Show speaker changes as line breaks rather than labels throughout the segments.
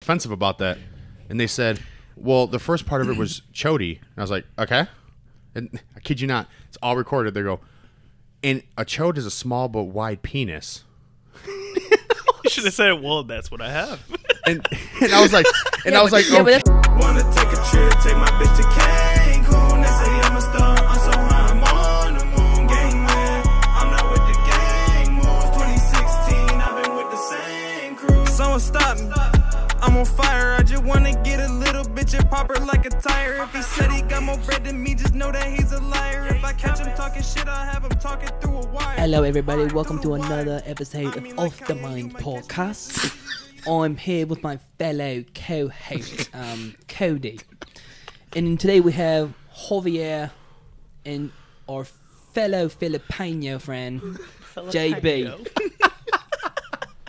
defensive about that, and they said, "Well, the first part of it was Chody," and I was like, "Okay," and I kid you not, it's all recorded. They go, "And a chode is a small but wide penis,"
You should have said, "Well, that's what I have."
and and I was like, and I was like,
yeah, but
okay.
that's-
Wanna take a trip, take my bitch to Cancun. They say I'm a star, I'm so high, I'm on the moon. Gang man, I'm not with the gang moves. 2016, I've been with the same crew. Someone stop me. I'm on fire, I just wanna get a little bitch and pop her like a tire. If he said he got more bread than me, just know that he's a liar. If I catch him talking shit, I have him talking through a wire.
Hello, everybody. Welcome to another episode of Off the Mind podcast. I'm here with my fellow co-host, um, Cody, and today we have Javier and our fellow Filipino friend, JB.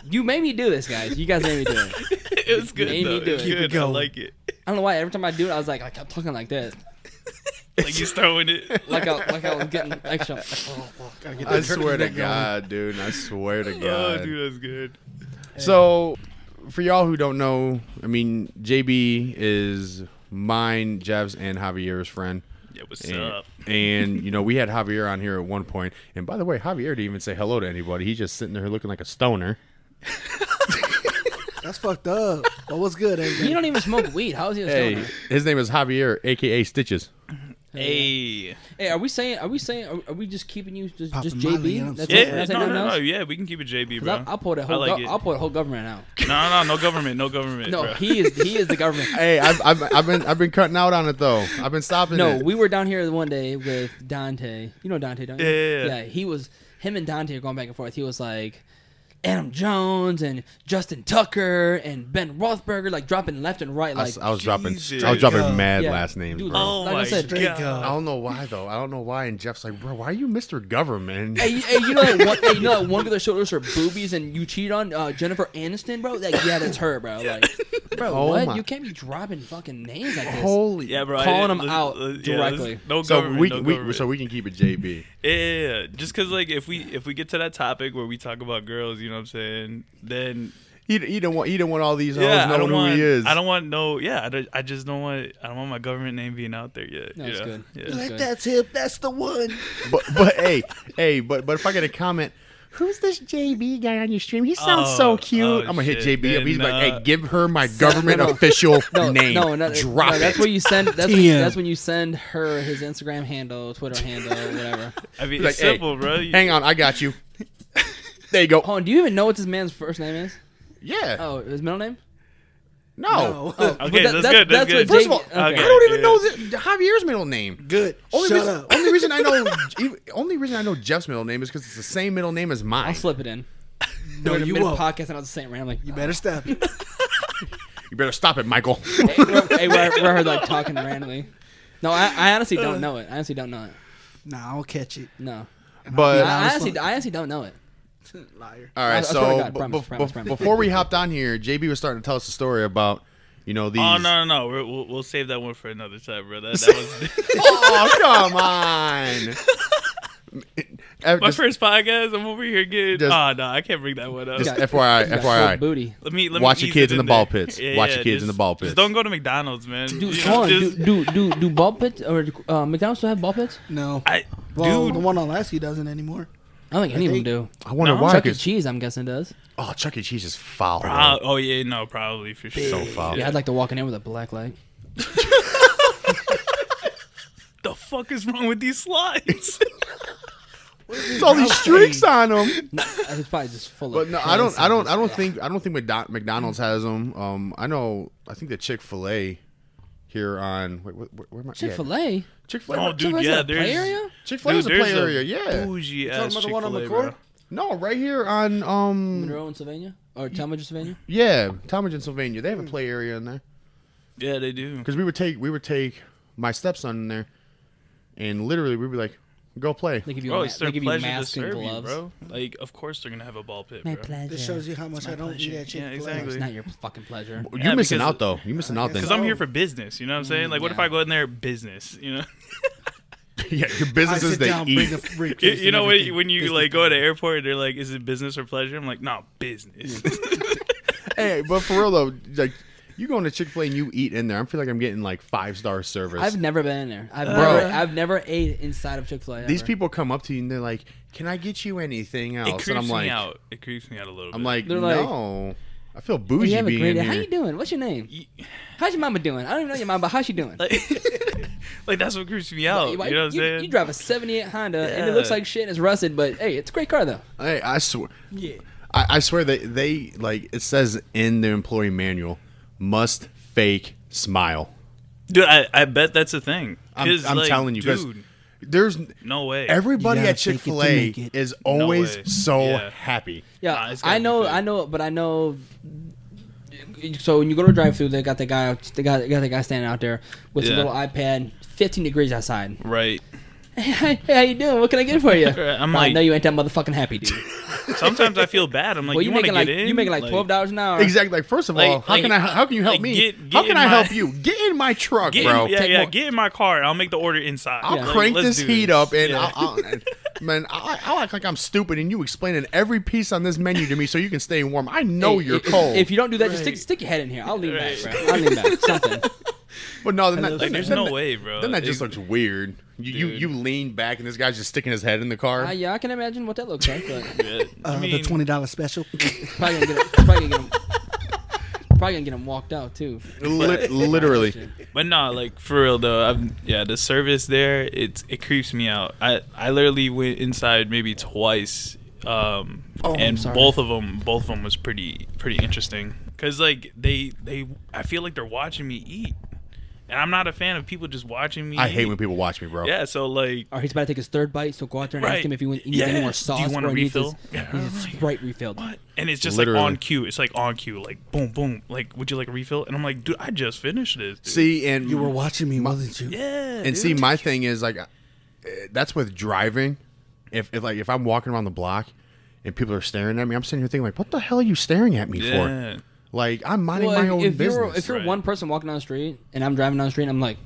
You made me do this, guys. You guys made me do it.
it was good.
Made me
Though.
do it.
was
Keep
good. I
going.
like it.
I don't know why. Every time I do it, I was like, I kept talking like this,
Like he's throwing it.
like I, like I was getting extra.
I swear to God, dude. I swear to
Oh,
God.
dude, that's good.
So, for y'all who don't know, I mean, JB is mine, Jeff's, and Javier's friend.
Yeah, what's
And,
up?
and, you know, we had Javier on here at one point. And by the way, Javier didn't even say hello to anybody. He's just sitting there looking like a stoner.
That's fucked up. But what's good,
You
everybody?
don't even smoke weed. How is he? a
Hey,
stoner?
his name is Javier, aka Stitches.
Hey.
Hey, are we saying? Are we saying? Are, are we just keeping you just,
Popping
just
Molly,
JB?
you know what I'm
That's
saying?
it?
Yeah,
That's it,
no, no,
nothing
no,
else?
yeah, we can keep it JB,
'Cause
bro.
I'll, I'll pull the whole.
like
gov-
it.
I'll pull the whole government out.
No, no, no government, no government.
No,
bro.
he is. He is the government.
Hey, I've, I've, I've been I've been cutting out on it though. I've been stopping
No,
it.
we were down here one day with Dante. You know Dante, don't you?
Yeah, yeah, yeah.
He was him and Dante are going back and forth. He was like Adam Jones and Justin Tucker and Ben Rothberger, like dropping left and right,
I
like
was, I was dropping
Jesus.
I was dropping mad
Yeah.
last names.
Dude,
bro.
oh
like I
my
said,
Straight
god.
I
God.
don't know why though. I don't know why. And Jeff's like, bro, why are you Mr. Government?
Hey, you- hey, you know that one, hey, you know that one of their shoulders are boobies, and you cheat on uh, Jennifer Aniston, bro. Like, yeah, that's her, bro. Like, bro,
Oh
what?
my-
You can't be dropping fucking names like this.
Holy
Yeah, bro. I
Calling
didn't-
him out
yeah, this-
directly.
No
So
government.
we,
no
we
government.
so we can keep it JB.
Yeah, yeah, yeah. just because like if we if we get to that topic where we talk about girls, you know what I'm saying? Then
He, he don't want he don't want all these hoes
yeah, I
knowing
don't
who
want
he is.
I don't want no yeah. I, don't- I just don't want I don't want my government name being out there yet.
No,
you
it's
know?
good.
Yeah.
It's
Like,
good.
that's him. That's the one.
But but hey hey but but if I get a comment, who's this JB guy on your stream? He sounds
Oh,
so cute.
oh,
I'm gonna hit
shit.
JB up. He's
Then,
like,
uh,
hey, give her my government official name.
No, no,
drop
no,
it.
That's when you send. That's when you,
Damn.
that's when you send her his Instagram handle, Twitter handle, whatever.
I mean,
He's like,
it's
"Hey,
simple, bro. You-
Hang on, I got you. There you go.
Hold on, do you even know what this man's first name is?
Yeah.
Oh, his middle name?
no.
Oh,
But
Okay, that's good, that's
what
good.
First of
Jake-
all, I
okay.
okay.
don't even
yeah.
know the, Javier's middle name.
good.
Only
Shut
reason,
up.
only reason I know only reason I know Jeff's middle name is because it's the same middle name as mine.
I'll slip it in.
No,
We're in the
you
middle
won't.
of podcast and I was the same random. Like,
You better stop it.
You better stop it, Michael.
hey, we're, hey, we're, we're her, like talking randomly. No, I, I honestly don't know it. I honestly don't know it.
Nah, I'll catch it.
No, I,
but
I
was
honestly,
fun.
I honestly don't know it.
Liar.
All
I- I
right,
swear to
so
God,
b-
promise,
bef-
promise,
bef-
promise.
before we hopped on here, JB was starting to tell us a story about, you know, these.
Oh no, no, no. We're, we'll, we'll save that one for another time, bro. That, that was
Oh, come on! Uh,
my
just,
first podcast. I'm over here getting.
Just-
oh no, I can't bring that one up.
just
got-
FYI,
You got full
FYI.
booty.
let me let me
watch your
ease
kids
it
in the ball
there.
pits. Watch your kids in the
just-
ball pits.
Just don't go to McDonald's, man.
Dude,
You know,
come on,
just-
do, do do do ball pits or uh, McDonald's still have ball pits?
No.
I,
well,
dude,
the one on Alaska doesn't anymore.
I don't think any of them
think-
do.
I wonder
No.
why.
Chuck E.
'cause-
Cheese, I'm guessing does.
oh, Chuck E. Cheese is foul. bro.
Prob- oh yeah, no, probably for sure.
so foul.
Yeah, I'd like to walk in there with a black light.
the fuck is wrong with these slides?
It's all
E.
these streaks on them.
No, it's probably just full of.
But no,
piss
I don't. I
and
don't.
just-
I don't think. I don't think McDo- McDonald's has them. Um, I know. I think the Chick Fil A here on. Wait, where, where am I?
Chick Fil A.
Chick Fil A.
oh, dude,
Chick-fil-A's
yeah,
a play
there's
area?
Chick Fil A is a
Dude,
play
there's a
area. Yeah.
bougie
Talking
ass
about the
Chick
one on
Fil A,
McCord?
bro.
No, right here on um
Monroe, Pennsylvania, or Talmadge, Pennsylvania.
yeah, Talmadge, Pennsylvania.
Hmm.
They have a play area in there
Yeah, they do.
because we would take we would take my stepson in there, and literally we'd be like, "Go play."
They give you.
Bro,
a ma-
it's
they
their
give you
pleasure to
masks and
serve you,
gloves.
bro. Like, of course they're gonna have a ball pit, bro.
My pleasure.
This shows you how much I don't eat at Chick-fil-A.
Yeah,
It's
exactly.
not your fucking pleasure.
You're
Yeah,
missing
because-
out though. You're missing out then.
Because I'm here for business, you know what I'm saying? Like, what if
Oh. Mm, yeah.
I go in there business, you know?
yeah, your
I
businesses
sit
they
down, bring
eat.
the free
You,
case
you
and
know when
everything.
you, when you
Business
like go to the airport, they're like, "Is it business or pleasure?" I'm like, "No, business."
hey, but for real though, like You go into Chick Fil A and you eat in there. I feel like I'm getting like five star service.
I've never been in there.
Uh,
I've
Bro.
never, I've never ate inside of Chick Fil A.
These people come up to you and they're like, "Can I get you anything else?"
It creeps
and Oh, I'm
me
like,
out. It creeps me out a little bit.
I'm like,
They're like,
no, I feel
Hey,
bougie
you have a
being
great day.
here.
How you doing? What's your name?
You-
How's your mama doing? I don't even know your mama, but how's she doing?
like, like, that's what creeps me out.
Why-
Oh, you know what I'm
you,
saying?
you drive a '78 Honda and it
Yeah.
looks like shit. and It's rusted, but hey, it's a great car though.
Hey, I swear,
Yeah.
I, I swear they they like it says in their employee manual, must fake smile.
dude. I, I bet that's a thing.
I'm,
'Cause,
I'm
like,
telling you, because
dude.
there's
No way.
everybody
You gotta
at
fake
Chick
it to
Fil A
make it.
is
No
always
way.
so
Yeah.
happy.
Yeah,
Nah, it's gotta
I
be
know,
fake.
I know, but I know. So when you go to drive through, they got the guy, out- they got, they got the guy standing out there with a
Yeah.
little iPad, 15 degrees outside.
Right.
Hey, how you doing? What can I get for you?
I'm
"Nah, I
like-
know you ain't that motherfucking happy, dude.
Sometimes I feel bad. I'm like,
well,
you,
you
want to
making
get
like
in?
you making like twelve dollars an hour.
Exactly. Like, first of
Like-
all, how
like-
can I? How can you help
like,
me?
get- get
how can
in
I
my-
help you? Get in my truck,
Get
bro.
in, yeah,
Take
yeah.
more-
Get in my car. and I'll make the order inside.
I'll
Like,
crank
let's
this
do
heat up and
Yeah.
I'll, I'll, man, I, I'll act like I'm stupid and you explaining every piece on this menu to me so you can stay warm. I know
Hey,
you're
if,
cold.
If you don't do that, just stick stick your head in here. I'll lean back, bro. I'll lean back. Something.
but no, then that,
Like,
then
there's
that-
no
then-
way, bro.
Then that just
They-
looks weird. You, you
Dude.
you lean back and this guy's just sticking his head in the car.
Uh, yeah, I can imagine what that looks like, but
Yeah.
Uh,
I
the
mean,
twenty dollar special.
probably gonna get him, probably gonna get him, probably gonna get him walked out too.
Li- literally.
But no, like for real though. I'm, yeah, the service there, it's it creeps me out. I I literally went inside maybe twice, um,
Oh, I'm
and
sorry.
both of them, both of them was pretty pretty interesting. Cause like they they, I feel like they're watching me eat, and I'm not a fan of people just watching me.
I hate when
eat.
people watch me, bro.
Yeah, so like
Or he's about to take his third bite, so go out there and ask
Right.
him if he want- needs
Yeah.
any
Do
more
you
sauce
want a
or
refill?
needs his,
Yeah.
needs his Sprite refilled.
what? And it's just
Literally.
like on cue. It's like on cue. Like boom, boom. Like, would you like a refill? And I'm like, dude, I just finished this. dude."
See, and
You were watching me, wasn't you?
yeah.
and see, my thing is like, uh, that's with driving. If, if like if I'm walking around the block and people are staring at me, I'm sitting here thinking like, what the hell are you staring at me
yeah.
for? Like I'm minding
Well,
my
if,
own
if
business.
you're if you're
Right.
one person walking down the street and I'm driving down the street, I'm like,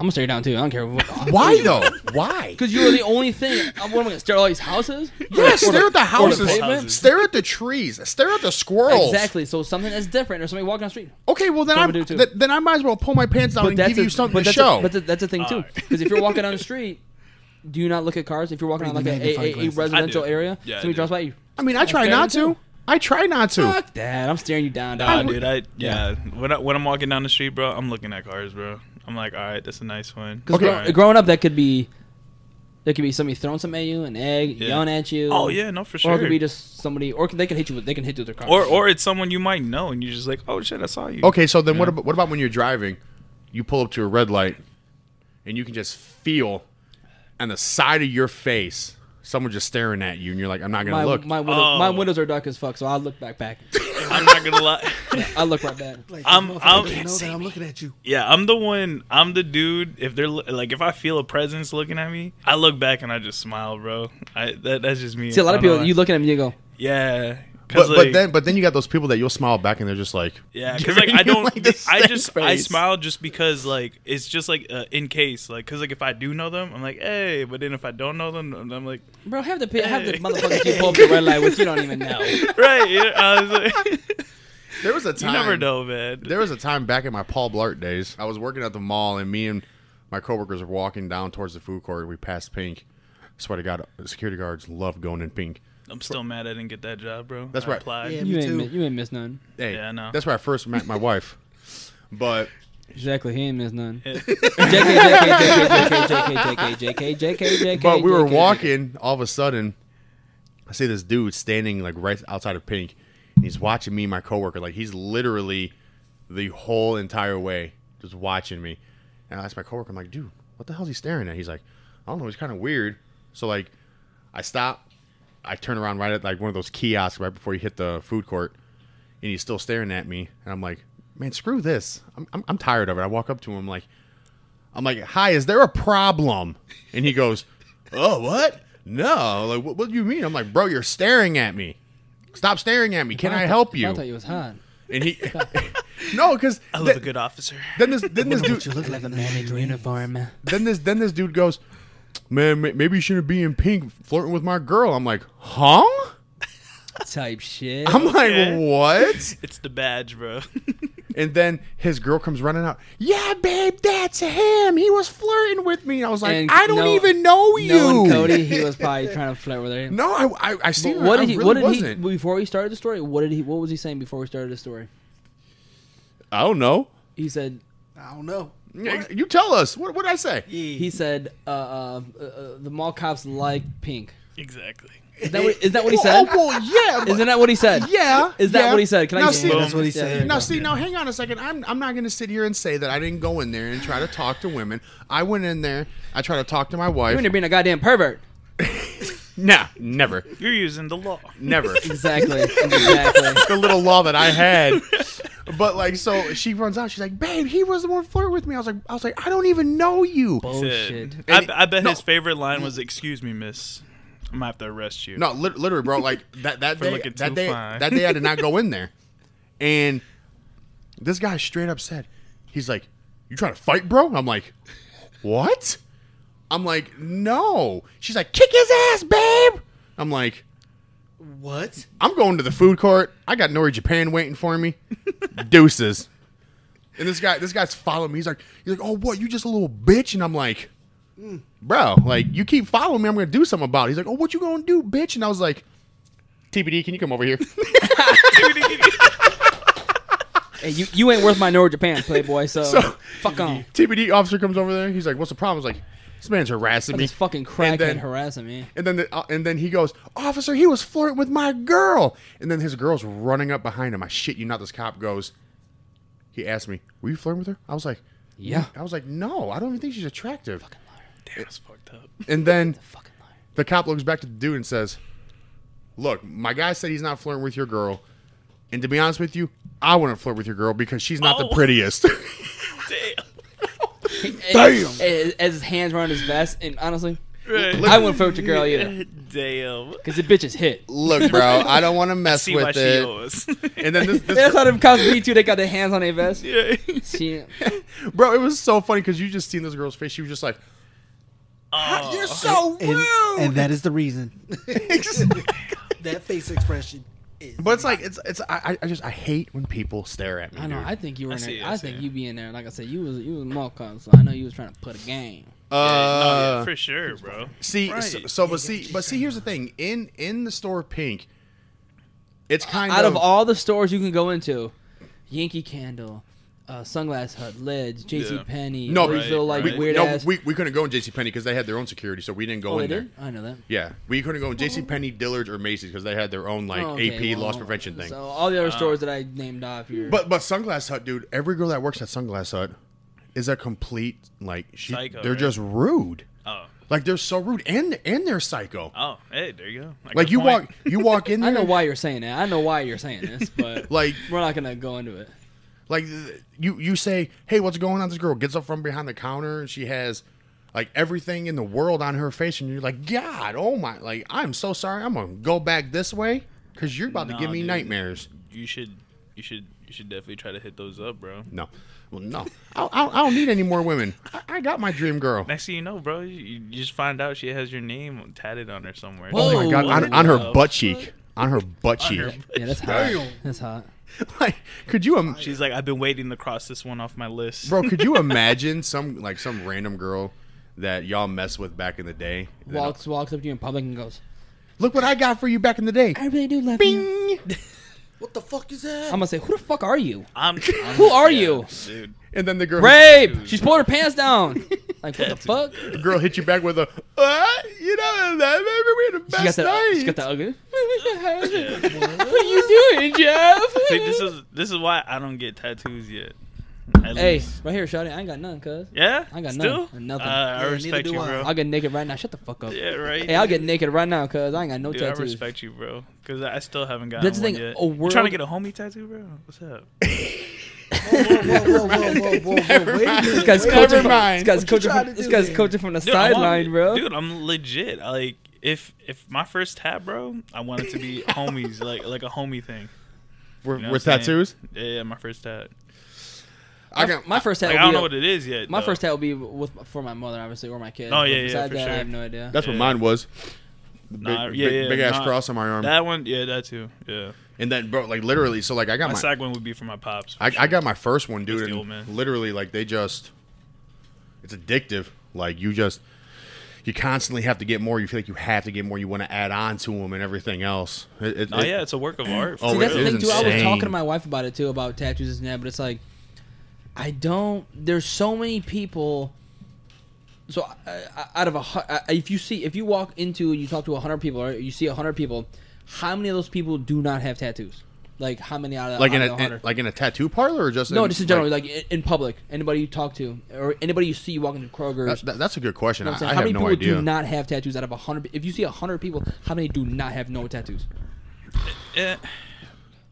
I'm gonna stare down too. I don't care. What,
Why though? Why?
Because you are the only thing. I'm, what am I gonna stare at all these houses?
Yeah, stare at the
or the
houses.
pavement?
stare at the trees. Stare at the squirrels.
Exactly. So something that's different, or somebody walking down the street.
Okay, well then
So
I
I'm gonna do too.
th- then I might as well pull my pants down and give you something
but
to
that's
show.
A, but th- that's a thing too. Because if you're walking down the street, do you not look at cars? If you're walking on like
Bring
a,
the magnifying
a, a
glasses.
residential
I do.
area,
Yeah, I
somebody
do.
drives by you.
I mean, I try
fair
not
too.
to. I try not to.
Fuck that! I'm staring you down.
Nah,
Dog.
dude. I yeah. When I, when I'm walking down the street, bro, I'm looking at cars, bro. I'm like, all right, that's a nice one.
Because
Okay.
growing up, that could be there could be somebody throwing something at you, an egg,
Yeah.
yelling at you.
Oh yeah, no for
Or
sure.
it could be just somebody, or they can hit you with they can hit you with their car.
or or it's someone you might know, and you're just like, oh shit, I saw you.
Okay, so then what about what about when you're driving, you pull up to a red light, and you can just feel on the side of your face someone just staring at you, and you're like, I'm not gonna
my
look.
my, window, my
Oh.
windows are dark as fuck, so I look back back.
I'm not gonna lie.
I look right back.
Like,
I'm-
this motherfucker
I'm-
doesn't know
see
that I'm
me.
looking at you.
yeah, I'm the one. I'm the dude. If they're lo- like, if I feel a presence looking at me, I look back and I just smile, bro. I that, that's just me.
See a lot of
I don't
people.
know.
You look at them, and you go,
yeah.
but,
'Cause,
but
like-
then but then you got those people that you'll smile back and they're just like
Yeah, because
giving
like I
you,
don't,
like, the
I
stank
just I
face.
smile just because like it's just like uh, in case like because like if I do know them, I'm like hey, but then if I don't know them, I'm- I'm like
bro, have the pi- have the motherfuckers you pull up the red light with you don't even know.
right, you, know, I was like,
There was a time
you never know, man.
There was a time back in my Paul Blart days. I was working at the mall, and me and my coworkers were walking down towards the food court. We passed Pink. swear to God, the security guards love going in Pink.
I'm still mad I didn't get that job, bro.
That's
I
right.
Applied.
Yeah.
You
Me
ain't
too.
mi- you ain't miss none.
Hey,
Yeah, I know.
that's where I first met my wife. But
Exactly, he ain't miss none. JK, JK, JK, JK, JK, JK, JK, JK.
but we were
JK.
walking. All of a sudden, I see this dude standing like right outside of Pink, and he's watching me and my coworker. Like he's literally the whole entire way just watching me. And I asked my coworker, I'm like, dude, what the hell's he staring at? He's like, I don't know. He's kind of weird. So like, I stop. I turn around right at like one of those kiosks right before you hit the food court, and he's still staring at me. And I'm like, man, screw this. I'm I'm, I'm tired of it. I walk up to him like. I'm like, "Hi, is there a problem?" And he goes, "Oh, what? No. Like, what, what do you mean?" I'm like, "Bro, you're staring at me. Stop staring at me. Can I help
I thought
you?"
you was hot.
And he, no, because
I love a good officer.
then this then this
What you
dude
look like in the
Manager uniform.
then this then this dude goes, "Man, ma- maybe you shouldn't be in pink flirting with my girl." I'm like, "Huh?"
type shit.
I'm like,
Okay.
what?
It's the badge, bro.
And then his girl comes running out. Yeah, babe, that's him. He was flirting with me. I was like,
And
I don't
no-
even know you.
Knowing Cody, he was probably trying to flirt with her.
No, I, I, I see.
But
her.
what
I
did he?
really
what did
wasn't.
he? Before he started the story, what did he? What was he saying before we started the story?
I don't know.
He said.
I don't know.
You tell us. What what did I say?
He said. Uh, uh, uh, uh, the mall cops like pink.
exactly.
Is that what, is that what he said?
E. Oh, well, yeah. but-
Isn't that what he said?
yeah.
Is that
yeah.
what he said? Can I
now,
just-
see,
Boom.
That's what he
Yeah,
said.
there you
now,
go.
see, now, hang on a second. I'm, I'm not going to sit here and say that I didn't go in there and try to talk to women. I went in there. I tried to talk to my wife.
You're in there being a goddamn pervert.
Nah, never,
You're using the law.
never.
Exactly. exactly.
the little law that I had. But like, so she runs out. She's like, "Babe, he was the one flirting with me." I was like, "I was like, I don't even know you."
Oh, Bullshit.
Said- I, I bet
No.
his favorite line was, "Excuse me, miss, I'm gonna have to arrest you."
No, lit- literally, bro. Like that that
For
day,
looking
that
too
day,
fine.
that day, I did not go in there. And this guy straight up said, "He's like, you trying to fight, bro?" I'm like, "What?" I'm like, "No." She's like, "Kick his ass, babe." I'm like,
What?
"I'm going to the food court. I got Nori Japan waiting for me. Deuces." And this guy, this guy's following me. He's like, "He's like, oh, what? You just a little bitch?" And I'm like. Bro, like you keep following me, I'm gonna do something about it. He's like, "Oh, what you gonna do, bitch?" And I was like, "TBD, can you come over here?"
Hey, you, you ain't worth my Nord Japan, Playboy. So,
So-
fuck on.
TBD officer comes over there. He's like, "What's the problem?" I was like, "This man's harassing me."
This fucking
and
crackhead
then,
harassing me.
and then, the, uh, and then he goes, "Officer, he was flirting with my girl." And then his girl's running up behind him. I shit you not. This cop goes, he asked me, "Were you flirting with her?" I was like,
Yeah.
I was like, "No, I don't even think she's attractive."
Damn, that's fucked up.
And then
Fucking liar.
the cop looks back to the dude and says, "Look, my guy said he's not flirting with your girl." And to be honest with you, I wouldn't flirt with your girl because she's not the
Oh.
prettiest.
Damn.
Damn. As, as his hands were on his vest, and honestly,
Right.
I wouldn't flirt with your girl either.
Damn.
Because the bitch is hit.
Look, bro, I don't want to mess
See why she yours.
And then this, this
That's how them cops beat you. They got their hands on their vest.
Yeah.
She,
Bro, it was so funny because you just seen this girl's face. She was just like, "You're so
And, and that is the reason.
rude."
that face expression is.
but it's like it's it's I, I- I just I hate when people stare at me.
I know. I
dude.
think you were in
see
there.
it,
I,
I see
think
it.
you be in there. Like I said, you was you was mall cop, so I know you was trying to put a game.
Yeah, no, yeah,
uh,
for sure, bro.
see, so,
Right.
so but see, but see, here's the thing. In in the store, pink. It's kind
Out of all the stores you can go into, Yankee Candle, uh, Sunglass Hut, Lids, J.C.
Yeah.
Penney,
No,
all these
right,
little like
we,
weird
no,
ass.
we we couldn't go in J.C. Penney because they had their own security, so we didn't go
oh, they
in there.
did? I know that.
Yeah, we couldn't go in J.C. Penney, Dillard's, or Macy's because they had their own like
Oh, okay,
AP loss
well,
prevention thing. Uh,
So all the other stores that I named off here.
But but Sunglass Hut, dude, every girl that works at Sunglass Hut is a complete like she,
Psycho,
they're
right?
just rude.
Oh,
Like they're so rude and and they're psycho.
oh, hey, there you go. I
like
got
you
a point.
walk you walk in
I
there
know why you're saying that. I know why you're saying this, but
like
we're not gonna go into it.
like th- you you say, "Hey, what's going on?" This girl gets up from behind the counter and she has like everything in the world on her face and you're like, "God, oh my, like I'm so sorry. I'm going to go back this way cuz you're about
Nah,
to give me
dude.
nightmares."
You should, you should, you should definitely try to hit those up, bro.
No. Well, no. I, I, I don't need any more women. I, I got my dream girl.
Next thing you know, bro, you, you just find out she has your name tatted on her somewhere.
Oh my
Whoa.
god, on,
what
on
the
her butt cheek. On her butt
On
cheek.
her-
Yeah, that's hot. That's hot.
like, could you, im-
She's like, I've been waiting to cross this one off my list.
bro? Could you imagine some like some random girl that y'all mess with back in the day? Then,
Walks walks up to you in public and goes,
Look what I got for you back in the day.
"I really do love you."
Bing.
what the fuck is that?
I'm gonna say, "Who the fuck are you?"
I'm, I'm-
Who are
yeah,
you?
dude?
And then the girl,
Rape. She's pulling her pants down. Like what the fuck?
the girl hit you back with a, uh, you know that maybe we had the
She got
best
that.
night.
She got uh, that ugly. what are you doing, Jeff?
See, this is this is why I don't get tattoos yet. At
hey,
least.
right here, Shawty. I ain't got none, cuz.
yeah,
I got
Still?
none. Nothing.
Uh, I
Yeah, neither
respect
do
you,
I.
bro.
I'll get naked right now. Shut the fuck up.
yeah, right.
Hey, I'll get naked right now, cuz I ain't got no
Dude, I
tattoos.
respect you, bro, because I still haven't gotten
That's the
one
thing,
yet.
a
you trying
world-
to get a homie tattoo, bro? What's up?
whoa, whoa, whoa, whoa, whoa, whoa, whoa, wait a minute,
This guy's
wait a
coaching.
Never
From,
mind.
this guy's
What you
coaching.
trying
From,
to
this
do
guy's
here?
coaching from the
Dude, I want-
sideline, bro.
Dude, I'm legit. Like, if if my first tat, bro, I want it to be homies, like like a homie thing.
With-
You know
with
what I'm saying?
tattoos.
Yeah, yeah, my first tat.
I got
my first
Like,
hat.
I don't
will
know
be
what it is yet.
my
though.
first hat will be with for my mother, obviously, or my kid.
Oh,
But
yeah, yeah,
Besides
for
that, I
sure.
have no idea.
That's what
Yeah.
mine was. the big,
Nah, yeah,
big,
yeah,
big ass
nah.
cross on my arm.
That one, yeah, that too. Yeah,
and then, bro, like literally, so like I got
my
my,
sack one would be for my pops. for
I, I
sure.
got my first one, dude.
That's the
And
old man.
Literally, like they just, it's addictive. Like you just, you constantly have to get more. You feel like you have to get more. You want to add on to them and everything else. It, it,
Oh
it-
yeah, it's a work of art. for
Oh,
See, that's
it
the
is
real.
thing too. I was
insane.
talking to my wife about it too about tattoos and that, but it's like I don't. There's so many people. So uh, uh, out of a, hu- uh, if you see, if you walk into and you talk to hundred people, or you see hundred people, how many of those people do not have tattoos? Like how many out of
Like
out
in
of
a
the 100?
in- like in a tattoo parlor or just
no,
in,
just in general, like, in, in public, anybody you talk to or anybody you see walking to Kroger's.
that, that- that's a good question.
you know what I'm
I,
saying?
I
how
have
many
no
people
idea.
do not have tattoos out of hundred? If you see hundred people, how many do not have no tattoos?
Eh,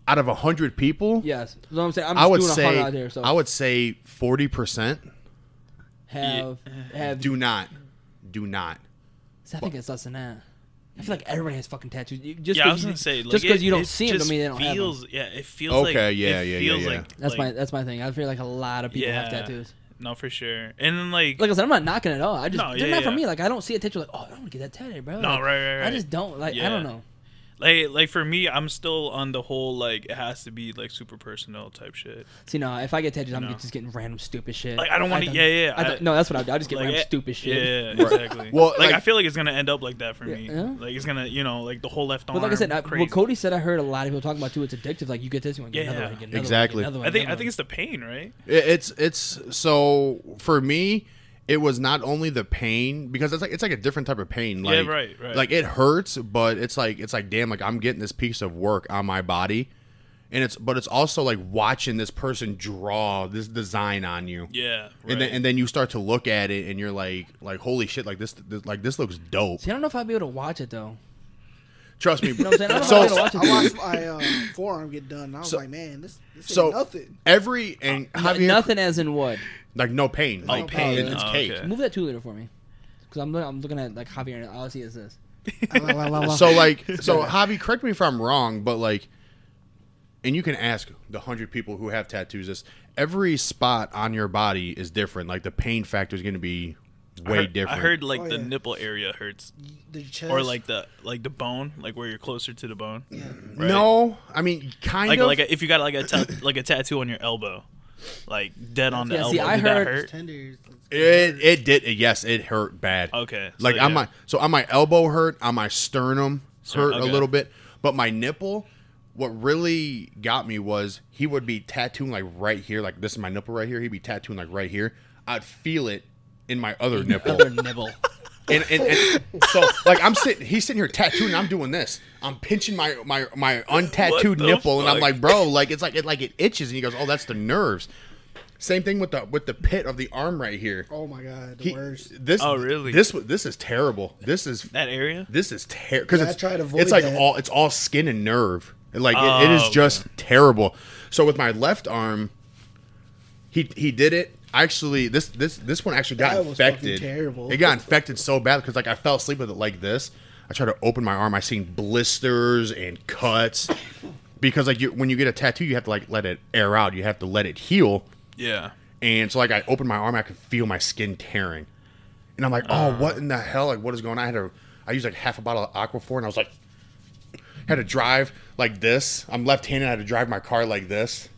Out of hundred people,
Yes, you know what I'm saying. I'm just
I would
doing 100
say
out there, so.
I would say forty percent
have have.
do not, do not.
I think it's less than that. I feel like everyone has fucking tattoos. You- Just
yeah, I
'cause
was
you,
gonna say like,
just because
it-
you don't
it
see them, I
just
mean, they don't have
feels,
them.
Yeah, it feels like
Okay, yeah,
it
yeah, yeah,
feels
yeah.
Like,
That's
like,
my that's my thing. I feel like a lot of people have tattoos.
No, for sure. And then like,
Like I said, I'm not knocking at all. I just
No,
they're
yeah,
not for
yeah.
me. Like I don't see a tattoo. Like oh, I don't want to get that tatted, bro.
No,
Like,
right, right,
I
right.
just don't like. I
Yeah.
don't know.
like, like for me, I'm still on the whole like it has to be like super personal type shit.
See, no, if I get tattoos, I'm
No.
just getting random stupid shit.
Like, I don't wanna-
thought-
yeah, yeah,
I
I-
thought- no, that's what I do. I just get
like
random
eh,
stupid shit.
Yeah, yeah, exactly.
Well,
well, like,
like-
I feel like it's gonna end up like that for me.
yeah.
Like it's gonna, you know, like the whole left arm.
But like I said, I,
crazy.
what Cody said, I heard a lot of people talking about too. It's addictive. Like you get this, you want to get another
Yeah.
one, you get another one, you get
Exactly.
another one,
I think I
another
think
one.
it's the pain, right?
It- It's it's so for me, it was not only the pain because it's like it's like a different type of pain.
Yeah,
Like,
right, right.
Like it hurts, but it's like it's like damn, like I'm getting this piece of work on my body, and it's but it's also like watching this person draw this design on you.
Yeah. Right.
And then, and then you start to look at it and you're like like holy shit like this, this like this looks dope.
See, I don't know if I'd be able to watch it though.
Trust me.
You know what I'm saying? I don't know
so
if I'd be able to watch it.
I watched my uh, forearm get done. And I was
So-
like, man, this, this ain't
so
nothing.
every and Javier-
Nothing as in what?
like no pain like
pain.
it- it's
Oh,
cake.
okay.
Move that two liter for me, because I'm, look- I'm looking at like Javier and all I see is this.
La, la, la, la.
so like so Javi, correct me if I'm wrong, but like and you can ask the hundred people who have tattoos this every spot on your body is different. Like the pain factor is gonna be
I
way
heard-
different.
I heard like
Oh,
the
yeah.
nipple area hurts,
the chest,
or like the like the bone, like where you're closer to the bone. right?
No, I mean kind
like
of
like a, if you got like a ta- like a tattoo on your elbow, like dead on the
Yeah,
elbow.
see, I
Did that
heard-
er,
hurt?
tenders.
it it did yes, it hurt bad.
Okay, so
Like on
yeah.
my so on my elbow hurt, on my sternum hurt
okay.
a little bit, but my nipple what really got me was he would be tattooing like right here, like this is my nipple right here. He'd be tattooing like right here. I'd feel it in my other nipple.
Other nibble.
and, and, and so like I'm sitting, he's sitting here tattooing. and I'm doing this. I'm pinching my my my
What
untattooed
the
nipple, and I'm
fuck?
like, bro, like it's like it like it itches, and he goes, oh, that's the nerves. Same thing with the with the pit of the arm right here.
Oh my god, the
He-
worst.
This
Oh, really?
This this is terrible. This is
That area?
This is terrible because
Yeah, I
it's
try to avoid
it's like
that.
all it's all skin and nerve. Like it, it is
Oh,
just terrible. So with my left arm, he he did it. Actually, this this this one actually got
That was fucking
infected.
terrible.
It got infected so bad because like I fell asleep with it like this. I tried to open my arm. I seen blisters and cuts because like you, when you get a tattoo, you have to like let it air out. You have to let it heal.
Yeah.
And so like I opened my arm, I could feel my skin tearing. And I'm like,
Ah.
oh, what in the hell? Like, what is going on? I had to, I used like half a bottle of Aquaphor, and I was like, had to drive like this. I'm left-handed. I had to drive my car like this.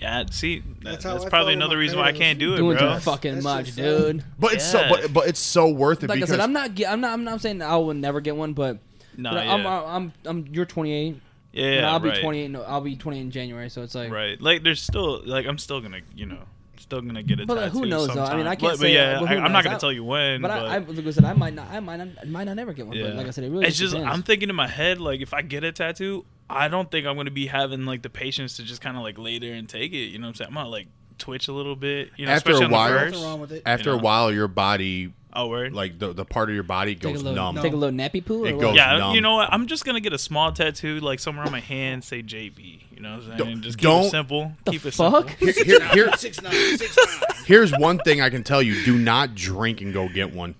Yeah. See, that,
That's
that's,
how I felt
probably
with my
another reason why I
parents.
can't do it,
Doing
bro.
too fucking
That's
much,
just sad.
dude.
But it's so,
Yeah.
but but it's so worth it
Like I
because
said, I'm not. ge- I'm not. I'm not saying I will never get one, but.
Nah,
but I'm,
yeah.
I'm, I'm, You're 28.
Yeah.
and I'll be
right.
28. No, I'll be 20 in January. So it's like.
Right. Like there's still like I'm still gonna you know still gonna get a
But, like,
tattoo.
who knows, though? I mean,
sometime.
I can't
But, but
say,
yeah,
but
I,
who
I'm
knows?
not gonna
I-
tell you when.
But, I, I, like I said, I might not. I might not. Might not ever get one.
yeah.
But like I said, it really.
it's just
depends.
I'm thinking in my head like if I get a tattoo, I don't think I'm gonna be having like the patience to just kind of like lay there and take it. You know what I'm saying? I'm gonna like twitch a little bit. You know,
After a
especially on the
while-
first-
Nothing wrong with it.
After
You
a
know.
while, your body,
Oh, word.
like the the part of your body
Take a
goes
little.
numb.
Take a little nappy poo. Or
It
what?
goes-
Yeah,
numb.
you know what? I'm just gonna get a small tattoo, like somewhere on my hand, say JB. You know what I'm saying?
Don't-
just keep
don't-
it simple. keep it
Fuck.
simple.
Here- here- here-
Six nine, six nine.
here's one thing I can tell you: do not drink and go get one.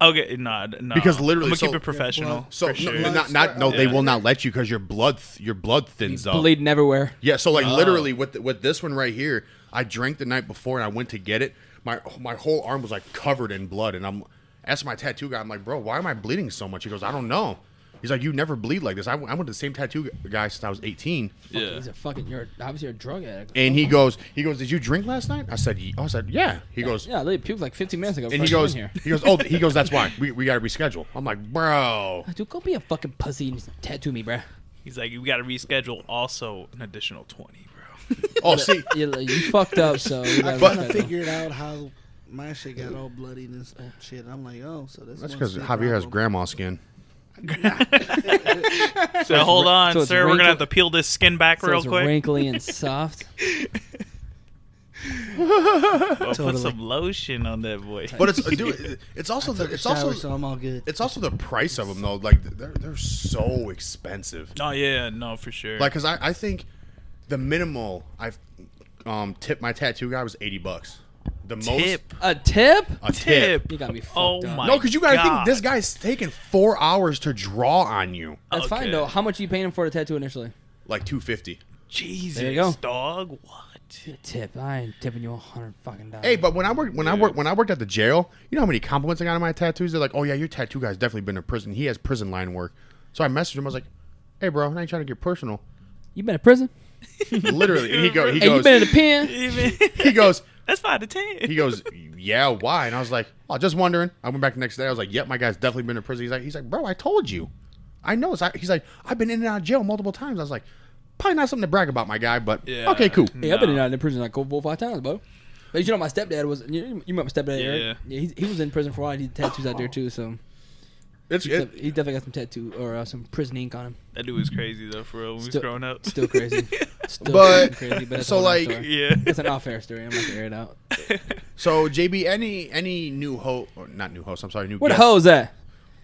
Okay, nah, nah.
Because literally,
I'm gonna
so-
keep it professional.
So
for
no,
sure.
no, not not no, they
Yeah.
will not let you because your blood th- your blood thins up.
Bleeding everywhere.
Yeah, so like literally with th- with this one right here, I drank the night before and I went to get it. My my whole arm was like covered in blood, and I'm Asked my tattoo guy, I'm like, bro, why am I bleeding so much? He goes, I don't know. He's like, you never bleed like this. I, w- I went to the same tattoo gu- guy since I was 18.
Yeah.
He's a fucking. You're obviously a drug addict.
And he goes, he goes, did you drink last night? I said, "Ye-" I said, yeah. He goes,
yeah, they puked like 15 minutes ago.
and he
before I
goes,
came in here.
he goes, oh, he goes, that's why we, we got to reschedule. I'm like, bro,
dude, go be a fucking pussy and tattoo me, bruh.
He's like, you got to reschedule also an additional 20, bro.
oh, see,
You, you fucked up, so. You
I
gotta
But-
reschedule.
kinda
I figured out how my shit got all bloodied and stuff. shit. I'm like, oh, so this
that's
must
because
be a
Javier has
problem.
grandma skin.
So hold on,
so it's
sir. We're going to have
wrinkled-
to peel this skin back
So
real
it's
quick.
wrinkly and soft.
Well, Put
Totally.
some lotion on that boy.
But it's, dude, it's also the, it's
Shower,
also,
so I'm all good.
it's also the price of them though. Like they're they're so expensive.
Oh, yeah. No, for sure.
Like, cause I, I think the minimal I've um tipped my tattoo guy was eighty bucks. The most
Tip.
A tip?
a tip.
Tip.
You got me fucked
Oh,
up.
my
No, because you gotta
God.
think this guy's taking four hours to draw on you,
That's
Okay.
fine though. How much are you paying him for the tattoo initially?
like two fifty.
Jesus,
There you go.
dog. What?
Tip. I ain't tipping you a hundred fucking dollars.
Hey, but when I worked when I worked when I worked at the jail, you know how many compliments I got on my tattoos? They're like, "Oh yeah, your tattoo guy's definitely been to prison. He has prison line work." So I messaged him. I was like, "Hey, bro, I ain't trying to get personal."
you been in prison?
Literally, and he go he
Hey, you
goes
been in the pen?
he goes
That's 5 to 10.
he goes yeah why? And I was like, "Oh, just wondering." I went back the next day. I was like, "Yep, my guy's definitely been to prison." He's like, "He's like, bro, I told you, I know." It's, he's like, "I've been in and out of jail multiple times." I was like, "Probably not something to brag about, my guy, but
Yeah.
okay, cool."
Hey, I've been in, out in prison like four, four, five times, bro. But you know, my stepdad was. You, you met my stepdad,
Yeah.
Eric? Yeah, he, he was in prison for a while. He did tattoos out there too, so
It's
he
it,
def- he definitely got some tattoo or uh, some prison ink on him.
That dude was crazy, though, for real, when we was
Still-
growing up.
Still crazy. Still
But-
fucking crazy, but that's
so,
a whole nother
like-
story.
yeah.
That's an off-air story. I'm not gonna air it out.
so JB. Any any new host? Not new host. I'm sorry, new
Where
guest.
the hoes at?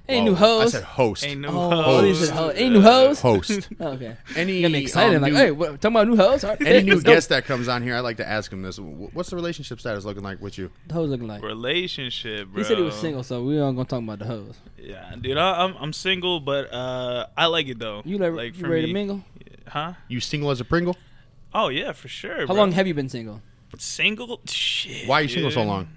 Ain't new
Whoa,
hoes.
Oh, I said host.
Ain't no
Oh, these
hoes.
are hoes. Ain't new hoes.
host.
Oh, okay.
Any
You got me excited.
um,
like,
new,
hey, what, talking about new hoes? All right,
any new
let's go.
guest that comes on here, I like to ask him this: Wh- What's the relationship status looking like with you?
The hoes looking like.
Relationship, bro.
He said he was single, so we aren't gonna talk about the hoes.
Yeah, dude, I, I'm I'm single, but uh, I like it though.
You like,
like
you
for
ready
me-
to mingle?
Huh?
You single as a Pringle?
Oh yeah, for sure.
How long have you been single?
single? Shit.
Why are you single so
dude.
long?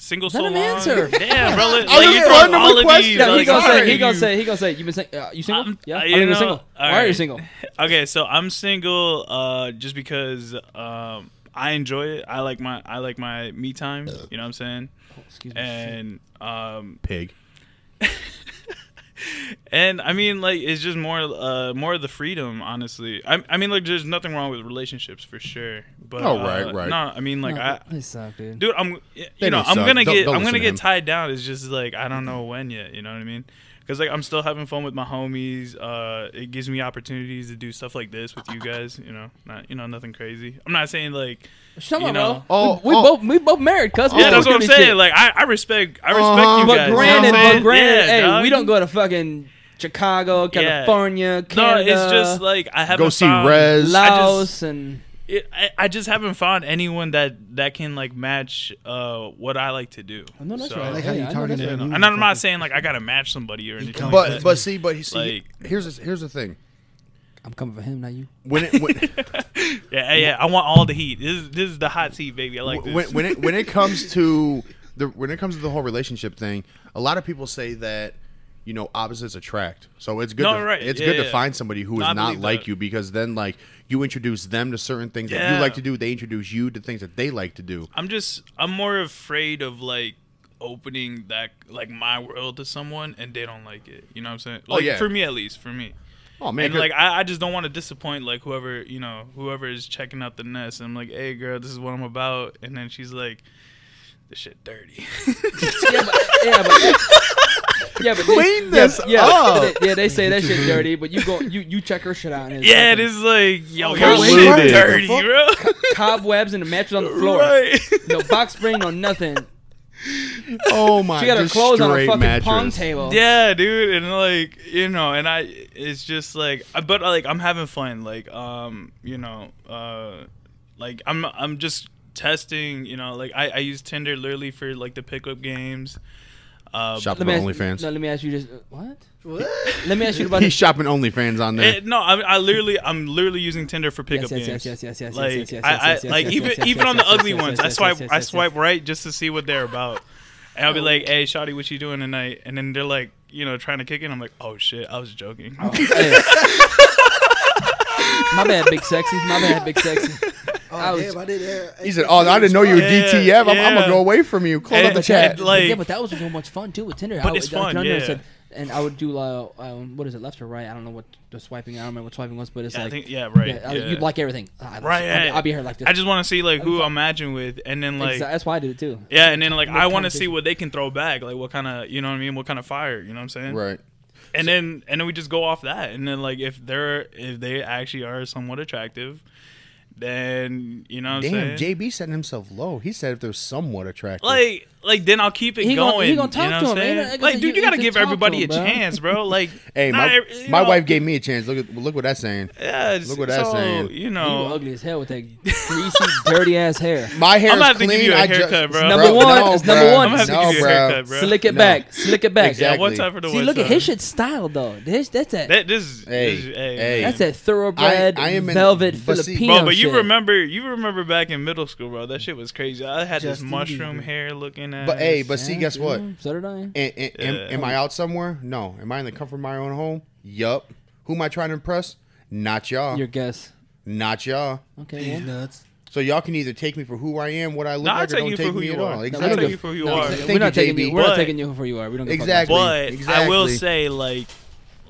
Single
Let
so
him
long.
answer.
Damn, bro. Like,
I was
you
just
throw
throwing them
all
a
of
question.
these.
Yeah,
Yeah, he
like,
gonna
sorry,
say. He gonna
you-
say. He gonna say. You been single? Uh, you single?
I'm-
yeah.
uh,
I
you
think you're
know,
single. Why are you
alright.
single?
Okay, so I'm single uh, just because um, I enjoy it. I like my I like my me time. You know what I'm saying?
Oh, Excuse me.
And um,
Pig.
and I mean like it's just more uh, more of the freedom. Honestly, I, I mean like there's nothing wrong with relationships for sure. But
Oh,
uh,
right, right.
No, I mean like I
they suck, dude.
dude i'm you
They
know
don't
i'm
suck.
gonna
Don't-
get
don't
i'm
listen
gonna
to
get
him.
tied down it's just like i don't know when yet you know what i mean because like i'm still having fun with my homies uh it gives me opportunities to do stuff like this with you guys you know not you know nothing crazy i'm not saying like
Shut
you
up,
know.
bro.
Oh,
we, we
oh.
both we both married, cuz. we
yeah
still
that's what i'm
doing
saying
Oh, shit.
like i i respect i respect
Uh-huh.
you
But
guys
but granted,
you know what I'm
but
saying?
granted,
Yeah,
hey,
dog.
we don't go to fucking Chicago,
no
California, Canada,
it's just like i haven't
Go see
found-
Rez.
I just-
Laos, and
it, I, I just haven't found anyone that that can like match uh what i like to do
no, that's
So-
right.
I like
Yeah,
how
I
you
know
talking
that's
to
right.
him. You
and I'm not
fucking-
saying like I gotta match somebody or anything. like
But
that.
but see but see
Like-
here's the, here's the thing.
I'm coming for him, not you.
When it when,
Yeah, yeah, yeah. I want all the heat. This is this is the hot seat, baby. I like this.
when, when it when it comes to the when it comes to the whole relationship thing, a lot of people say that you know opposites attract. So it's good.
No,
to,
right.
It's
Yeah,
good to
yeah.
find somebody who is
No, I
not
believe
like
that.
you because then like you introduce them to certain things that you
Yeah.
like to do. They introduce you to things that they like to do.
I'm just I'm more afraid of like opening that like my world to someone and they don't like it. You know what I'm saying? Like
Oh, yeah.
for me at least, for me.
Oh man,
And
good-
like I, I just don't want to disappoint like whoever, you know, whoever is checking out the nest. I'm like, hey girl, this is what I'm about and then she's like this shit dirty.
yeah, but, yeah, but, yeah, but
Clean
yeah,
this
yeah,
up.
but they- yeah, they say that shit dirty, but you go, you you check her shit out. And it's
yeah, it
fucking
is like yo,
you're
your shit
loaded.
dirty, bro.
cobwebs and the mattress on the floor.
right.
No box spring, no nothing.
oh my,
She got her
just
clothes on a
straight
fucking pong
mattress.
table.
Yeah, dude, and like you know, and I, it's just like, I- but like I'm having fun, like um, you know, uh, like I'm I'm just testing, you know, like I I use Tinder literally for like the pickup games. Uh,
Shop for
Let me ask,
OnlyFans.
No, let me ask you just uh, what?
What?
Let me ask you about
He's shopping OnlyFans on there.
it- eh, no, I, I literally I'm literally using Tinder for pickup
yes, yes, yes,
games.
yes, yes, yes,
Like
yes, yes, yes,
I, I
yes, yes,
like
yes,
even
yes, yes,
even on
yes,
the
yes,
ugly
yes,
ones,
yes,
I
yes, Oh.
swipe
yes,
I
yes,
swipe right just to see what they're about. And I'll be like, "Hey, Shotty, what you doing tonight?" And then they're like, you know, trying to kick in. I'm like, "Oh shit, I was joking."
Hey. My bad, big sexy. My bad, big sexy.
Oh,
I was-
damn, I didn't hear.
He said, "Oh, I didn't know you were
Yeah,
DTF. I'm, I'm
yeah.
gonna go away from you. Close
And-
up the
and-
chat."
like-
yeah, but that was so much fun too with Tinder.
But
I,
it's
would- I would
fun,
go on there and
yeah.
said- and I would do like, um, what is it, left or right? I don't know what the swiping. I don't remember what swiping was, but it's
Yeah, I
like,
think yeah, right.
yeah, I-
yeah.
you'd like everything, Ah, I'll-
Right,
I'll,
yeah.
I'll be here like this.
I just want to see like who I'm matching with, and then like
Exa- that's why I did it too.
yeah, and then like
No
I want to see
competition.
what they can throw back, like what kind of you know what I mean, what kind of fire, you know what I'm saying?
right.
And then and then we just go off that, and then like if they're if they actually are somewhat attractive, then you know what I'm
Damn,
saying.
JB setting himself low. He said if they're somewhat attractive.
Like, like then I'll keep it
He gonna-
going.
he gonna talk
you know
to
what I'm
him,
saying?
ain't it? Like I
Like,
said,
dude,
you-
you gotta
you
give
can talk
everybody
to
a
him, bro.
chance, bro. Like,
hey,
not
my,
every- you
my
know,
wife gave me a chance. Look at look what that's saying.
Yeah, it's-
Look what that's
so,
saying.
You
You
know,
were ugly as hell with that greasy, dirty ass hair.
My hair's
gonna have to give
clean.
you a
I
haircut, bro.
Number one,
no,
it's
bro.
number one.
I'm gonna have to
No,
give you a
bro.
haircut, bro.
Slick it
No.
back, slick it back.
yeah,
Exactly.
one time for the
See,
one
look at
time.
his shit style though. This, that's that.
uh, That this,
Hey,
this hey,
hey.
man.
that's that thoroughbred
I- I am in-
velvet
but see-
Filipino.
Bro, but you
shit.
remember, you remember back in middle school, bro. That shit was crazy. I had
Justin
this mushroom
Bieber.
hair looking at.
But hey, but see,
Yeah,
guess what?
yeah, So did I.
And, and, am,
Yeah.
am I out somewhere? No. Am I in the comfort of my own home? Yup. Who am I trying to impress? Not y'all.
Your guess.
Not y'all.
Okay.
He's
well.
nuts.
So y'all can either take me for who I am, what I look
Nah, I'll
like, or
take
don't
you for
take
who
me
you
at
are.
all.
I'll
Exactly.
take you for who you are.
Thank
we're not
you,
taking you.
JB.
We're not
But-
taking you for you are. We don't give a fuck about
Exactly.
that.
But I will
Exactly.
say, like,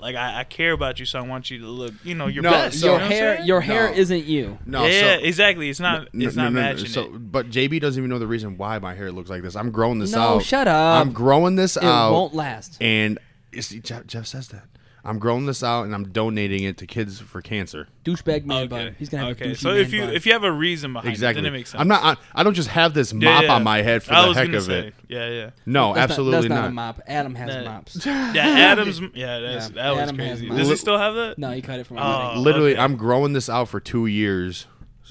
like I, I care about you, so I want you to look, you know, your
No,
best.
your
you know what
Your
I'm
hair,
saying?
your hair
No.
isn't you.
No.
yeah,
so,
exactly. It's not.
No,
it's
no,
not
no, no.
matching.
So,
it.
but JB doesn't even know the reason why my hair looks like this. I'm growing this out.
No, shut up.
I'm growing this
It
out.
won't last.
And you see, Jeff, Jeff says that. I'm growing this out and I'm donating it to kids for cancer.
Douchebag man
Okay.
bun. He's gonna have
okay.
a douchey
So
man
if you
bun.
if you have a reason behind
Exactly.
it, then it makes sense.
I'm not. I, I don't just have this
Yeah,
mop
yeah.
on my head for
I
the
was
heck
gonna
of
say,
it.
Yeah, yeah.
No,
That's
Oh, absolutely
not, that's
not.
a mop. Adam has
That-
mops.
Yeah, Adam's. Yeah, that's,
Yeah,
that was
Adam has
crazy.
mine.
Does he still have that?
No, he cut it from.
Oh.
everything.
Literally,
okay.
I'm growing this out for two years,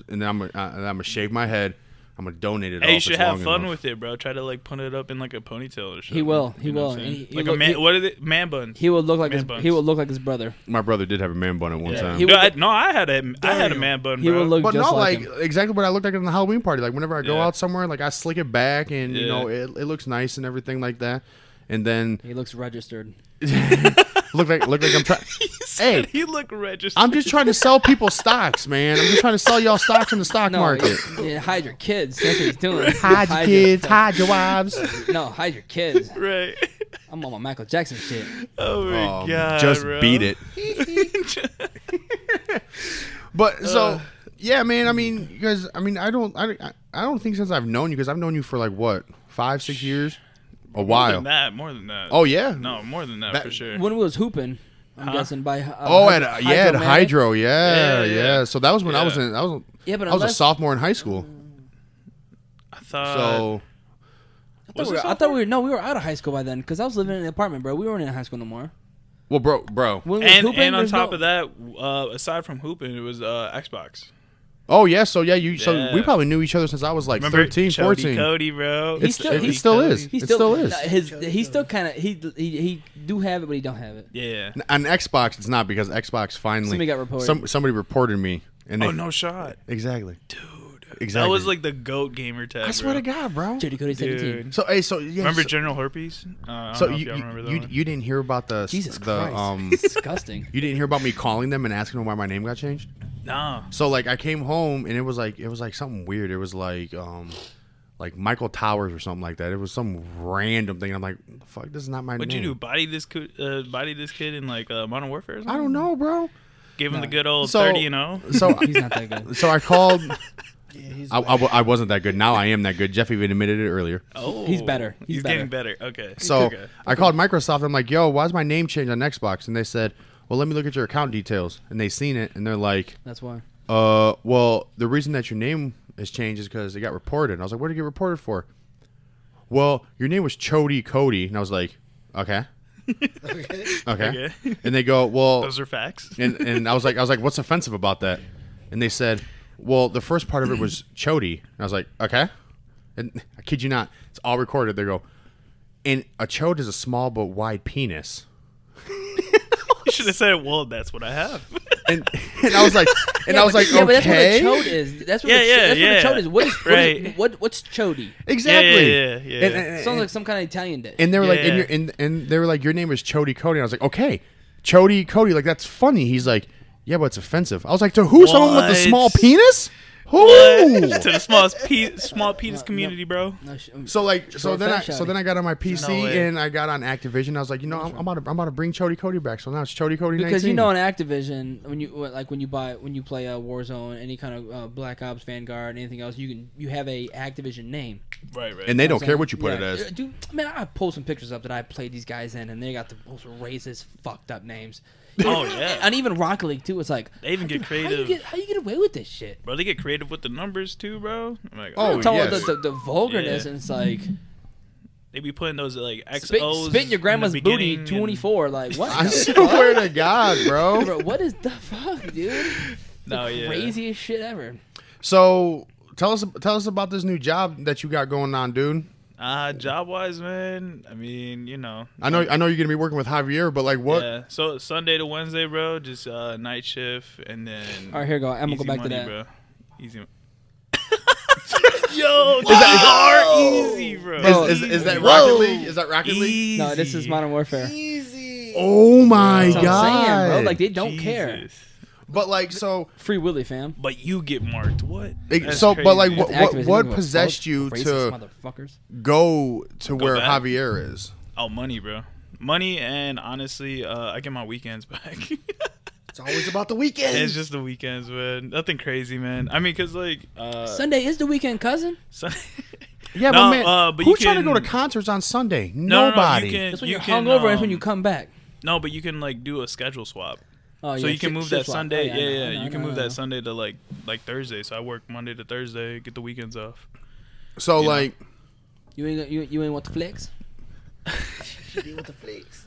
and then I'm gonna- uh, and I'm gonna shave my head. I'm gonna donate it. all
Hey, you
if
should
it's
have
long
fun
enough.
with it, bro. Try to like put it up in like a ponytail or something.
He will. He
You know
will.
what I'm
And
saying?
he- he
like
look-
a man.
he-
what is it? Man bun.
He will look like
Man
his,
buns.
he will look like his brother.
My brother did have a man bun at one
Yeah.
time.
He
Dude,
will
I,
look-
no, I had a I had a man bun.
He
bro.
will look
But
just
no,
like,
like,
him.
exactly what I looked like in the Halloween party. Like whenever I go
Yeah.
out somewhere, like I slick it back, and you
Yeah.
know it, it looks nice and everything like that. And then
He looks registered.
look like look like I'm trying.
Said
Hey.
he look registered.
I'm just trying to sell people stocks, man. I'm just trying to sell y'all stocks in the stock
No,
market.
yeah, yeah, hide your kids. That's what he's doing.
Hide your kids,
Hide
hide your wives.
your, no, hide your kids.
right.
I'm on my Michael Jackson shit.
Oh my
Um,
god.
just
bro.
beat it. But so yeah, man. I mean, you guys. I mean, I don't. I, I- I don't think since I've known you, because I've known you for like what five, six years, a
More
while.
than that. More than that.
Oh yeah.
No, more than that,
That-
for sure.
When we was hooping, I'm
Huh?
guessing by. Uh,
Oh, at
Hydro-
uh, yeah, at
Hydro Man.
Hydro, yeah, yeah.
Yeah, yeah.
So that was when I was
Yeah.
in. I was.
Yeah, but
I was a
unless-
sophomore in high school.
I thought.
So
I thought, we were, I thought we were no, we were out of high school by then because I was living in an apartment, bro. We weren't in high school no more.
well, bro, bro.
When we was
and
hooping,
and on
there's
top
no-
of that, uh, aside from hooping, it was uh, Xbox.
Oh yeah. So yeah, you. So
Yeah.
we probably knew each other since I was like
Remember
13,
Chody
14.
Cody, bro.
It's-
still-
it,
he
it still
Cody.
is.
he
it
still,
still is.
no, his he still kind of he, he he do have it, but he don't have it.
Yeah.
On Xbox, it's not because Xbox finally
Somebody got reported.
Some, somebody reported me, and they,
Oh no shot.
exactly, dude. Exactly.
That was like the goat gamer tag.
I swear to
bro.
God, bro.
Jody Cody seventeen.
Dude.
So hey, so yeah,
Remember
so,
General Herpes? Uh, I don't
so
know if
you
y'all
you,
remember that
you,
one.
you didn't hear about the
Jesus
the
Christ,
um
disgusting.
you didn't hear about me calling them and asking them why my name got changed.
Nah.
So like I came home and it was like it was like something weird. It was like um like Michael Towers or something like that. It was some random thing. I'm like, fuck, this is not my
What'd
name.
you do? Body this co- uh, body this kid in like uh, Modern Warfare? Or something?
I don't know, bro.
Give him the good old
So-
thirty and zero.
So
He's not that good.
so I called.
Yeah, he's
I, I, wa- I wasn't that good. Now I am that good. Jeff even admitted it earlier.
Oh,
He's better. He's
getting better. Okay.
So
Okay.
I called Microsoft. I'm like, yo, why's my name changed on Xbox? And they said, well, let me look at your account details. And they seen it and they're like,
That's why.
Uh, well, the reason that your name has changed is because it got reported. And I was like, what did it get reported for? Well, your name was Chody Cody, and I was like, okay,
okay.
okay.
Okay.
and they go, well,
Those are facts.
and and I was like, I was like, what's offensive about that? And they said, well, the first part of it was Chody, and I was like, okay. And I kid you not, it's all recorded. They go, and a chode is a small but wide penis.
You should have said, "Well, that's what I have."
and and I was like, And I was like,
yeah, but that's what
okay.
a chode is. That's what
Yeah,
a, ch-
yeah,
that's
yeah.
what a chode is. What is, what is-
Right.
what what's chody?
Exactly.
Yeah, yeah, yeah, yeah,
And-
yeah.
and-
Sounds like some kind of Italian dish.
And they were like,
Yeah.
and, your- and and they were like, your name is Chody Cody. And I was like, okay, Chody Cody, like that's funny. He's like, yeah, but it's offensive. I was like, to who? Someone with a small
What?
penis? Who?
What? to the smallest pe- small penis community, bro.
No, sh- um,
So like, so
Short
then I
fat
so
shouty.
then I got on my PC
No way.
and I got on Activision. I was like, you know, I'm, I'm about to, I'm about to bring Chody Cody back. So now it's Chody Cody
because
19.
you know on Activision when you like when you buy when you play uh, Warzone, any kind of uh, Black Ops, Vanguard, anything else, you can you have a Activision name.
Right, right.
and they don't
I'm
care
saying?
what you put it
Yeah.
as.
Dude, man, I pulled some pictures up that I played these guys in, and they got the most racist, fucked up names.
Oh, yeah.
and even Rocket League too. It's like
They even get
how you
creative,
get how you get away with this shit?
bro. They get creative with the numbers too, bro. I'm like,
Oh,
oh,
I'm talking
yes.
about the, the, the vulgarness,
Yeah.
and it's like
they be putting those like
spit,
XOs.
spit in your grandma's
the
booty.
beginning and-
Twenty four, like what?
I
the
swear to God,
fuck,
bro.
bro, what is the fuck, dude?
No, yeah.
Craziest shit ever.
So tell us tell us about this new job that you got going on, dude.
Uh, job wise, man. I mean, you know.
I know I know you're gonna be working with Javier, but like what?
Yeah. So Sunday to Wednesday, bro. Just uh, night shift, and then.
All right, here we go. I'm gonna
easy
go back
money,
to that.
bro. Easy. Yo, that easy, bro.
Bro,
Is, is, is that
Easy.
Rocket League? Is that Rocket League?
Easy.
No, this is Modern Warfare.
Oh my
That's what I'm
god!
saying, bro. Like they don't care.
Jesus.
but like so,
Free Willy, fam.
But you get marked. What?
it-
That's
so but
crazy.
like what
It's
what,
Activision.
what
Fuck
possessed you
racist
to
motherfuckers.
go to where
back?
Javier is?
Oh, money, bro. Money and honestly, uh, I get my weekends back.
It's always about the weekend.
it's just the weekends, man. Nothing crazy, man. I mean, cause like uh,
Sunday is the weekend, cousin.
Sun-
Yeah,
No,
but man,
uh, but you
who's trying to go to
can-
concerts on Sunday?
No, no, no,
Nobody.
you can,
That's when
you
you're
can,
hungover. That's when
um,
you come back.
No, but you can like do a schedule swap.
Oh,
so
yeah,
you can
shit-
move
shit
that
swap.
Sunday. yeah,
Oh, I know,
yeah.
I know,
you can
I know,
move
I know.
that Sunday to like like Thursday. So I work Monday to Thursday, get the weekends off.
so
know.
like,
You ain't you, you ain't want the flex.
Nah,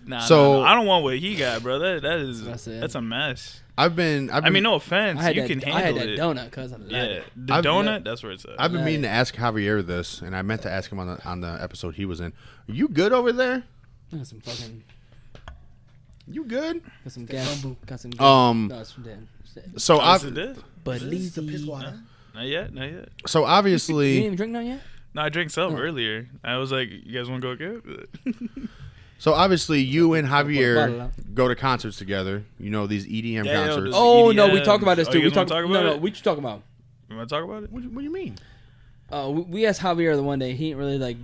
nah,
So-
nah, I don't want what he got, bro. That that is
That's
that's,
it.
a mess.
I've been, I've
I
been,
mean, no offense.
I had
You
that,
can
I had
handle
that
it.
donut, cause I love
Yeah,
it.
the
I've-
donut. That's where it's at.
I've been
Right.
meaning to ask Javier this, and I meant to ask him on the on the episode he was in. you good over there?
Got some fucking
You good?
got some gas. Got some gas.
Um,
No, it's from them.
So
Oh,
I've,
is it this?
But
It's the piss water.
Not yet. Not yet.
so
You
obviously,
didn't even drink none yet.
No, I drank some earlier. I was like, you guys want to go get?
So obviously, you and
bottle
Javier
out.
go to concerts together. You know these EDM
Yeah, yeah,
concerts.
those-
Oh no, we
EDMs.
talked about this
Oh,
too.
you
we
guys wanna
talked.
talk
no,
about
no,
it?
what you talking about?
You want to talk about it?
What, do you- what do you mean?
Uh, we, we asked Javier the one day. He didn't really like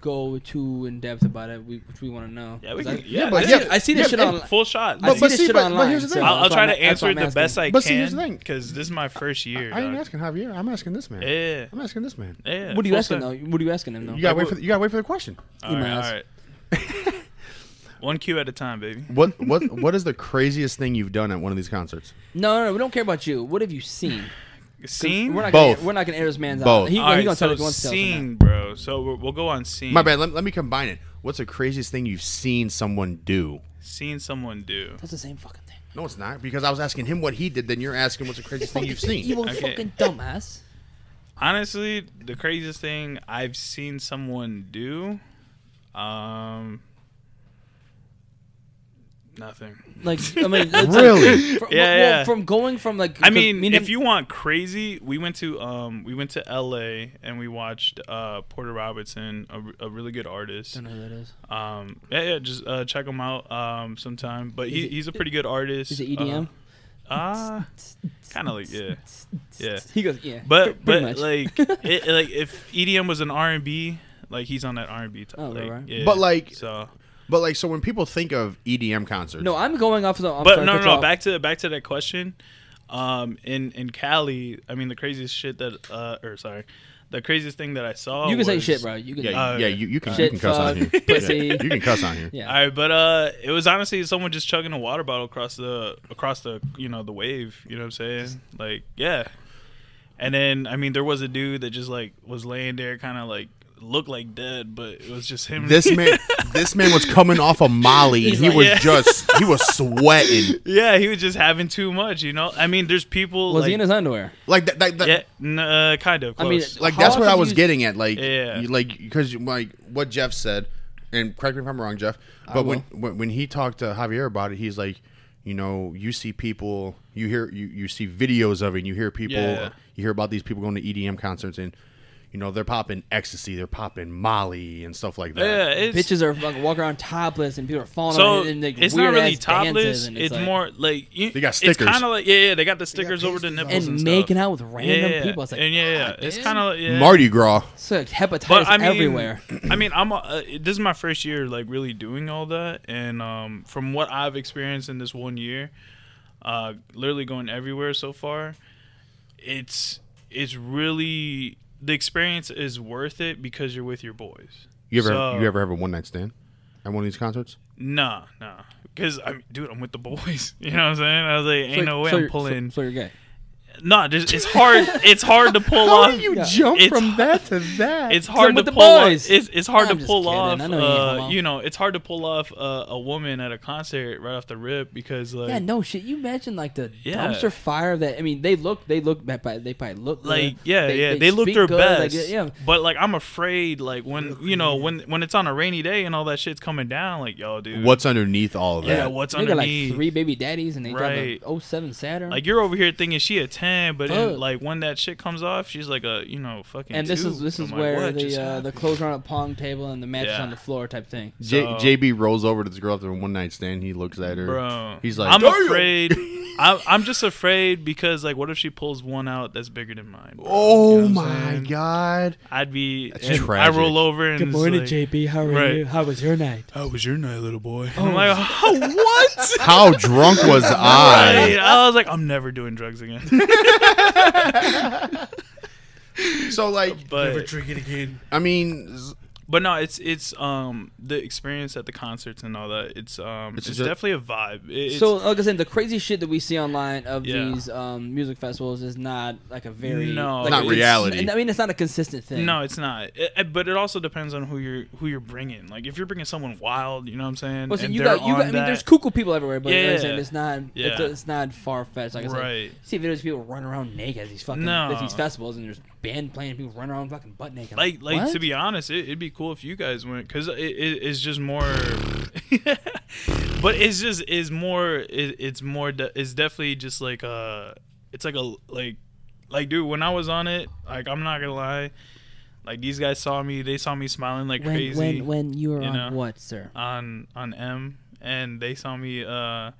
go too in depth about it, we, which we want to know.
Yeah, we
'Cause
can-
I,
yeah,
I
but-
see,
yeah,
I see this
yeah,
shit
and
online.
Full shot.
I
But-
see
but
this
see,
shit
but- but
online.
here's the
so
thing.
I'll, I'll
that's why
try
I'm-
to
that's
answer
why
it
I'm
the
asking.
best I
But see,
can.
here's the thing.
Because this is my first year.
I ain't
dog.
asking Javier. I'm asking this man.
Yeah.
I'm asking this man.
Yeah.
What are you
full
asking
send.
though? What are you asking him though?
You gotta
Like,
wait for the, you gotta wait for the question.
All right.
Emails.
All right. One cue at a time, baby.
What what what is the craziest thing you've done at one of these concerts?
No, no, no, we don't care about you. What have you seen? 'Cause
Scene.
We're not
Both.
Gonna, we're not gonna air this man's
Both.
out. He,
All right,
he gonna
so
tell us once.
scene, bro. So we'll, we'll go on scene.
My bad. Let, let me combine it. What's the craziest thing you've seen someone do?
Seen someone do.
That's the same fucking thing.
No, it's not because I was asking him what he did. Then you're asking what's the craziest thing you've seen.
Evil
Okay.
fucking dumbass.
Honestly, the craziest thing I've seen someone do, um, nothing.
Like I mean, it's like-
Really?
from,
Yeah,
well,
yeah.
From going from like
I
'cause
mean,
and
if
him-
you want crazy, we went to um we went to L.A. and we watched uh Porter Robinson, a, r- a really good artist.
don't know who that is.
Um, yeah, yeah, just uh, check him out um sometime. But he,
it-
he's a pretty good artist.
Is it E EDM?
Ah, kind of like yeah. yeah.
He goes yeah. pre-
But
pretty
but
much.
like it, like if EDM was an R and B, like he's on that R and B type.
Oh, right,
like,
right.
yeah.
But, like-
so.
But like, so when people think of EDM concerts,
no, I'm going off of the. I'm
But
sorry,
no
cut
no
you
no
off.
back to back to that question. Um, in in Cali, I mean the craziest shit that uh or sorry, the craziest thing that I saw.
You can say
was-
shit, bro. You can.
yeah,
Uh,
yeah, you, you can you
Oh, shit,
can cuss on here.
fuck,
Yeah,
pussy.
you can cuss on here.
Yeah.
All right, but uh, it was honestly someone just chugging a water bottle across the across the you know the wave. You know what I'm saying? Like yeah. And then I mean there was a dude that just like was laying there, kind of like looked like dead, but it was just him.
This man, this man was coming off a Molly, and he
like-
was
Yeah.
just he was sweating.
yeah, he was just having too much. You know, I mean there's people
Was
like
he in his underwear?
Like that, that, that
yeah, n- uh, kind of
I
close.
mean,
like
How
that's what
often
I
do
was
you-
getting at. Like,
Yeah.
you- like because like what Jeff said, and correct me if I'm wrong, Jeff. But when, when when he talked to Javier about it, he's like, you know, you see people, you hear, you, you see videos of it, and you hear people,
Yeah.
you hear about these people going to EDM concerts, and you know they're popping ecstasy, they're popping Molly and stuff like that.
Yeah, it's,
Bitches are fucking walking around topless and people are falling
so
on it and like
it's not
weird
really
ass
topless.
dances and
It's,
like-
more like you,
They got
It's
stickers.
kind of like yeah, yeah, they got the stickers over the
pasties on
nipples
and,
and,
making
stuff.
out with random
yeah,
people. It's like
and yeah, yeah,
"God,
it's
man."
kind of yeah.
Mardi Gras.
It's like hepatitis
But I mean,
everywhere.
I mean, I'm a, uh, this is my first year like really doing all that, and um, from what I've experienced in this one year, uh, literally going everywhere so far, it's it's really the experience is worth it because you're with your boys.
You ever
So-
you ever have a one night stand at one of these concerts?
Nah, nah, because I mean, dude, I'm with the boys. You know what I'm saying? I was like, ain't
So-
no way
so
I'm
you're- so-
pulling.
So, you're gay.
Nah, just, it's hard. it's hard to pull off.
Yeah.
jump
Uh, It's from
that to that?
it's hard to
with the
pull off.
boys.
It's, it's hard to
I'm just
pull
kidding.
off.
I know you ain't
uh,
homo.
you know, it's hard to pull off uh, a woman at a concert right off the rip because like
Yeah, no shit. You mentioned like the
Yeah.
dumpster fire that. I mean, they look. They look. They probably look. good.
like yeah yeah they, look
speak
their
good, like,
best
yeah.
but like i'm afraid like when you know when when it's on a rainy day and all that shit's coming down like yo dude
What's underneath all of
yeah,
that?
what's
they got like
underneath
three baby daddies and they
Right.
got a 07 Saturn.
like you're over here thinking she a 10 but
Fuck.
then, like when that shit comes off she's like a you know fucking
and this
two.
is this
I'm
is
like,
where
what
the
just
uh, the
happened?
clothes are on a pong table and the mattress
Yeah.
on the floor type thing.
J-
So-
JB rolls over to this girl after a one night stand. He looks at her.
bro
He's like,
i'm
"Damn!"
afraid I'm, I'm just afraid because like what if she pulls one out that's bigger than mine bro?
Oh
You know what I'm
my
saying?
god.
I'd be.
That's
and I
tragic.
roll over and. it's like,
JB. How are
right. you?
How was your night?
How was your night, little boy? I'm like, oh, what?
How drunk was
I,
I?
I was like, I'm never doing drugs again.
So like,
But
drink it again.
I mean, z-
but no, it's it's um the experience at the concerts and all that. It's um
It's
it's,
just-
definitely a vibe. It- it's,
So, like I said, the crazy shit that we see online of
Yeah.
these um, music festivals is not like a very
No.
like,
Not
it's-
reality.
and I mean, it's not a consistent thing.
no, it's not. It- it- but it also depends on who you're who you're bringing. Like if you're bringing someone wild, you know what I'm saying?
Well, see,
and
you
they're
got you.
on
Got, I mean, there's
that-
cuckoo people everywhere, but like I
Yeah.
said, it's not. It's,
Yeah.
it's not far fetched. Like I said,
Right.
you see videos of people running around naked at these fucking
No.
at these festivals, and there's band playing, people running around fucking butt naked.
like like
what?
to be honest it, it'd be cool if you guys went because it, it, it's just more but it's just is more it, it's more de- it's definitely just like uh it's like a like like dude when i was on it like i'm not gonna lie like these guys saw me they saw me smiling like
when
crazy
when when you were
you
on
know?
what, sir?
on on m and they saw me uh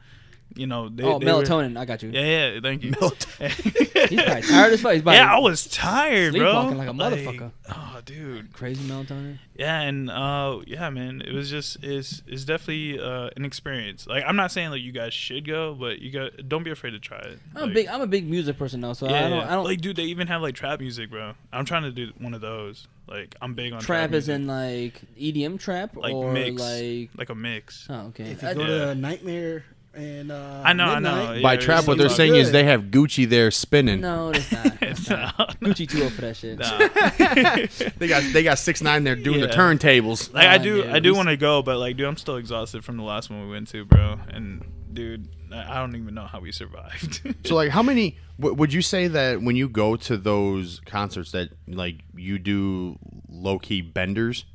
you know they,
oh,
they were-
melatonin. I got you.
yeah yeah thank you
He's probably tired as fuck. He's probably
yeah i was tired bro
Sleepwalking like a motherfucker.
oh dude
crazy melatonin.
yeah and uh yeah man it was just it's it's definitely uh an experience like i'm not saying like you guys should go but you got don't be afraid to try it
I'm a
Like,
big I'm a big music person though, so
yeah,
I don't I don't
like dude they even have like trap music bro i'm trying to do one of those like i'm big on trap,
trap is
music.
in like EDM trap
like
or
mix
like
like, a mix
oh okay.
If you go to Nightmare and uh,
i know i know
Midnight,
yeah,
by
it's
trap, what they're
about-
saying is
good.
they have Gucci there spinning.
no, it's not. That's
No,
not. Gucci too old for that shit.
nah.
They got they got six nine there doing the
Yeah.
turntables.
like i
Nah,
do
dude,
i do
we-
want to go but like dude i'm still exhausted from the last one we went to bro and dude i I don't even know how we survived
So like, how many w- would you say that when you go to those concerts that like you do low key benders?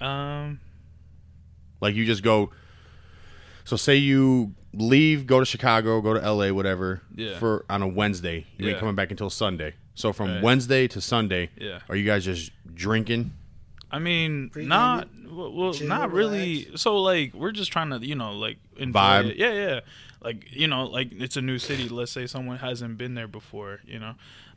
um
Like you just go. So say you leave, go to Chicago, go to L.A., whatever.
Yeah.
For on a Wednesday, you ain't
Yeah.
coming back until Sunday. So from
Right.
Wednesday to Sunday,
Yeah.
are you guys just drinking?
I mean,
Pre-gaming,
not well, well
chill,
not really. So like, we're just trying to, you know, like enjoy
Vibe.
It. Yeah, yeah. Like you know, like it's a new city. Let's say someone hasn't been there before. You know,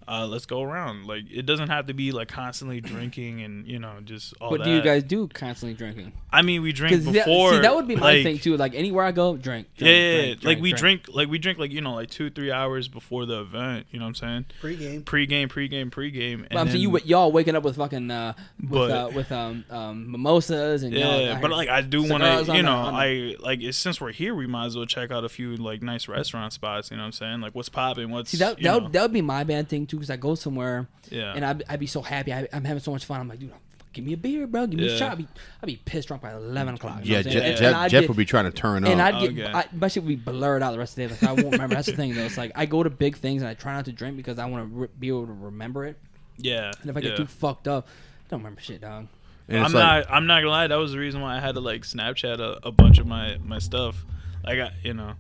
uh, let's go around. Like it doesn't have to be like constantly drinking and you know just all
What
that.
do you guys do constantly drinking?
I mean, we drink
Because that,
before.
see, that would be my
like,
thing too. Like anywhere I go, drink.
Yeah,
drink
yeah, yeah.
drink,
like we drink, like we drink, like you know, like two, three hours before the event. You know what I'm saying?
pregame.
Pre-game, pre-game, pre-game.
But I'm saying you wa- y'all waking up with fucking uh, with
But-
uh, with um, um mimosas and y'all,
Yeah,
I
but
heard-
like I do want
cigars
to,
on
you
the-
know,
on the-
I like it's, since we're here, we might as well check out a few like nice restaurant spots. You know what I'm saying? Like what's popping? What's
See that
you
that
know,
would, that would be my bad thing too because I go somewhere
Yeah.
and I'd, I'd be so happy I, I'm having so much fun I'm like dude give me a beer bro give me a
Yeah.
shot I'd be, I'd be pissed drunk by 11 o'clock you
Yeah,
know what I'm
Jeff,
saying?
Jeff,
And- and I'd
Jeff
get-
would be trying to turn
and
up.
I'd get
Okay.
I, my shit would be blurred out the rest of the day like I won't remember that's the thing though it's like I go to big things and I try not to drink because I want to re- be able to remember it
yeah.
and if I
yeah.
get too fucked up I don't remember shit dog
and
I'm
it's like,
not. I'm not gonna lie. That was the reason why I had to like Snapchat a, a bunch of my my stuff. Like I, you know,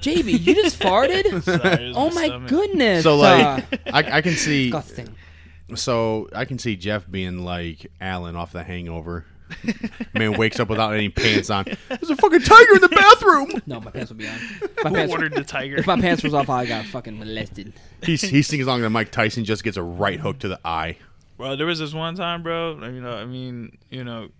JB, you just farted?
Sorry, it's
Oh
my
my
stomach.
goodness.
So
uh,
like, I, I can see.
disgusting.
So I can see Jeff being like Alan off The Hangover. Man wakes up without any pants on. There's a fucking tiger in the bathroom.
No, my pants would be on. If My
Who
pants,
ordered the tiger?
if my pants was off, I got fucking molested.
He he sings along that Mike Tyson just gets a right hook to the eye
Bro, there was this one time, bro. I mean, uh, I mean, you know,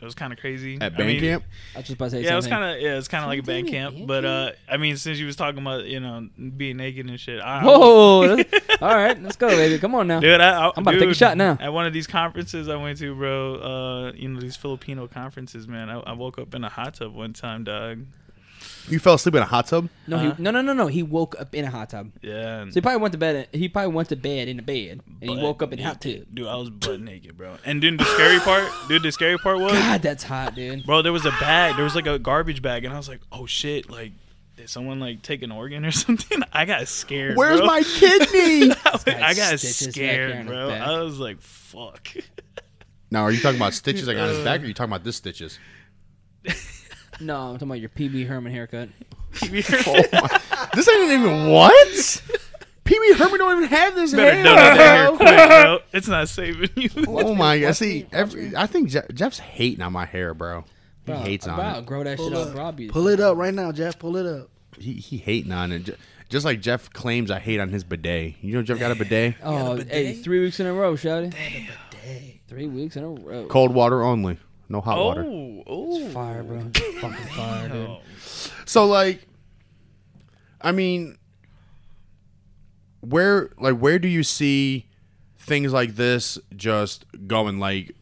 it was kind of crazy.
at
I
band
mean,
camp.
I was just about to say
Yeah, it was
something.
kind of yeah, it's kind of like a band
Something at
camp.
band
But uh, I mean, since you was talking about you know being naked and shit, I,
Whoa! that's- all right, let's go, baby. Come on now.
dude, I, I,
I'm about to take a
dude,
shot now.
At one of these conferences I went to, bro, uh, you know these Filipino conferences, man. I, I woke up in a hot tub one time, dog.
You fell asleep in a hot tub.
No,
Uh-huh.
he, no, no, no, no. He woke up in a hot tub.
Yeah, and-
So he probably went to bed. He probably went to bed in the bed, and he
butt
woke up in a hot
naked.
tub.
Dude, I was butt naked, bro. And then the scary part, dude, the scary part was,
God, that's hot, dude.
bro, there was a bag, there was like a garbage bag, and I was like, oh shit, like. Did someone like take an organ or something? I got scared.
Where's
bro.
my kidney?
I got
stitches back here
scared,
in the
bro. Uh,
back.
I was like, fuck.
now, are you talking about stitches like on his back, or are you talking about this stitches?
No, I'm talking about your PB Herman haircut.
Oh This ain't even what. Pee Wee Herman don't even have this
Better
hair.
done out there quick, bro. It's not saving you.
Oh my god! See, every, I think Je- Jeff's hating on my hair, bro. He
Bro,
hates on
bro,
it.
grow that shit
Pull
up,
up.
bro. I'll be-
Pull it up right now, Jeff. Pull it up.
He, he hating on it. Ju- Just like Jeff claims I hate on his bidet. You know Jeff got a bidet?
Oh,
bidet?
hey, three weeks in a row, shouty. Three weeks in a row.
Cold water only. No hot water.
Oh, oh.
Fire, bro. Fucking fire, dude.
So like I mean where like where do you see things like this just going like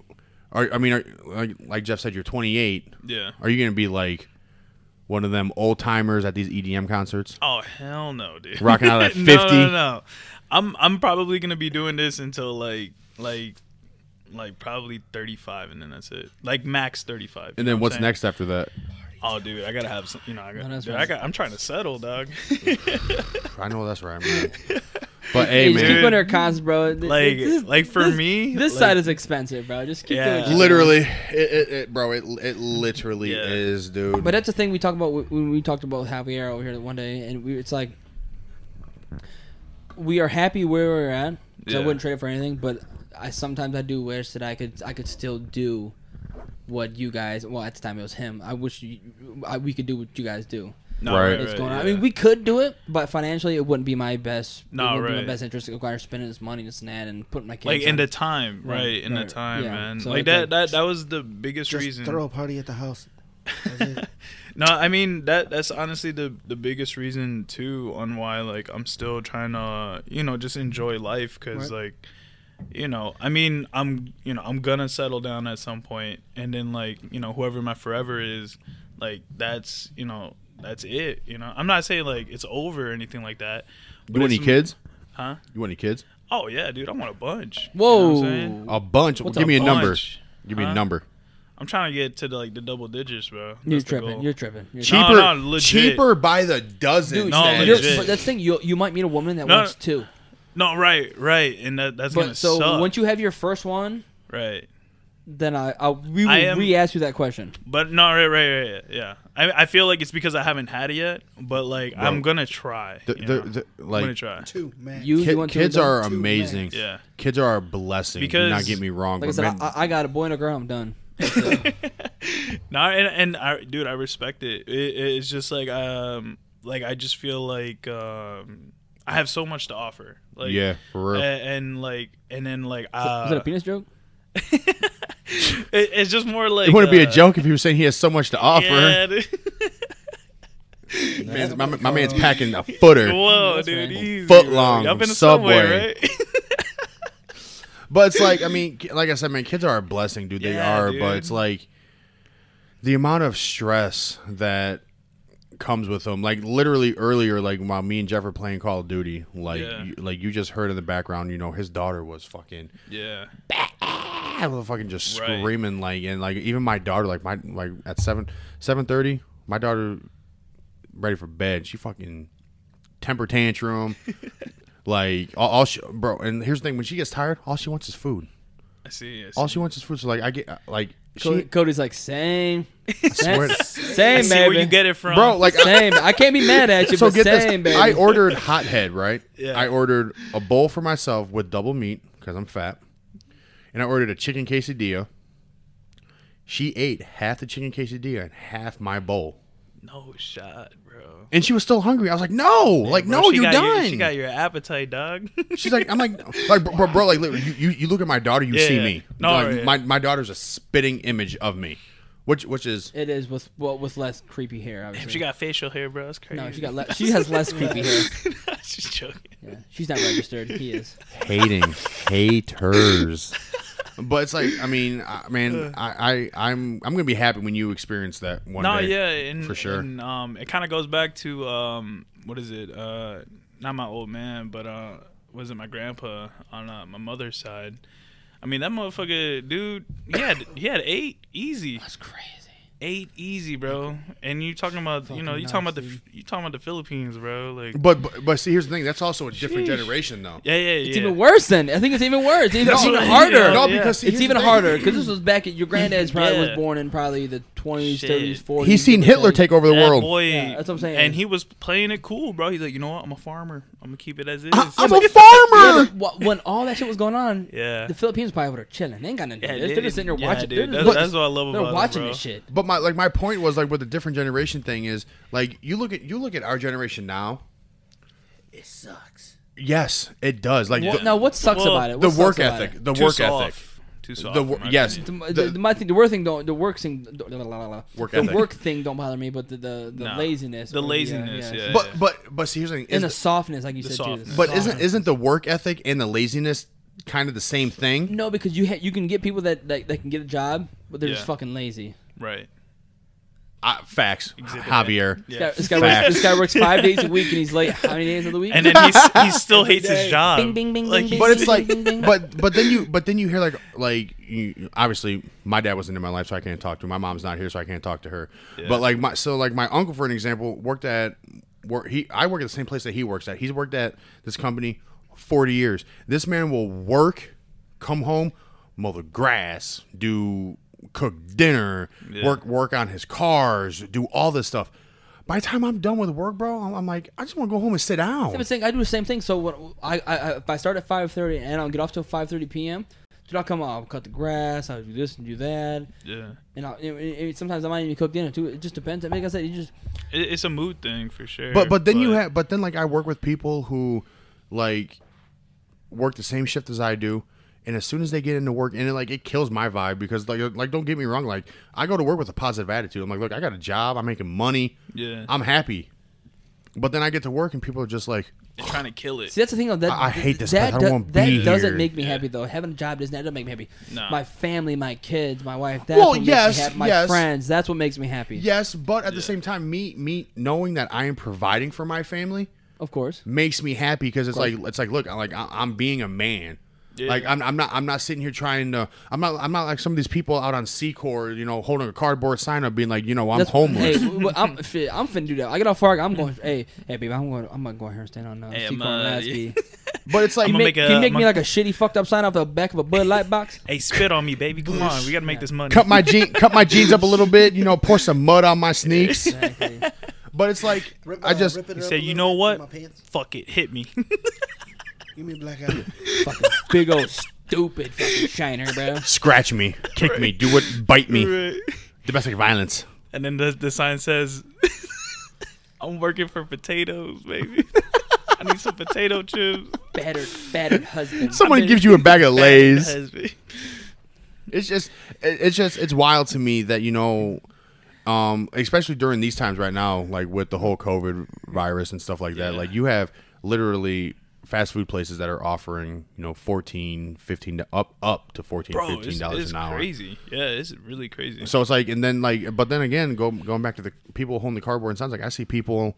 are, I mean are, like like Jeff said you're 28
Yeah.
are you going to be like one of them old timers at these EDM concerts
Oh hell no, dude.
Rocking out at
no,
50.
no, no. I'm I'm probably gonna be doing this until like like like probably 35, and then that's it. Like max 35. you
and
know
then
what
what's
I'm
next after that
saying? Oh, dude, I gotta have some. You know, I got.
that's
dude,
right.
I got. I'm trying to settle, dog.
I know that's right man but
Hey,
hey
just
man
keep on her cons, bro. Th-
like
this-
like for
this-
me,
this
like,
side is expensive, bro. Just keep doing
Yeah.
what you do.
literally it, it, it bro it, it literally
Yeah.
is dude
But that's the thing we talked about wh- when we talked about Javier over here one day, and we, it's like we are happy where we're at. So I
Yeah.
wouldn't trade it for anything. But I sometimes I do wish that I could I could still do what you guys. Well, at the time it was him. I wish you, I, we could do what you guys do.
no,
Right.
right,
That's
right,
going on. I
yeah.
mean, we could do it, but financially it wouldn't be my best.
Nah,
it wouldn't be my
right.
best interest to go out there spending this money, this and that, and putting my kids
like in
in
the time, right?
Right,
in
right,
the time,
yeah.
man.
So
like
it's
that,
like-
that, that was the biggest
Just
reason.
throw a party at the house. That's it.
No, I mean that, that's honestly the the biggest reason too on why like I'm still trying to you know just enjoy life because like you know I mean I'm you know I'm gonna settle down at some point and then like you know whoever my forever is like that's you know that's it you know I'm not saying like it's over or anything like that. but
you want any
it's-
kids
Huh?
you want any kids
Oh yeah, dude, I want a bunch. You know
Whoa!
what I'm saying?
a bunch
What's
give
a
me a number
Bunch.
give me
Huh?
a number
I'm trying to get to the, like the double digits, bro.
You're
That's the
tripping.
goal.
You're tripping. You're
cheaper,
No, no, legit.
cheaper by the dozen.
Dude,
No,
than-
you're-
legit.
but that's the thing. You you might meet a woman that
No.
wants two.
no, right, right, and that, that's gonna
But so
suck.
once you have your first one,
right.
then I, I we will
I am-
re-ask you that question.
But no, right, right, right, right, yeah. I, I feel like it's because I haven't had it yet, but like I'm gonna try.
The-
you
the-
know?
the-
I'm gonna
like
try.
Two, man.
You,
ki-
you want two
kids
of them?
are
two
amazing.
max.
Yeah,
Kids are a blessing. Because,
Because-
not get me wrong,
like I
but
said.
man,
I, I got a boy and a girl. I'm done.
no, and and I, dude, I respect it. it. It's just like um, like I just feel like um, I have so much to offer. Like
yeah, for
a-
real.
And, like and then like uh,
Is that a penis joke?
it, it's just more like
it wouldn't be a
uh,
joke if he was saying he has so much to offer.
Yeah, dude.
Man's- my, my man's packing a footer,
Whoa,
That's
dude,
right.
easy,
Foot
bro.
long,
Y'all been to
Subway.
subway, right?
but it's like I mean, ki- like I said, man, kids are a blessing, dude. they
Yeah,
are, but
dude.
it's like the amount of stress that comes with them. Like literally earlier, like while me and Jeff were playing Call of Duty, like
Yeah.
you, like you just heard in the background, you know, his daughter was fucking
yeah,
I was fucking just
Right.
screaming like and like even my daughter like my like at seven seven thirty my daughter ready for bed she fucking temper tantrum like all, all she bro and here's the thing when she gets tired all she wants is food
I see. I see.
All she wants is food. So like I get uh, like
Co-
she
Cody's like same,
swear
That's-
to-
I
same,
see
baby.
where you get it from,
bro like I-
Same. I can't be mad at you,
so
but
get
same,
this.
baby.
I ordered hothead right.
Yeah.
I ordered a bowl for myself with double meat because I'm fat, and I ordered a chicken quesadilla. She ate half the chicken quesadilla and half my bowl,
No shot, bro.
and she was still hungry. I was like, "No, like
Bro,
no,
she
you're
got
done."
Your, she got your appetite, dog.
She's like, I'm like, like, bro, bro, bro, like, literally, you, you, you look at my daughter, you
Yeah,
see
yeah.
me.
No,
Like,
yeah.
my my daughter's a spitting image of me, which which is
it is with what was less creepy hair. Obviously.
she got facial hair, bro. That's crazy.
no. She got. Le- she has less creepy hair.
She's joking.
Yeah. She's not registered. He is.
hating haters. But it's like, I mean, I man, I, I I'm I'm gonna be happy when you experience that one
No,
day.
yeah, and,
for sure.
And, um, it kind of goes back to um, what is it? Uh, not my old man, but uh, was it my grandpa on uh, my mother's side? I mean, that motherfucker, dude, he had he had eight easy,
That's crazy.
eight easy, bro. And you talking about, you know, you talking about the you talking about the Philippines, bro? Like,
But, but but see, here's the thing. That's also a different generation, though.
yeah, yeah, yeah.
It's even worse than. I think it's even worse. It's even,
No,
even
yeah.
harder.
No,
Yeah.
because see,
it's
here's
even
the thing.
harder because this was back at your granddad's probably was
Yeah.
born in probably the 20s,
Shit.
30s, 40s.
He's seen
give or
Hitler
take.
take over the
That
world.
boy,
Yeah, that's what I'm saying.
And he was playing it cool, bro. He's like, you know what? I'm a farmer. I'm gonna keep it as is.
I'm a farmer.
Wh- When all that shit was going on,
Yeah.
the Philippines probably were chilling. They ain't got nothing to
Yeah,
do. They're just sitting there
yeah,
watching.
dude.
They're,
That's,
just-
that's what I love
they're
about it,
watching
bro.
this shit.
But my like my point was like with the different generation thing is like you look at you look at our generation now.
It sucks.
Yes, it does. Like
What-
the,
Now, what sucks
Well,
about it?
the
What
work
sucks about
ethic,
it?
the
Too
work
soft.
ethic,
Too soft.
The
in
wor-
my
yes.
opinion.
The, the,
The-
my thing, the work thing don't the work thing the, la, la, la, la.
Work
the
ethic.
work thing don't bother me, but the the, the
Nah.
laziness,
The
or
laziness, yeah.
But but but see here's the thing.
and the
is-
softness, like you said, too.
softness.
but isn't isn't the work ethic and the laziness kind of the same thing?
no, because you ha- you can get people that, that that can get a job, but they're just
Yeah.
fucking lazy.
right.
Uh, facts,
Exhibit A.
Javier.
Yeah.
This guy- This, guy works,
Facts.
this guy works five days a week and he's late. How many days of the week?
And then he's, he still hates his job.
Bing, bing, bing,
like,
bing,
But it's
Ding,
like,
ding, ding.
but but then you but then you hear like like you, obviously my dad wasn't in my life so I can't talk to him. My mom's not here so I can't talk to her. But like my so like my uncle for an example worked at work he I work at the same place that he works at. He's worked at this company forty years. This man will work, come home, mow the grass, do cook dinner, work work on his cars, do all this stuff. By the time I'm done with work, bro, I'm, I'm like I just want to go home and sit down.
I'm saying I do the same thing. So what I, I I- if I start at 5:30 and I don't get off till 5:30 p.m. Dude, I'll come out, I'll cut the grass, I'll do this and do that,
yeah.
and I'll, and- and- and sometimes I might even cook dinner too. It just depends. Like I said, you just
It, it's a mood thing for sure.
But but then you have but then like I work with people who like work the same shift as I do, and as soon as they get into work, and it like it kills my vibe because like like don't get me wrong, like I go to work with a positive attitude. I'm like, look, I got a job, I'm making money,
Yeah.
I'm happy. But then I get to work and people are just like,
They're trying to kill it.
See, that's the thing though. That,
I- I hate this
That,
place. I
do-
don't wanna
that
be
doesn't
here.
make me happy though. Having a job doesn't that doesn't make me happy.
Nah.
My family, my kids, my wife. That's
Well,
what makes
yes,
me happy. My
yes.
friends. That's what makes me happy.
yes, but at the same time, me me knowing that I am providing for my family
Of course.
makes me happy because it's like it's like look, I'm like I- I'm being a man.
Yeah.
Like I'm, I'm not I'm not sitting here trying to I'm not I'm not like some of these people out on Secor, you know, holding a cardboard sign up being like, you know, I'm
That's,
homeless.
Hey, w- I'm shit, I'm finna do that. I get off work. I'm going. hey, hey, baby, I'm going. I'm gonna go out here and stand on uh,
Hey,
hey,
I'm, uh,
But it's like
I'm gonna
Can you make,
make a-
can you make me
I'm
like a shitty fucked up sign off the back of a Bud Light box?
Hey, spit on me, baby. Come on. We got to make this money.
cut my jean cut my jeans up a little bit, you know, pour some mud on my sneaks.
Exactly.
But it's like
Rip,
I
uh,
just
rip it
He
up
said,
a
you
little
know
bit,
what?
My pants.
Fuck it. Hit me.
Give me a black eye.
fucking big old stupid fucking shiner, bro.
scratch me, kick me, do what bite me.
Right.
Domestic violence.
And then the, the sign says, I'm working for potatoes, baby. I need some potato chips.
Battered, battered husband.
Someone gives you a bag of Lay's.
Husband.
It's just, it- it's just, it's wild to me that you know, um, especially during these times right now, like with the whole COVID virus and stuff like that.
Yeah.
Like you have literally fast food places that are offering you know 14 15 to- up up to 14
Bro,
15
it's,
dollars
it's
an hour
crazy. Yeah, it's really crazy.
so it's like and then like but then again go, going back to the people holding the cardboard and sounds like i see people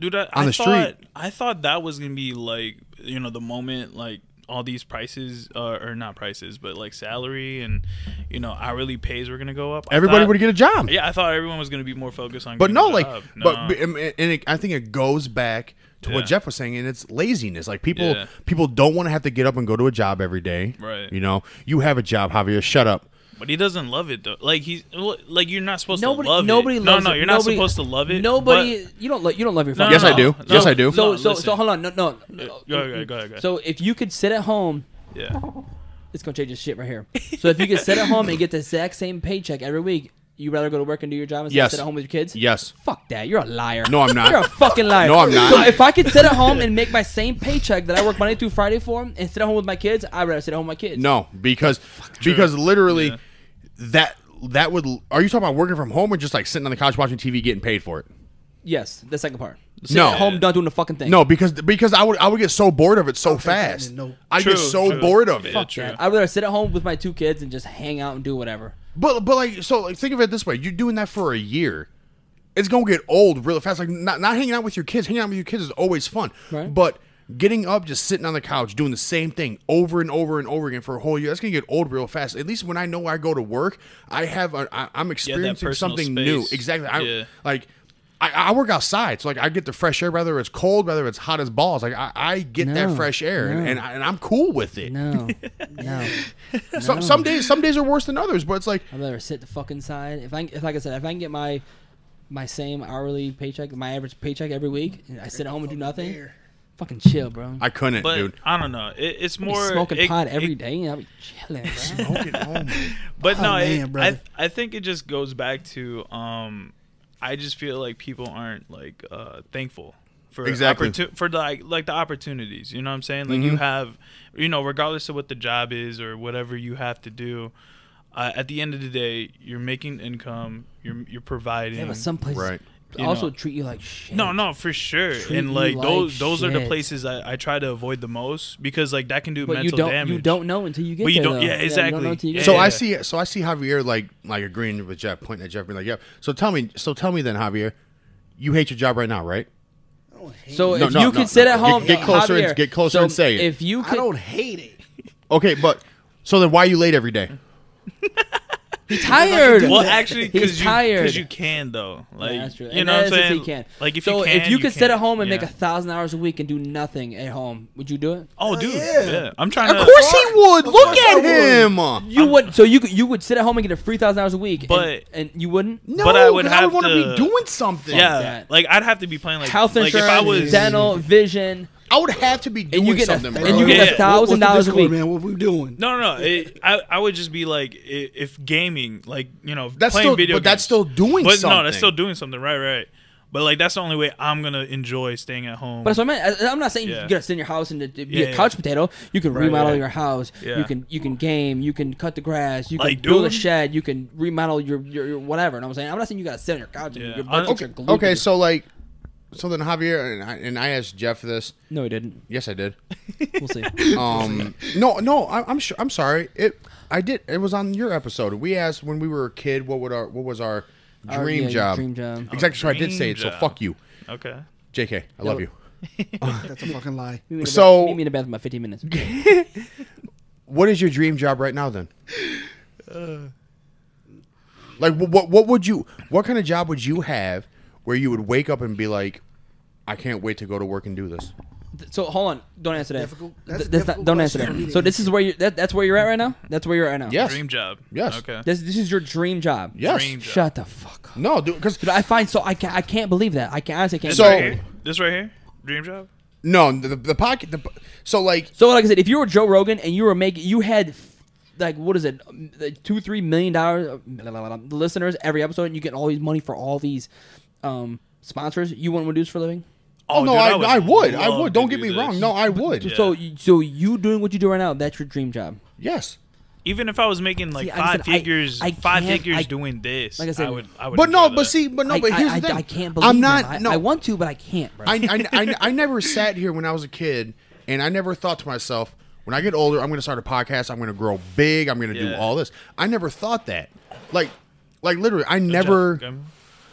dude. I,
on
I
the
thought,
street.
I thought that was gonna be like you know the moment like all these prices uh, or not prices, but like salary and you know hourly pays were gonna go up. I
Everybody
thought-
would get a job.
Yeah, I thought everyone was gonna be more focused on.
But
getting
no,
a
like,
job.
but
No.
but- and it, I think it goes back to
Yeah.
what Jeff was saying, and it's laziness. Like people,
Yeah.
people don't want to have to get up and go to a job every day.
Right.
You know, you have a job, Javier. Shut up.
But he doesn't love it though. Like he's well, like you're not supposed
Nobody,
to love
nobody
it.
loves
no, no,
it.
you're not
Nobody-
supposed to love it.
Nobody, you don't, lo- you don't love your
but-
phone.
Yes, I do. Yes, I do.
So,
no,
so, so
listen. Uh,
hold on. No, no. no
go ahead, go ahead, go ahead.
So if you could sit at home,
yeah,
it's gonna change this shit right here. So if you could sit at home and get the exact same paycheck every week, you would rather go to work and do your job instead
Yes.
of sit at home with your kids?
Yes.
Fuck that. You're a liar.
No, I'm not.
You're a fucking liar.
No, I'm not.
So if I could sit at home and make my same paycheck that I work Monday through Friday for and sit at home with my kids, I'd rather sit at home with my kids.
No, because because literally that that would. Are you talking about working from home or just like sitting on the couch watching TV, getting paid for it?
Yes, the second part. Sit
No.
at home, not doing the fucking thing.
No, because because I would I would get so bored of it so fast.
no.
I
True,
get so
true.
bored of it.
Yeah, true.
I'd rather sit at home with my two kids and just hang out and do whatever.
But but like so like think of it this way: you're doing that for a year. It's gonna get old really fast. Like not not hanging out with your kids. Hanging out with your kids is always fun.
Right.
But getting up, just sitting on the couch, doing the same thing over and over and over again for a whole year, that's gonna get old real fast. At least when I know I go to work, I have a, I, I'm experiencing
personal
something new.
space.
Exactly. I,
Yeah.
Like. I, I work outside, so like I get the fresh air, whether it's cold, whether it's hot as balls. Like I, I get
No,
that fresh air, and,
no.
and, I, and I'm cool with it.
No. No.
Some some days some days are worse than others, but it's like
I'd rather sit the fuck inside. If I if like I said, if I can get my my same hourly paycheck, my average paycheck every week, and I sit at home and do nothing, fucking chill, bro.
I couldn't,
but
dude.
I don't know. It, it's
Be
more
smoking
it-
pot
it-
every day, and I'll be chilling, bro.
But no, it-
Oh, man,
I
brother.
I think it just goes back to um, I just feel like people aren't like uh, thankful for
Exactly.
opportu- for like like the opportunities. You know what I'm saying? Like you have, you know, regardless of what the job is or whatever you have to do. Uh, at the end of the day, you're making income. You're you're providing.
Yeah, but some places
Right.
You
also
know.
treat you like shit.
No, no, for sure.
Treat
and
you
like
like
those, those are the
shit.
places I, I try to avoid the most because like that can do
but
mental
you don't.
damage.
You don't know until you get
But you
there.
don't-
though.
yeah,
you don't know
exactly.
until you get
So
Yeah.
I see, so I see Javier like like agreeing with Jeff, pointing at Jeff, being like, "Yep." So tell me, so tell me then, Javier, you hate your job right now, right?
I don't hate
So
it.
No,
if
no,
you
no,
could
no.
sit at
Get-
home,
get closer and-
Javier,
get closer
so
and say it.
If you
I
could,
don't hate it.
Okay, but so then why are you late every day?
tired.
Well, actually,
He's
because you,
tired.
'cause you can though. Like
that's true.
you
And
know what I'm
that is if
saying?
he can.
Like if
so
you can,
if you could sit
can.
at home and make
Yeah.
a thousand hours a week and do nothing at home, would you do it?
Oh, dude.
yeah.
Yeah. I'm trying
Of
to.
course he would. Look
course I
at
would.
him. No,
You would. So you could- you would sit at home and get a free thousand hours a week, and-
But-
and you wouldn't.
But I would
'cause
have
wanna
to-
be doing something.
Yeah.
that.
Like I'd have to be playing like
health
like,
insurance,
if I was
dental, vision.
I would have to be doing
you get a-
something,
and
bro.
get a
you
What- what's the
thousand dollars a
Discord,
week.
man. What we doing?
No, no, no. It, I, I would just be like, i- if gaming, like you know,
That's
playing
still-
video,
but that's
games.
still doing
But no,
something.
that's still doing something. Right, right. But like that's the only way I'm gonna enjoy staying at home.
But that's what I meant. I, I'm not saying
Yeah.
you gotta sit in your house and to- to be
Yeah,
a
yeah.
couch potato. You can remodel
yeah.
your house. You
Yeah.
can you can game. You can cut the grass. You can
Like,
build a
dude.
shed. You can remodel your, your, your whatever. And I'm saying I'm not saying you gotta sit on your couch and
Yeah.
your butt
I-
cheeks are
Okay,
glued. to
okay,
your-
so like, so then Javier and I, and I asked Jeff this.
no, he didn't.
Yes, I did.
We'll see.
Um, no, no, I, I'm sure. I'm sorry. It, I did. It was on your episode. We asked when we were a kid, what would our, what was our dream
Our- Oh, yeah, your
job?
dream job.
Exactly. So I did say it. So
Dream job.
fuck you,
okay.
JK. I love you.
That's a fucking lie.
Meet me in the bath-
So-
meet me in the bathroom about 15 minutes.
What is your dream job right now then?
Uh.
Like wh- what? What would you? What kind of job would you have where you would wake up and be like, I can't wait to go to work and do this?
So hold on, don't answer that.
Difficult-
Th-
that's a
that's not,
difficult
don't answer
question.
that. So this is where you that, that's where you're at right now. That's where you're at right now.
Yes.
Dream job.
Yes.
Okay.
This this is your dream job.
Yes.
Dream job.
Shut the fuck up.
No, dude. Because
Dude, I find so I can't I can't believe that. I can honestly can't.
This
So-
So,
right here. This right here. Dream job.
no, the, the pocket. The, so like,
so like I said, if you were Joe Rogan and you were making you had f- like what is it, um, like two three million dollars uh, blah, blah, blah, blah, listeners every episode, and you get all these money for all these um sponsors. You wouldn't want to do this for a living.
oh, no, I, I would, I
love
would.
to
Don't get
do
me
this.
wrong. No, I would.
Yeah.
So you, so you doing what you do right now? That's your dream job.
Yes.
Even if I was making like
See, like I
five
said, I-
figures,
I
five
can't-
figures
I-
doing this,
like I
I,
said-
would. I would
But no,
enjoy
but
that.
see, but no,
I,
but
I-
here's
I,
the thing.
I can't believe
I'm not.
them. I,
no,
I want to, but I can't. Bro.
I, I, I, I never sat here when I was a kid, and I never thought to myself, when I get older, I'm going to start a podcast. I'm going to grow big. I'm going to do
Yeah.
all this. I never thought that. Like, like literally, I never,
Okay.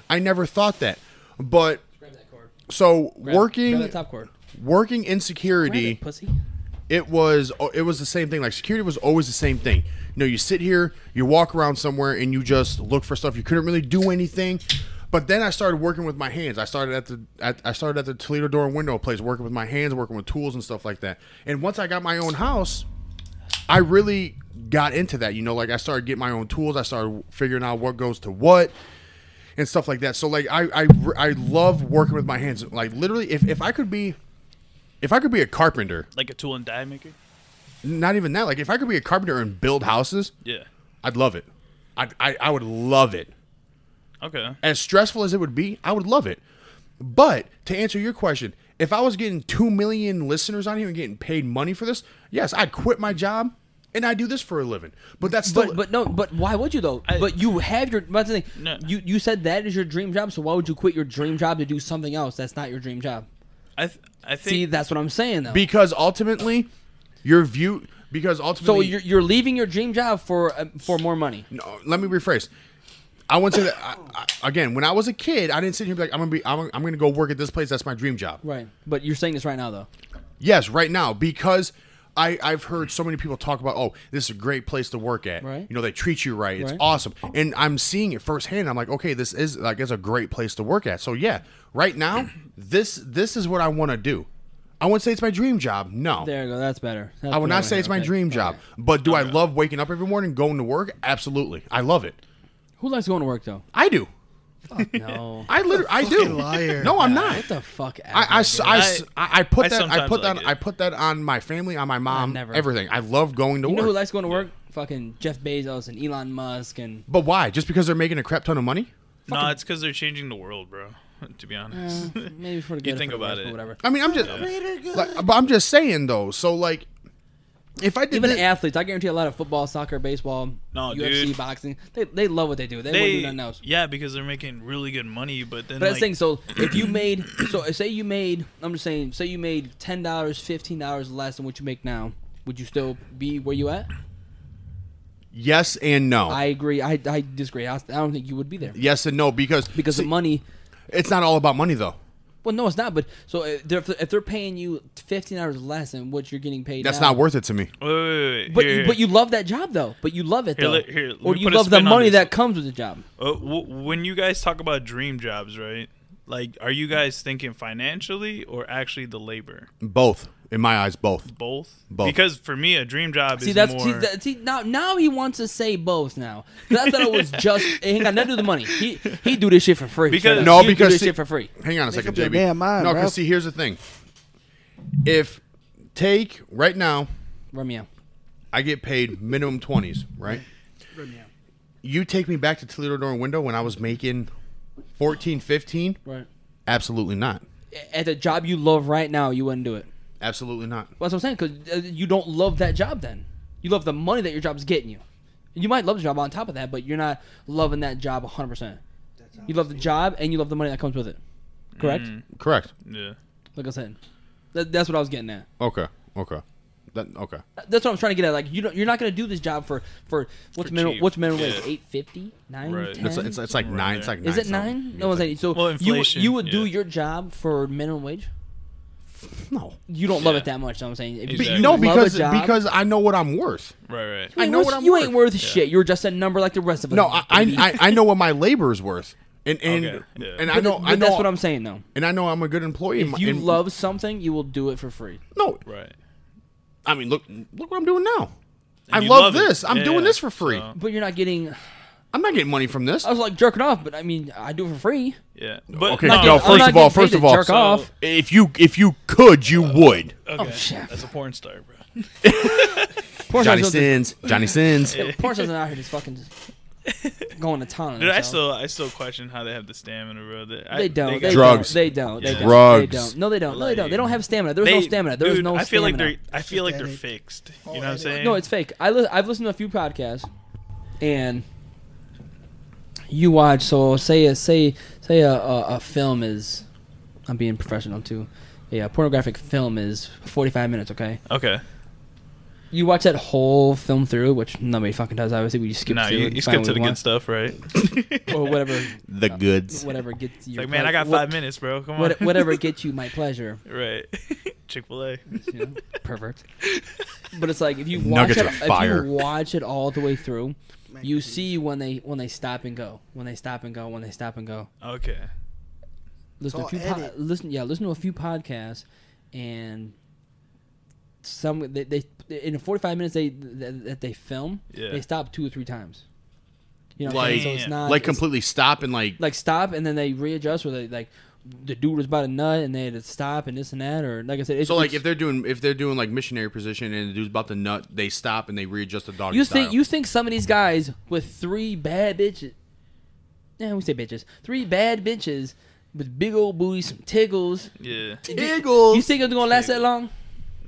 I never thought that. But so
Grab- grab
working,
that top cord.
working
Grab it,
insecurity
pussy.
it was uh, it was the same thing. Like security was always the same thing. You know, you sit here, you walk around somewhere, and you just look for stuff. You couldn't really do anything. But then I started working with my hands. I started at the at, I started at the Toledo door and window place, working with my hands, working with tools and stuff like that. And once I got my own house, I really got into that. You know, like I started getting my own tools. I started figuring out what goes to what and stuff like that. So like I I, I love working with my hands. Like literally, if, if I could be, if I could be a carpenter,
like a tool and die maker.
not even that. Like if I could be a carpenter and build houses,
Yeah.
I'd love it. I'd, I I would love it.
Okay.
As stressful as it would be, I would love it. But to answer your question, if I was getting two million listeners on here and getting paid money for this, yes, I'd quit my job and I do this for a living. But that's still
But but no, but why would you though?
I-
but you have your. But the thing,
No.
you you said that is your dream job. So why would you quit your dream job to do something else that's not your dream job?
I th- I think
See, that's what I'm saying though.
because ultimately, your view because ultimately
so you're, you're leaving your dream job for uh, for more money.
No, let me rephrase. I wouldn't say that. I, I, again, when I was a kid, I didn't sit here and be like, "I'm gonna be, I'm, I'm gonna go work at this place. That's my dream job."
Right. But you're saying this right now though.
Yes, right now because I, I've heard so many people talk about, "Oh, this is a great place to work at."
Right.
You know, they treat you right. It's
Right.
awesome, and I'm seeing it firsthand. I'm like, okay, this is like it's a great place to work at. So yeah, right now, this this is what I want to do. I wouldn't say it's my dream job. No,
There you go. That's better. That's
I would
what
not
wanna
say
hear,
it's my
okay.
dream job, but do I love waking up every morning, going to work? Absolutely, I love it.
Who likes going to work though?
I do.
No.
I literally, I do.
liar.
No, I'm not.
What the fuck?
I, I, s- I s- I- I put
I
that I
sometimes
put
like
that
it.
I put that on my family, on my mom,
never.
everything. I love going to
You know
work.
who likes going to work? Fucking Jeff Bezos and Elon Musk and
but why? Just because they're making a crap ton of money?
no, it's because they're changing the world, bro. To be honest.
maybe for the good. or
think
for the
about
worse,
it.
but whatever.
I mean, I'm just like, but I'm just saying though. So like, if I did
Even
thi-
athletes, I guarantee a lot of football, soccer, baseball,
No,
UFC,
dude.
boxing. They, they love what they do. They, wouldn't do
they
nothing else.
yeah because they're making really good money, but then
But that's
like,
the thing. So if you made, so say you made, I'm just saying, say you made ten dollars, fifteen dollars less than what you make now, would you still be where you at?
yes and no,
I agree. I, I disagree. I, I don't think you would be there
yes and no, because
because
see,
the money.
it's not all about money though.
Well, no, it's not. But so if they're, if they're paying you fifteen dollars less than what you're getting paid,
That's
now-
not worth it to me.
Wait, wait, wait.
But
here,
you,
here.
but you love that job though. But you love it
Here,
though.
let- here, let
or
me
you
put a
love the
spin on
money
this.
that comes with the job.
Uh, w- when you guys talk about dream jobs, right? Like, are you guys thinking financially or actually the labor?
Both, in my eyes, both.
Both.
Both.
Because for me, a dream job
See
is
that's
more.
see, that, see now now he wants to say both now. 'Cause I thought it was just it ain't got nothing to do with the money. He he do this shit for free.
Because-
straight up.
No,
He do
because
this
see-
shit for free.
Hang on a second,
up your
JB.
damn mind,
no,
bro.
because see, here's the thing. If take right now,
Romeo.
I get paid minimum twenties, right? You take me back to Toledo door and window when I was making 14, 15?
Right.
Absolutely not.
At the job you love right now, you wouldn't do it.
Absolutely not.
Well, that's what I'm saying because uh, you don't love that job. Then you love the money that your job's getting you. You might love the job on top of that, but you're not loving that job 100. percent You love the job and you love the money that comes with it. Correct.
Mm.
Correct.
yeah.
Like I said, that, that's what I was getting at.
Okay. Okay. That okay.
That's what I'm trying to get at. Like you don't, you're not going to do this job for for what's
For
minimum
cheap.
what's minimum wage?
Yeah.
Eight fifty, nine,
Right.
ten.
It's, it's, it's like
Right
nine. It's
there.
like nine.
is it
something.
nine? No, it's
it's
eight. So
Well,
you would- you
inflation,
would do
yeah.
your job for minimum wage.
like- no.
You don't love
Yeah.
it that much. Know what I'm saying If you
Be-
Exactly.
No,
love a
because
job-
because I know what I'm worth.
Right, right.
you
I
ain't
know
worth,
what I'm
you
worth.
ain't worth shit. You're just a number like the rest of us.
No, I I, I, I know what my labor is worth, and and
Okay, yeah.
and I
But
know
th-
I know
but that's what I'm saying though.
and I know I'm a good employee.
If
and-
you
and-
love something, you will do it for free.
no,
Right.
I mean look look what I'm doing now. I
you
love,
love it.
this. I'm
Yeah,
doing
yeah.
this for free.
So-
But you're not getting.
I'm not getting money from this.
I was like jerking off, but I mean, I do it for free.
Yeah. But
okay,
no,
yo,
I'm
first
not
of all,
getting paid
first
to
of all,
jerk off.
if you if you could, you would.
okay.
Oh, shit.
That's a porn star, bro.
Porn
Johnny
stars don't-
sins. Johnny sins.
porn stars are out here just fucking just going to town. on
Dude, I
themselves.
still, I still question how they have the stamina, bro. They, I,
They don't. They
got-
Drugs.
Don't. They don't. They
Yeah.
don't.
Drugs.
They don't. No, they don't. No, they don't. They
Like-
don't have stamina. There's no
they-
stamina. There's
dude,
no
I feel like
stamina.
they're, I feel like they're
Pathetic.
fixed. You know what I'm saying?
no, it's fake. I li- I've listened to a few podcasts, and you watch. So say a, say say a, a, a film is. I'm being professional too. Yeah, a pornographic film is 45 minutes. Okay,
okay.
you watch that whole film through, which nobody fucking does. Obviously, we just skip
No,
through
you,
it
you
and find
skip to
what
the
we
good
want,
stuff, right?
or whatever,
The goods.
whatever gets you.
like, man, I got five minutes, bro. Come on.
What, whatever gets you my pleasure.
right. Chick Fil A.
you know, pervert. But it's like if you watch
Nuggets
it,
are
if
fire.
you watch it all the way through, you see when they when they stop and go, when they stop and go, when they stop and go.
Okay.
Listen to a
all
few po-
edit.
listen yeah listen to a few podcasts, and some they, they in the forty five minutes they that that they film
Yeah.
they stop two or three times. You know,
Like-
like, so it's not
like
it's-
completely stop and like
like stop and then they readjust or they like the dude was about to nut and they had to stop and this and that or like I said it's
so like
it's-
if they're doing if they're doing like missionary position and the dude's about to nut, they stop and they readjust the dog.
You think you think some of these guys with three bad bitches? Yeah, we say bitches. Three bad bitches with big old booties, some tiggles.
Yeah.
Eagles?
You think it's gonna last that long?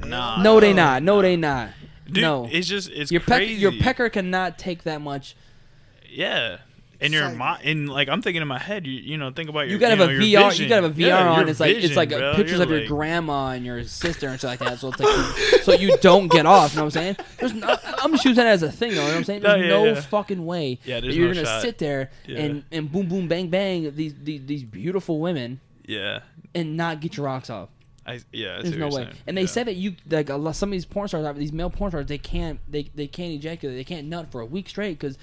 Nah.
No, they not. No, they not.
Uh, Dude,
no,
It's just it's
your peck,
crazy.
your pecker cannot take that much.
Yeah. And your
Sight.
mind, and like I'm thinking in my head, you, you know, think about your.
You gotta
know,
have a
your
VR.
vision.
You gotta have a VR
Yeah,
on.
your
It's like it's
vision,
like uh,
bro.
pictures
You're
of your
like-
grandma and your sister and stuff like that. So it's like you, so you don't get off. You know what I'm saying? There's no, I'm just using that as a thing. You know what I'm saying?
No,
There's no,
yeah, yeah.
fucking way.
Yeah,
that
there's
you're
no
gonna
shot.
sit there
Yeah.
and and boom boom bang bang these these, these beautiful women
Yeah.
and not get your rocks off.
I yeah. I see what
There's no
you're
way.
saying.
And they
yeah.
said that you like a lot, some of these porn stars, out- these male porn stars, they can't they they can't ejaculate, they can't nut for a week straight because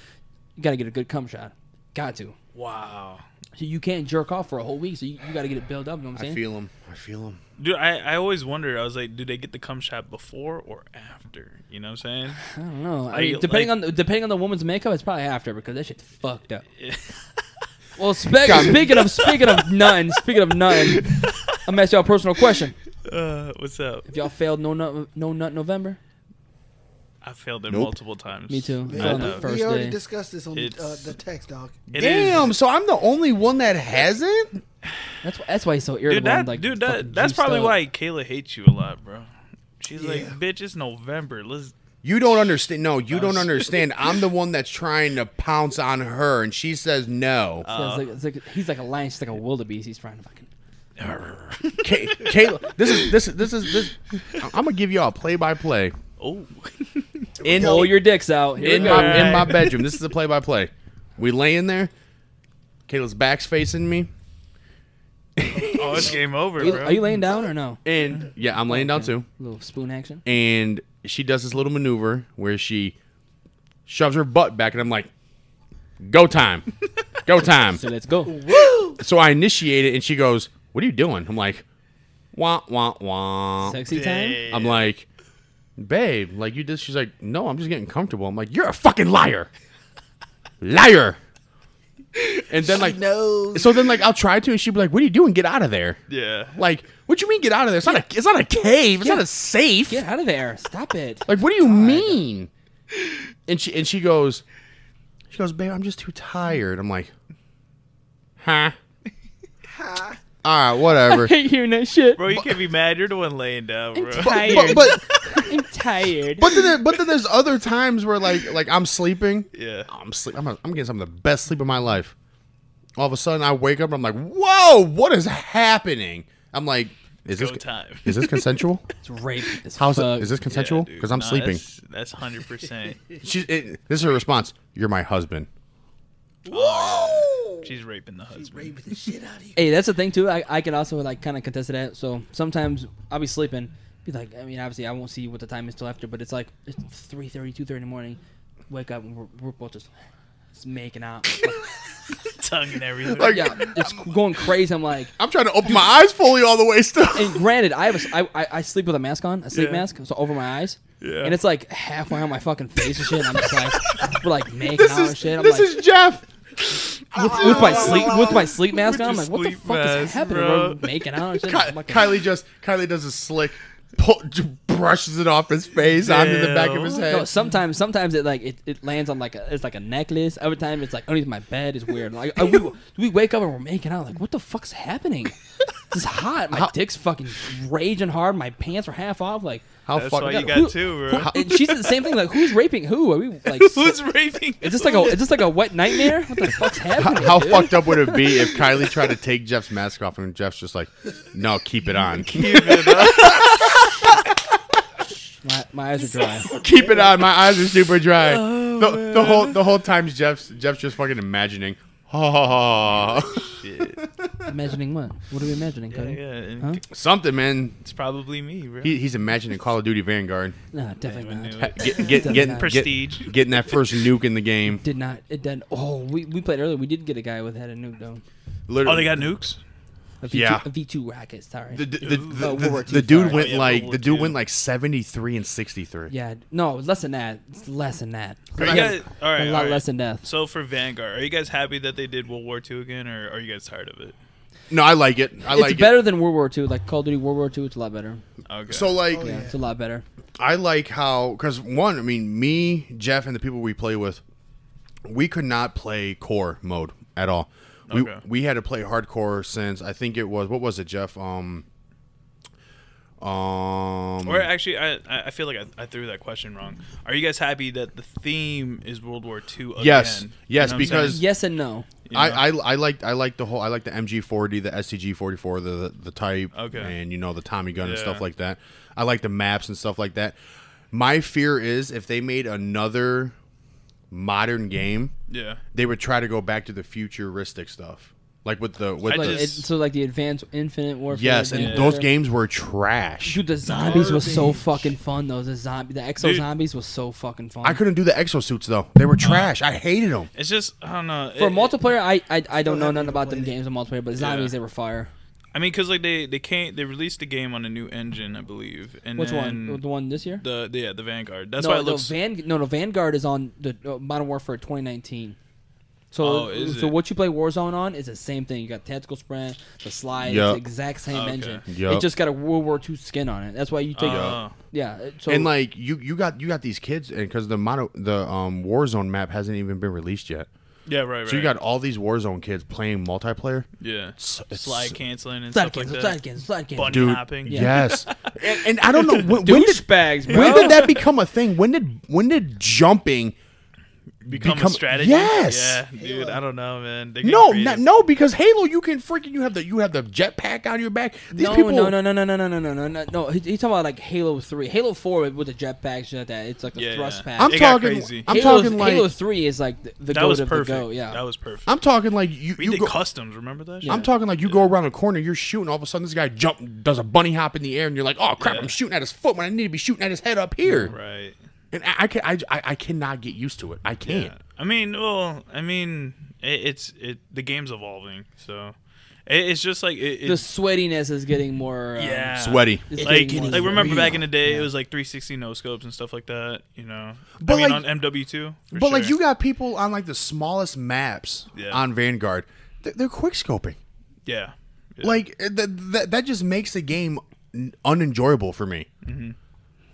you gotta get a good cum shot. Got to.
Wow.
So you can't jerk off for a whole week. So you, you got to get it built up. You know what I'm
I
saying?
feel him. I feel him.
Dude, I, I always wondered. I was like, do they get the cum shot before or after? You know what I'm
I don't know. I
Are
mean,
you,
depending
like-
on the, depending on the woman's makeup, it's probably after because that shit's fucked up.
saying?
Well, spe- speaking of speaking of none, speaking of none, I'm gonna ask y'all a personal question.
uh, what's up?
If y'all failed no nut no nut November,
I failed it
Nope.
multiple times.
Me too.
We
I
Failed
already,
know.
it. first
we already
day.
discussed this on the, uh,
It's-
the text, dog.
It
Damn.
is-
So I'm the only one that hasn't.
that's why, that's why he's so irritable.
dude, that,
and, like,
dude that,
fucking
that's
juiced
probably
up.
why Kayla hates you a lot, bro. She's like,
Yeah.
bitch, it's November. Let's.
You don't understand. No, you don't
Us.
understand. I'm the one that's trying to pounce on her, and she says no.
So it's
uh,
like- it's like- he's like a lion. She's like a wildebeest. He's trying to fucking.
Kay- Kayla, this is this is this is this. I'm gonna give y'all a play by play
Oh,
in
Pull your dicks out. Here
in
we
my
go.
Alright.
in my bedroom. This is a play by play. We lay in there. Kayla's back's facing me,
oh, it's game over,
Are you,
bro.
are you laying down or no?
and yeah, I'm laying down too.
little spoon action.
And she does this little maneuver where she shoves her butt back, and I'm like, "Go time, go time."
So let's go.
So I initiate it, and she goes, "What are you doing?" I'm like, "Wah wah wah."
Sexy time.
Damn.
I'm like, "Babe, like you just." She's like, "No, I'm just getting comfortable." I'm like, "You're a fucking liar, liar." And then like,
No.
so then like I'll try to, and she'd be like, "What are you doing? Get out of there!"
yeah.
Like, what you mean get out of there? It's not a, it's not a cave. It's not a safe.
Get out of there. Stop it.
Like, what do you mean? And she and she goes, she goes, babe, I'm just too tired. I'm like, huh? All right, whatever.
hate hearing that shit.
Bro, you can't be mad. You're the one laying down, bro.
but, but
I'm tired.
but then there, but then there's other times where like like I'm sleeping. Oh,
yeah.
I'm sleep. I'm, I'm getting some of the best sleep of my life. All of a sudden, I wake up. and I'm like, whoa, what is happening? I'm like, is
Go
this
time.
is this consensual?
It's rape. It's
How's
fuck.
it? Is this consensual?
Yeah, dude.
Because I'm
Nah,
sleeping.
That's, that's 100%.
She's, it, this is her response. You're my husband.
She's raping the husband.
Raping the shit out of you.
Hey, that's the thing too. I, I can also like kind of contest to that. So sometimes I'll be sleeping. Be like, I mean, obviously I won't see what the time is till after, but it's like it's 3:30, 2:30 in the morning. Wake up and we're, we're both just, just making out.
Tongue and everything.
Like,
yeah, it's going crazy. I'm like,
I'm trying to open my eyes fully all the way still.
and granted, I have a s I I I sleep with a mask on, a sleep
Yeah.
mask, so over my eyes.
Yeah.
And it's like halfway on my fucking face and shit. And I'm just like, we're like making
This
out and
is
shit. I'm
this
like,
is Jeff.
with, with my sleep with my sleep mask
With
on, I'm
your
like, what the
sleep
fuck is
mask,
happening?
bro.
We're making out and shit.
Ky-
I'm like,
Kylie just Kylie does a slick, pull, brushes it off his face onto the back of his
Damn.
head.
No, sometimes sometimes it like it, it lands on like a it's like a necklace. Other time it's like underneath my bed. It's weird. Like I- we, we wake up and we're making out. Like what the fuck's happening? It's hot. My dick's fucking raging hard. My pants are half off. Like
How
That's
fuck-
why you
Who-
got two, bro.
How-
and she's the same thing. Like who's raping who? Are we like?
Who's raping?
is this like a is this like a wet nightmare? What the fuck's happening?
How
dude?
fucked up would it be if Kylie tried to take Jeff's mask off and Jeff's just like, no, keep it on, keep
My, my eyes are dry.
Oh, it on. My eyes are super dry. the, the whole the whole time Jeff's Jeff's just fucking imagining. Oh,
Shit.
Imagining what? What are we imagining,
Yeah,
Cody?
yeah. and
Huh?
something, man.
It's probably me, bro.
He, he's imagining Call of Duty Vanguard.
No,
I
definitely
knew
not.
it.
Ha- Get, get,
Doesn't
get,
matter.
Prestige.
Get, getting that first nuke in the game.
Did not. It did. Oh, we, we played earlier. We did get a guy with had a nuke though.
Literally.
Oh, they got nukes.
A V2,
Yeah.
a V2 rocket. Sorry.
the, the, the, the,
Oh, World War
the
II,
dude
sorry.
went
Oh, yeah,
like
World
the
War
dude
II.
went like 73 and 63.
yeah. No, it was less than that. It's less than that.
Are you guys, all right,
a
all
lot
right.
less than death.
So for Vanguard, are you guys happy that they did World War II again, or are you guys tired of it?
No, I like it. I like
it's better than World War II. Like Call of Duty World War II, it's a lot better.
Okay.
it. So like
Yeah, it's a lot better.
I like how because one, I mean, me, Jeff, and the people we play with, we could not play core mode at all. We
Okay.
we had to play hardcore since I think it was what was it, Jeff? Um, um,
Or actually, I I I feel like I, I threw that question wrong. Are you guys happy that the theme is World War II again?
Yes.
You
Yes,
know what I'm
because-
saying?
Yes and no.
You know?
I, I I like I like the whole I like the MG40, the SCG44, the the, the type,
Okay.
and you know the Tommy gun and
Yeah.
stuff like that. I like the maps and stuff like that. My fear is if they made another modern game,
yeah.
they would try to go back to the futuristic stuff, like with the with
I
the,
Like, it,
just-
so like the Advanced Infinite Warfare.
yes, and
Advanced
those
Warfare.
games were trash.
Dude, the zombies was so fucking fun though. The zombie, the exo
Dude.
zombies was so fucking fun.
I couldn't do the exosuits though; they were trash. I hated them.
It's just I don't know.
For
It-
multiplayer, I I, I don't know
haven't
nothing
even
about them
played it.
games on multiplayer, but zombies they were fire.
I mean, because like they they came they released the game on a new engine, I believe. And
Which
then
one? The one this year?
The, the yeah the Vanguard. That's
no,
why it
the
looks.
Van, no, no, Vanguard is on the uh, Modern Warfare 2019. So,
Oh, is
so
it?
what you play Warzone on is the same thing. You got tactical sprint, the slide, it's
Yup.
the exact same
Okay.
engine. It
Yup.
just got a World War II skin on it. That's why you take
Oh.
it. Yeah. it- So
and like you, you got you got these kids, and because the mono the um Warzone map hasn't even been released yet,
yeah, right, right.
so you got all these Warzone kids playing multiplayer.
yeah
It's- it's-
slide canceling and
slide
stuff
games,
like
slide
that.
games, slide games.
Bunny
Dude,
hopping.
yes, and, and I don't know when, when did
Douchebags, bro.
when did that become a thing? When did when did jumping?
Become,
Become-
a strategy.
Yes!
Yeah, dude. I don't know, man. They get
No,
creative.
not, no, because Halo, you can freaking you have the you have the jetpack on your back. These
no,
people,
no, no, no, no, no, no, no, no, no, no, no. He, he's talking about like Halo Three, Halo Four with the jetpack shit like that. It's like a
Yeah,
thrust
yeah.
pack.
I'm
It got
talking.
crazy.
I'm
Halo,
talking like.
Halo Three is like the, the
That
goat
was
of
perfect.
the go. Yeah,
That was perfect.
I'm talking like you.
we
you
did
go,
customs. Remember that? shit?
I'm talking like you go around a corner, you're shooting. All of a sudden, this guy jump does a bunny hop in the air, and you're like, "Oh crap!
Yeah.
I'm shooting at his foot when I need to be shooting at his head up here."
Right.
And I, I can I, I I cannot get used to it. I can't.
Yeah. I mean, well, I mean, it, it's it. The game's evolving, so it, it's just like it,
the
it's
sweatiness is getting more. Um,
yeah,
Sweaty.
It's
Like,
getting more
like remember
real.
back in the day, it was like 360 no scopes and stuff like that. You know,
But,
I mean,
like-
on MW2. for
But like
sure.
you got people on like the smallest maps
Yeah.
on Vanguard. They're, they're quick scoping.
yeah, yeah.
Like that that that just makes the game n- unenjoyable for me.
Mm-hmm.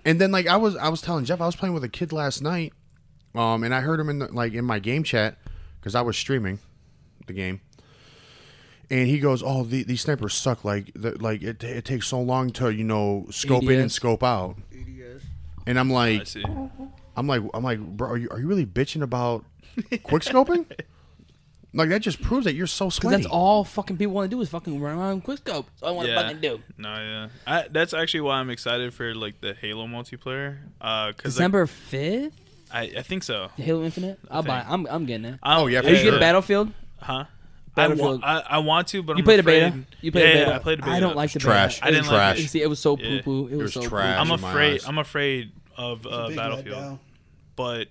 And then like I was I was telling Jeff I was playing with a kid last night, um, and I heard him in the, like in my game chat because I was streaming the game, and he goes, "Oh, the, these snipers suck. Like the, like it, it takes so long to you know scope in and
ADS.
scope out." And I'm
I
like,
see.
I'm like, I'm like, bro, are you are you really bitching about quick scoping? like that just proves that you're so
Cause
sweaty.
that's all fucking people want to do is fucking run around with quickscope. That's all I want to
Yeah.
fucking do.
No, yeah, I, that's actually why I'm excited for like the Halo multiplayer. Uh, cause like,
December fifth,
I, I think so.
Halo Infinite. I'll buy. it. I'm I'm getting it.
i
Oh, yeah, for
Are you
sure.
getting Battlefield?
Huh? I, wa-
Battlefield.
I, I want to, but
You
I'm
played a
afraid.
beta. You played
yeah,
a
yeah,
beta.
I played a beta.
I don't like the
trash.
beta.
I didn't like
trash.
See, it was so
Yeah.
poo poo. It was
was
so
trash.
I'm
in my
afraid.
eyes.
I'm afraid of uh,
Big
Battlefield,
letdown.
but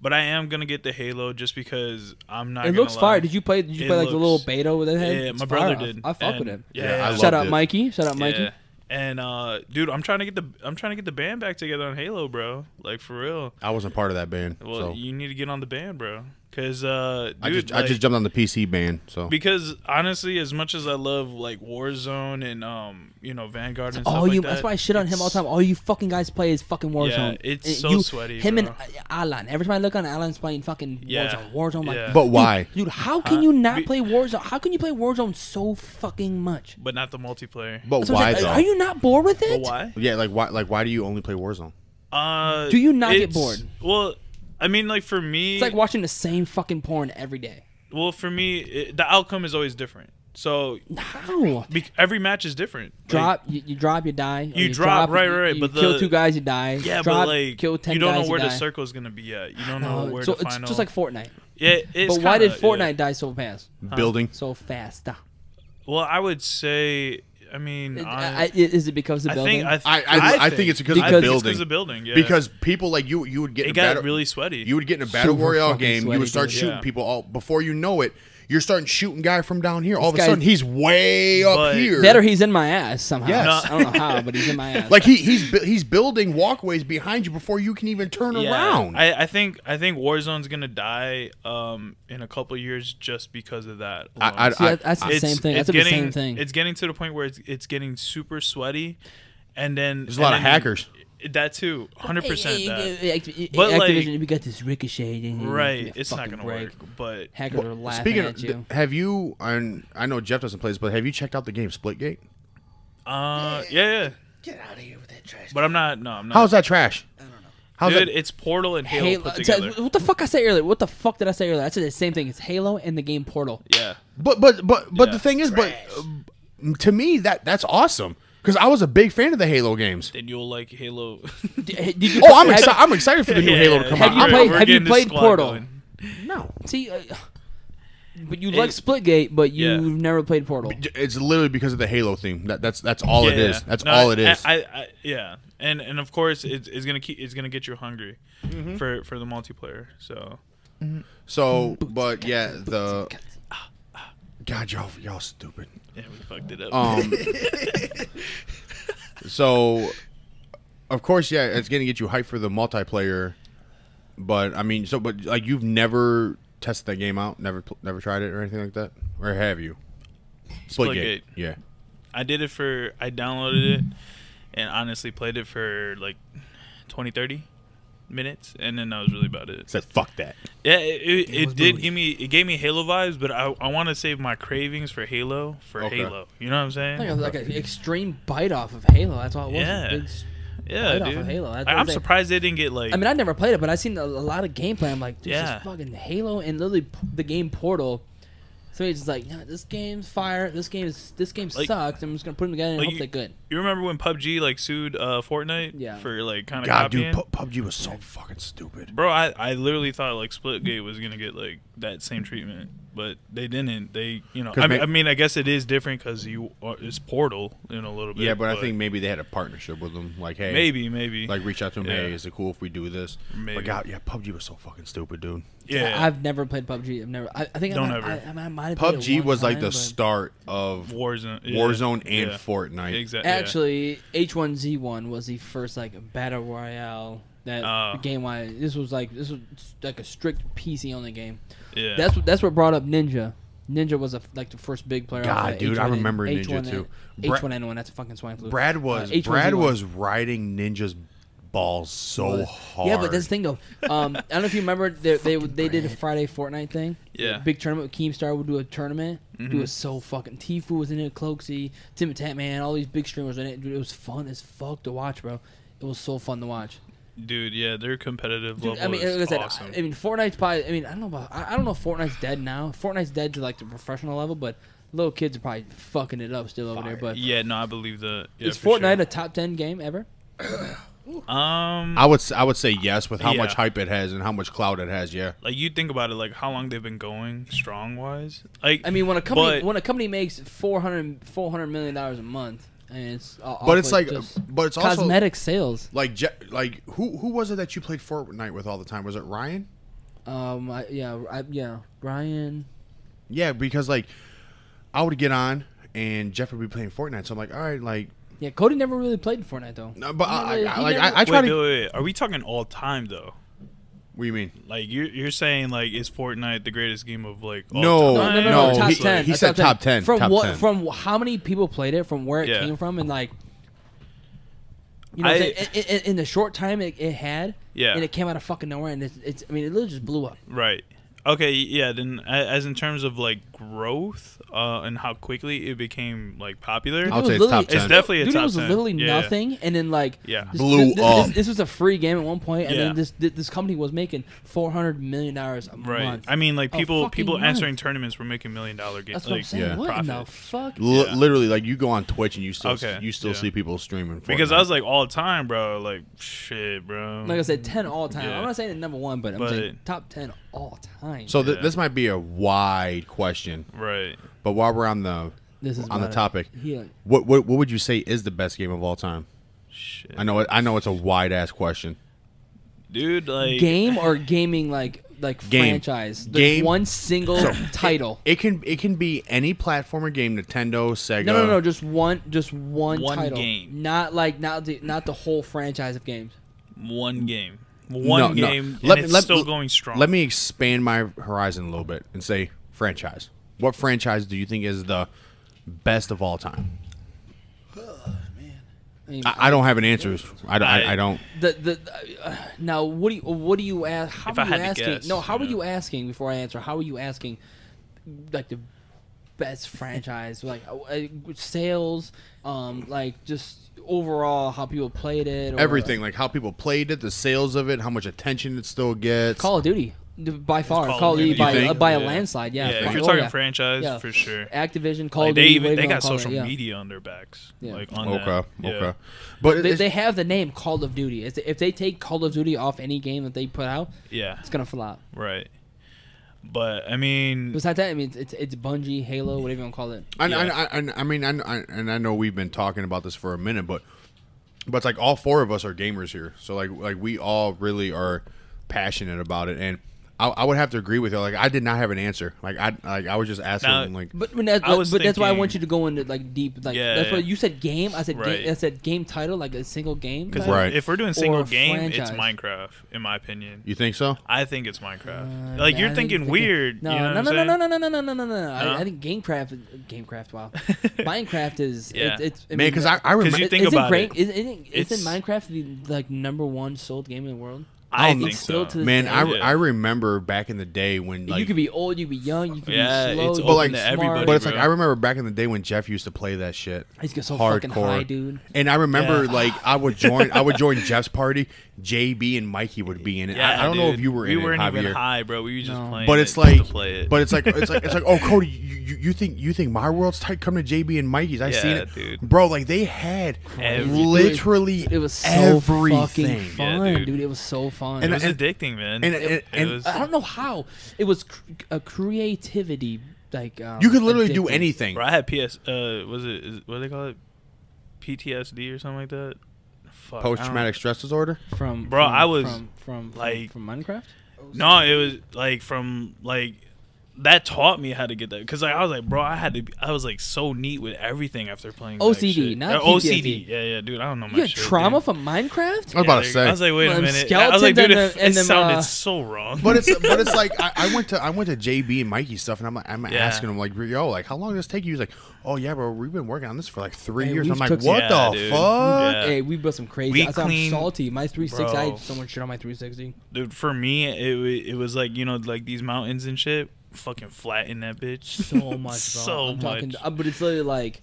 but I am gonna get the Halo just because I'm not.
It
gonna
looks
lie.
fire. Did you play? Did you
It
play like the little
looks-
beta with it?
Yeah,
had?
yeah,
It's
my
fire.
brother
I-
did.
I fuck with
and-
him.
Yeah,
Yeah, I
Shout
loved
out
it.
Mikey. Shout out Mikey.
Yeah. And uh, dude, I'm trying to get the I'm trying to get the band back together on Halo, bro. Like for real.
I wasn't part of that band,
Well,
so
you need to get on the band, bro. Cause uh, dude,
I just I
like-
just jumped on the PC band. So
because honestly, as much as I love like Warzone and um, you know Vanguard and stuff
All
like
you.
that,
that's why I shit on him all
it's-
the time. All you fucking guys play is fucking Warzone.
it's
And
so
you-
sweaty,
Him
bro.
and uh, Alan. Every time I look on Alan's playing fucking
Yeah,
Warzone. Warzone. Like,
yeah.
But
dude,
why?
dude? How can you not
Be-
play Warzone? How can you play Warzone so fucking much?
but not the multiplayer.
but
That's what
why
I'm saying.
though?
Are you not bored with
But
it?
why?
yeah, like why like why do you only play Warzone?
Uh,
Do you not get
it's-
bored?
Well, I mean, like for me,
It's like watching the same fucking porn every day.
well, for me, it, the outcome is always different. So
How?
be- every match is different. Like,
Drop you, you drop you die. or
You drop, right,
you-
right,
You
but
kill
the-
two guys, you die.
yeah, but
drop,
like
kill ten
you don't
guys,
know where
you
the
die.
circle is gonna be at. You don't know
No,
where
so
the
it's
final.
just like Fortnite.
It, it's
But why did
kinda-
Fortnite
yeah.
die so fast?
Building.
So fast. Ah.
Well, I would say. I mean,
Is-
I,
I- I- is it because of
I
building?
think I, th-
I- I- I think it's because
of
I
the
think it's
building.
because of building. Yeah.
Because people like you, you would get in
it
a
got
battle-
really sweaty.
You would get in a battle
Super
royale
fucking
game. You
sweaty,
would start
dude.
shooting
Yeah.
people all before you know it. You're starting shooting guy from down here. All
This
of a sudden,
guy's-
he's way up
But-
here.
Better he's in my ass somehow.
Yes.
No.
I don't know how, but he's in my ass.
like he he's bu- he's building walkways behind you before you can even turn
Yeah.
around.
I, I think I think Warzone's gonna die um, in a couple years just because of that.
I-
alone.
I-
See, that- that's the
It's-
same thing.
it's
That's the
getting-
same thing.
It's getting to the point where it's it's getting super sweaty, and then
There's a lot
and
of
then-
hackers.
That too, hundred percent. that. But,
But
like-
e-, we got this ricochet. and-
Right,
yeah,
it's not
fucking
gonna
break.
work. But
Hackers are laughing
Speaking
at
of,
you.
th- have you? And I know Jeff doesn't play this, but have you checked out the game Splitgate?
uh, yeah, yeah.
Get out of here with that trash.
But I'm not. No, I'm not.
How's that trash? I don't know. How's
Dude,
that?
it's Portal and Halo
Halo,
put
t-
together.
what the fuck I said earlier? What the fuck did I say earlier? I said the same thing. It's Halo and the game Portal.
yeah.
But but but but
Yeah.
the thing is, but uh, to me that that's awesome because I was a big fan of the Halo games.
Then you'll like Halo.
D- Did you?
Oh, I'm
have-
excited! I'm excited for the new
Yeah,
Halo to come
Have
out.
you
I'm-
we're-
played-
we're
have you
getting this
played
squad
Portal?
going.
no,
See, uh, but you
It-
like Splitgate, but you've
Yeah.
never played Portal.
it's literally because of the Halo theme. That, that's that's all Oh, it
Yeah,
is.
yeah.
That's
No,
all it
I-
is.
I, I, yeah, and and of course it's, it's gonna keep it's gonna get you hungry
Mm-hmm.
for for the multiplayer. So
so, but yeah, the
ah,
God, y'all y'all stupid.
yeah, we fucked it up.
Um, so, of course, yeah, it's gonna get you hyped for the multiplayer. But I mean, so but like you've never tested that game out, never pl- never tried it or anything like that, or have you?
Splitgate.
yeah.
I did it for I downloaded it and honestly played it for like 20, 30 minutes, and then that was really about it.
Said fuck that.
Yeah, it, it,
was
it did
booty.
give me it gave me Halo vibes, but I I want to save my cravings for Halo for
Okay.
Halo. You know what I'm saying?
I think it was like an extreme bite off of Halo. That's all it was.
Yeah.
Big s-
yeah,
bite off
dude.
of Halo. That's
I,
what
I'm
I'm saying.
surprised they didn't get like.
I mean, I never played it, but I've seen a, a lot of gameplay. I'm like, this
Yeah.
is fucking Halo and literally p- the game Portal. Somebody's just like, yeah, this game's fire. This game is this game
Like-
sucks. I'm just gonna put them together and
Like,
hope
you-
they're good.
you remember when PUBG like sued uh, Fortnite
Yeah.
for like kind of
God,
copying?
dude, Pu- PUBG was so fucking stupid.
Bro, I, I literally thought like Splitgate was gonna get like that same treatment, but they didn't. They you know
'Cause
I mean,
ma-
I mean I guess it is different because you are, it's Portal in a little bit.
Yeah, but I think maybe they had a partnership with them. Like, hey,
maybe maybe
like reach out to them.
Yeah.
Hey, is it cool if we do this?
Maybe.
But God, yeah, PUBG was so fucking stupid, dude.
yeah
I, have never played PUBG. I've never. I, I think
Don't
I, might-
ever.
I, I, I might have played it
PUBG
one
was like
time,
the
but-
start of
Warzone yeah.
Warzone and
Yeah.
Fortnite.
exactly
Actually, H1Z1 was the first like battle royale that
Oh.
game. I this was like this was like a strict PC only game.
yeah, yeah.
That's what that's what brought up Ninja. Ninja was a, like the first big player. off
God,
of
dude, I
H1N
remember Ninja,
H1N
too. Bra-
H1N1, that's a fucking swine flu.
Brad was
Uh, H1Z1.
Brad was riding Ninja's balls so hard.
Yeah, but that's the thing though. Um, I don't know if you remember they they, they did a Friday Fortnite thing.
Yeah.
Big tournament. Keemstar would do a tournament. Dude,
Mm-hmm.
It was so fucking. Tfue was in it. Cloaksy, Tim and Man, all these big streamers were in it. Dude, it was fun as fuck to watch, bro. It was so fun to watch.
dude yeah their competitive
Dude,
level
I mean,
is
like I said,
awesome.
I, I mean, Fortnite's probably. I mean, I don't know about. I, I don't know. if Fortnite's dead now. Fortnite's dead to like the professional level, but little kids are probably fucking it up still over there. But
yeah no I believe the yeah,
is
for
Fortnite a top ten game ever?
sure. um
I would s- I would say yes with how
Yeah.
much hype it has and how much clout it has. Yeah,
like you think about it like how long they've been going strong wise like
I mean, when a company
but-
when a company makes 400, 400 million dollars a month, and it's all
but it's
off
like
with just
but it's also
cosmetic sales.
like Je- like who who was it that you played Fortnite with all the time? Was it Ryan?
Um, I, yeah, I, yeah, Ryan.
Yeah, because like I would get on and Jeff would be playing Fortnite, so I'm like, all right, like,
Yeah, Cody never really played Fortnite though.
no, but I,
He
I, I
never-
like
he
I, I
wait,
try
wait,
to.
wait are we talking all time though
What do you mean?
Like you're you're saying like is Fortnite the greatest game of like all
No,
time?
no, no,
top
he-
ten.
he
a
said top 10,
From
top
what?
10.
From how many people played it? From where it
Yeah.
came from, and like, you know, what I'm
I-
saying? in, in, in the short time it, it had,
Yeah.
and it came out of fucking nowhere, and it's, it's I mean, it literally just blew up.
Right. Okay, yeah, then a- as in terms of like growth uh and how quickly it became like popular.
I'll
It was
say it's
literally-
top 10. It's
definitely a
dude,
top
it was
10.
literally
Yeah, yeah.
nothing, and then like
Yeah.
this,
Blew
this, this-
up.
This, was a free game at one point, and
Yeah.
then this thi- this company was making four hundred million dollars a
right.
month.
I mean like
A
people
Oh, fucking
people
month.
answering tournaments were making million dollar games
that's what
like
I'm saying.
yeah.
What in the
profit.
fuck?
Li-
Yeah.
Literally, like you go on Twitch and you still
Okay,
you still
yeah.
see people streaming Fortnite.
Because I was like all time, bro, like shit, bro.
Like I said, ten all time.
Yeah.
I'm not saying the number one, but I'm
But-
saying top ten all time. mind.
So th-
Yeah.
this might be a wide question,
Right.
but while we're on the
this is
on the
why-
topic,
Yeah.
what, what what would you say is the best game of all time?
Shit.
I know it, I know it's a wide ass question.
Dude, like
Game or gaming like like
Game.
franchise. There's
Game.
one single title.
It can it can be any platformer game, Nintendo, Sega.
No, no, no, just one, just one,
One
title.
game.
Not like not the not the whole franchise of games.
one game. One
Mm. No, no.
game and
Let me-
it's
let-
still going strong.
Let me expand my horizon a little bit and say franchise. What franchise do you think is the best of all time?
I mean,
I, I don't have an answer. I, don't- I, I don't.
the the uh, now what do you what do you ask? How
If
are
I
you
had to
asking?
guess,
no, how
you
are
know.
you asking? Before I answer, how are you asking? Like the best franchise, like uh, uh, sales, um, like just overall how people played it. Or,
Everything like how people played it, the sales of it, how much attention it still gets.
Call of Duty, d- by far,
Call
Call,
of
of Duty
Duty.
by
You think?
uh, by a
Yeah.
landslide. Yeah,
Yeah,
by-
if you're
oh,
talking
yeah.
franchise
Yeah.
for sure.
Activision, Call
Like
of
they
Duty,
even
waving
they
on
got
Call of-
social
yeah.
media on their backs.
Yeah.
Like on
okay,
that. Yeah.
okay. But
They,
it's-
they have the name Call of Duty. It's- If they take Call of Duty off any game that they put out,
Yeah.
it's gonna flop.
Right. But I mean
Besides that, I mean, it's it's, it's Bungie, Halo, whatever you want to call it.
I,
Yeah.
I, I, I mean, I, I, and I know we've been talking about this for a minute, but but it's like all four of us are gamers here, so like like we all really are passionate about it, and I, I would have to agree with you. Like I did not have an answer. Like I like I was just asking.
Now-
like
But when that,
I was
but that's why I
thinking-
want you to go into like deep. Like
Yeah,
that's
yeah.
what you said. Game. I said.
Right.
Game, I said game title, like a single game.
'Cause
title.
Right.
if we're doing single
Or
game, it's
franchise.
Minecraft, in my opinion.
you think so?
I think it's Minecraft.
Uh,
like
nah,
you're
I think
thinking weird.
No,
you know
no,
what
no,
I'm
no, no,
saying?
no, no, no, no, no, no, no.
Huh?
I, I think GameCraft, is- GameCraft. Wow, Minecraft is.
Yeah.
It, it's I
Man,
mean,
because I, I remember.
you think
isn't
about
Gra-
it,
Isn't, isn't,
it's-
isn't Minecraft the like number one sold game in the world?
I
Um,
think
it's still
so.
to the-
Man, I,
Yeah.
I remember back in the day when like
you could be old, you could be young, you could
Yeah,
be slow.
it's
you
open
like-
could
to
be smart.
everybody,
But it's
bro.
like I remember back in the day when Jeff used to play that shit.
He's get so fucking
hardcore,
high, dude.
And I remember
Yeah.
like I would join, I would join Jeff's party. JB and Mikey would be in it. I, I don't know if
dude.
you were
We
in
weren't
it,
even
Javier.
high, bro. We were just
No.
playing.
But
it
it's
just to
like,
play it.
but it's like, it's like, it's like, oh, Cody, you, you, you think you think my world's tight? Come to JB and Mikey's. I seen
Yeah,
it,
dude.
bro. Like they had
Everything.
literally
It was so fucking
everything.
fun,
Yeah, dude.
dude. It was so fun.
it
and-
was
and-
addicting,
and-
man.
and-
It
and-
was-
I don't know how it was cr- a creativity like. Um,
You could literally do
addictive.
anything.
Bro, I had PS. Uh, was it is, what do they call it? PTSD or something like that. Fuck, I don't-
Post traumatic stress disorder.
from
Bro,
from-
I was,
from from, from-
like-
from Minecraft.
No, it was like from like that taught me how to get that because like I was like, bro, I had to. Be, I was like so neat with everything after playing that
OCD,
shit.
not
Uh, OCD.
PTSD.
Yeah, yeah, dude. I don't know my
You had
shit,
trauma
dude.
from Minecraft.
I was about to
Yeah, like,
say.
I was like, wait a
Them
minute. I was like,
skeletons
dude,
and
it,
the- and
it
them,
sounded
uh,
so wrong.
But it's but it's like I, I went to I went to JB and Mikey's stuff, and I'm like I'm
Yeah.
asking him like yo like how long does this take you? He's like, oh yeah, bro, we've been working on this for like three
Hey,
years.
we
I'm like,
took-
what
Yeah,
the
dude.
fuck?
Yeah.
Hey, we built some crazy.
We
I saw
clean-
salty. My 360. I
Bro.
had someone shit on my 360.
dude, for me, it wa- it was like you know like these mountains and shit. Fucking flatten that bitch
So much. Bro.
so
I'm
much.
Talking, uh, but it's literally like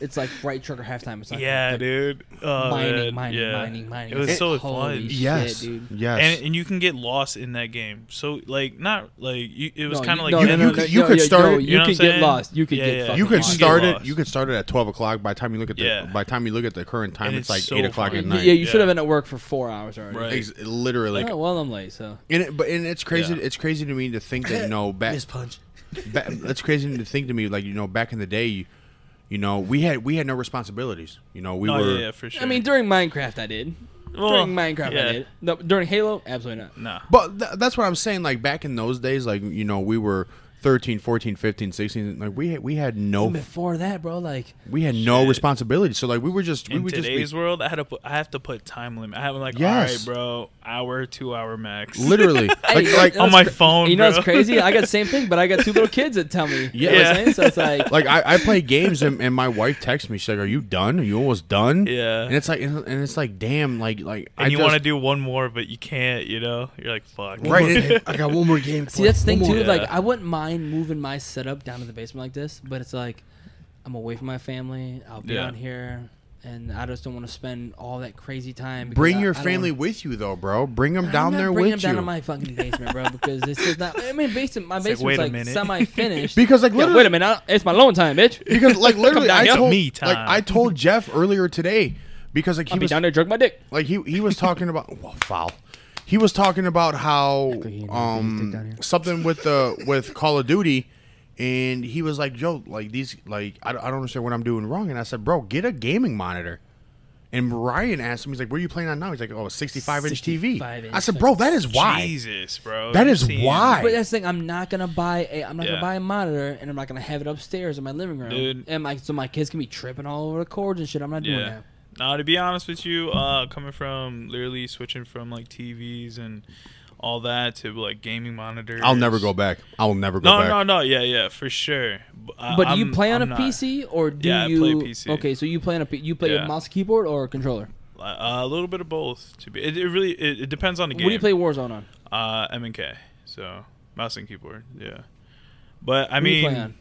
it's like right trigger halftime. It's like
yeah, dude. Oh,
mining,
man.
mining,
Yeah.
mining, mining.
It was
It's
so
like,
fun.
holy
Yes,
Shit, dude.
yes.
And, and you can get lost in that game. So like not like you, it was
No,
kind of like
you- no,
you,
no,
you
no,
could-
no,
you
no,
could
yo,
start-
yo,
You know
You
what I'm
could get
saying?
lost. You could
Yeah,
get
yeah.
fucking
you could
can
lost.
get
start it.
lost.
You could start it at twelve o'clock. By the time you look at the
Yeah.
by the time you look at the current time,
And
it's,
it's
like
so
eight o'clock at
fun.
night.
Yeah, you should
Yeah.
have been at work for four hours already.
Right.
Ex- literally.
Oh, well, I'm late, so
And it, but and it's crazy.
Yeah.
It's crazy to me to think that you know back.
Miss punch.
back it's crazy to think to me like you know back in the day, you, you know we had we had no responsibilities. You know we
no,
were.
Oh, yeah, yeah, for sure.
I mean, during Minecraft, I did.
Well,
during Minecraft,
yeah.
I did. No, during Halo, absolutely not.
nah.
But th- that's what I'm saying. Like back in those days, like you know we were 13, 14, 15, 16. Like we had, we had no
Before that, bro, like
we had no
Shit.
responsibilities. So like we were just we
in
would just
today's
be,
world, I had to put, I have to put time limit. I have like,
Yes.
all right, bro, hour, two hour max.
literally like
Hey,
like
that's
on my
cra-
phone,
You know
bro.
what's crazy? I got the same thing, but I got two little kids that tell me. You know what
Yeah.
I'm saying? So it's like,
like I, I play games and, and my wife texts me she's like are you done are you almost done
Yeah.
and it's like and and it's like damn like like
and
I
you want to
just-
do one more, but you can't. You know, you're like, fuck.
Right.
I got one more game.
see, that's the thing too.
Yeah.
Like, I wouldn't mind moving my setup down to the basement like this, but it's like I'm away from my family. I'll be
Yeah.
on here, and I just don't want to spend all that crazy time. because
bring
I-
your
I don't
family
wanna-
with you though bro bring them
I'm
down
not
there
bringing
with
them
you
down to my fucking basement, bro, because it's just not. I mean, basement. My
like, wait
basement's
a
like,
minute.
semi-finished.
because like
Yo,
literally
wait a minute, I, it's my loan time, bitch.
because like literally
down
I
here.
told
Me
like
time.
I told Jeff earlier today because like he
I'll be
was
down there jerking my dick.
like he he was talking about well, foul he was talking about how
Echo, you know, you stick down
um
here.
something with the with Call of Duty, and he was like, "Yo, like these, like I, don't- I don't understand what I'm doing wrong." And I said, "Bro, get a gaming monitor." And Ryan asked him, he's like, "What are you playing on now?" He's like, "Oh, a 65 inch TV."
65 inch.
I said, "Bro, that is why.
Jesus, bro.
That
You
is
seeing-
why."
But that's the thing. I'm not gonna buy a. I'm not
Yeah.
gonna buy a monitor, and I'm not gonna have it upstairs in my living room.
Dude.
And my so my kids can be tripping all over the cords and shit. I'm not doing
Yeah.
that.
Now, to be honest with you, uh, coming from literally switching from like TVs and all that to like gaming monitors.
I'll never go back. I will never go
No,
back.
no, no. Yeah, yeah, for sure. B- I-
But do you
I'm-
play on
I'm
a
not-
PC or do
Yeah, I play
you?
PC.
Okay, so you play on a P- you play
Yeah.
a mouse keyboard or a controller.
Uh, a little bit of both. To be, it, it really it, it depends on the game.
What do you play Warzone on?
Uh, M and K. So mouse and keyboard. Yeah. But I
What do you play
mean,
on?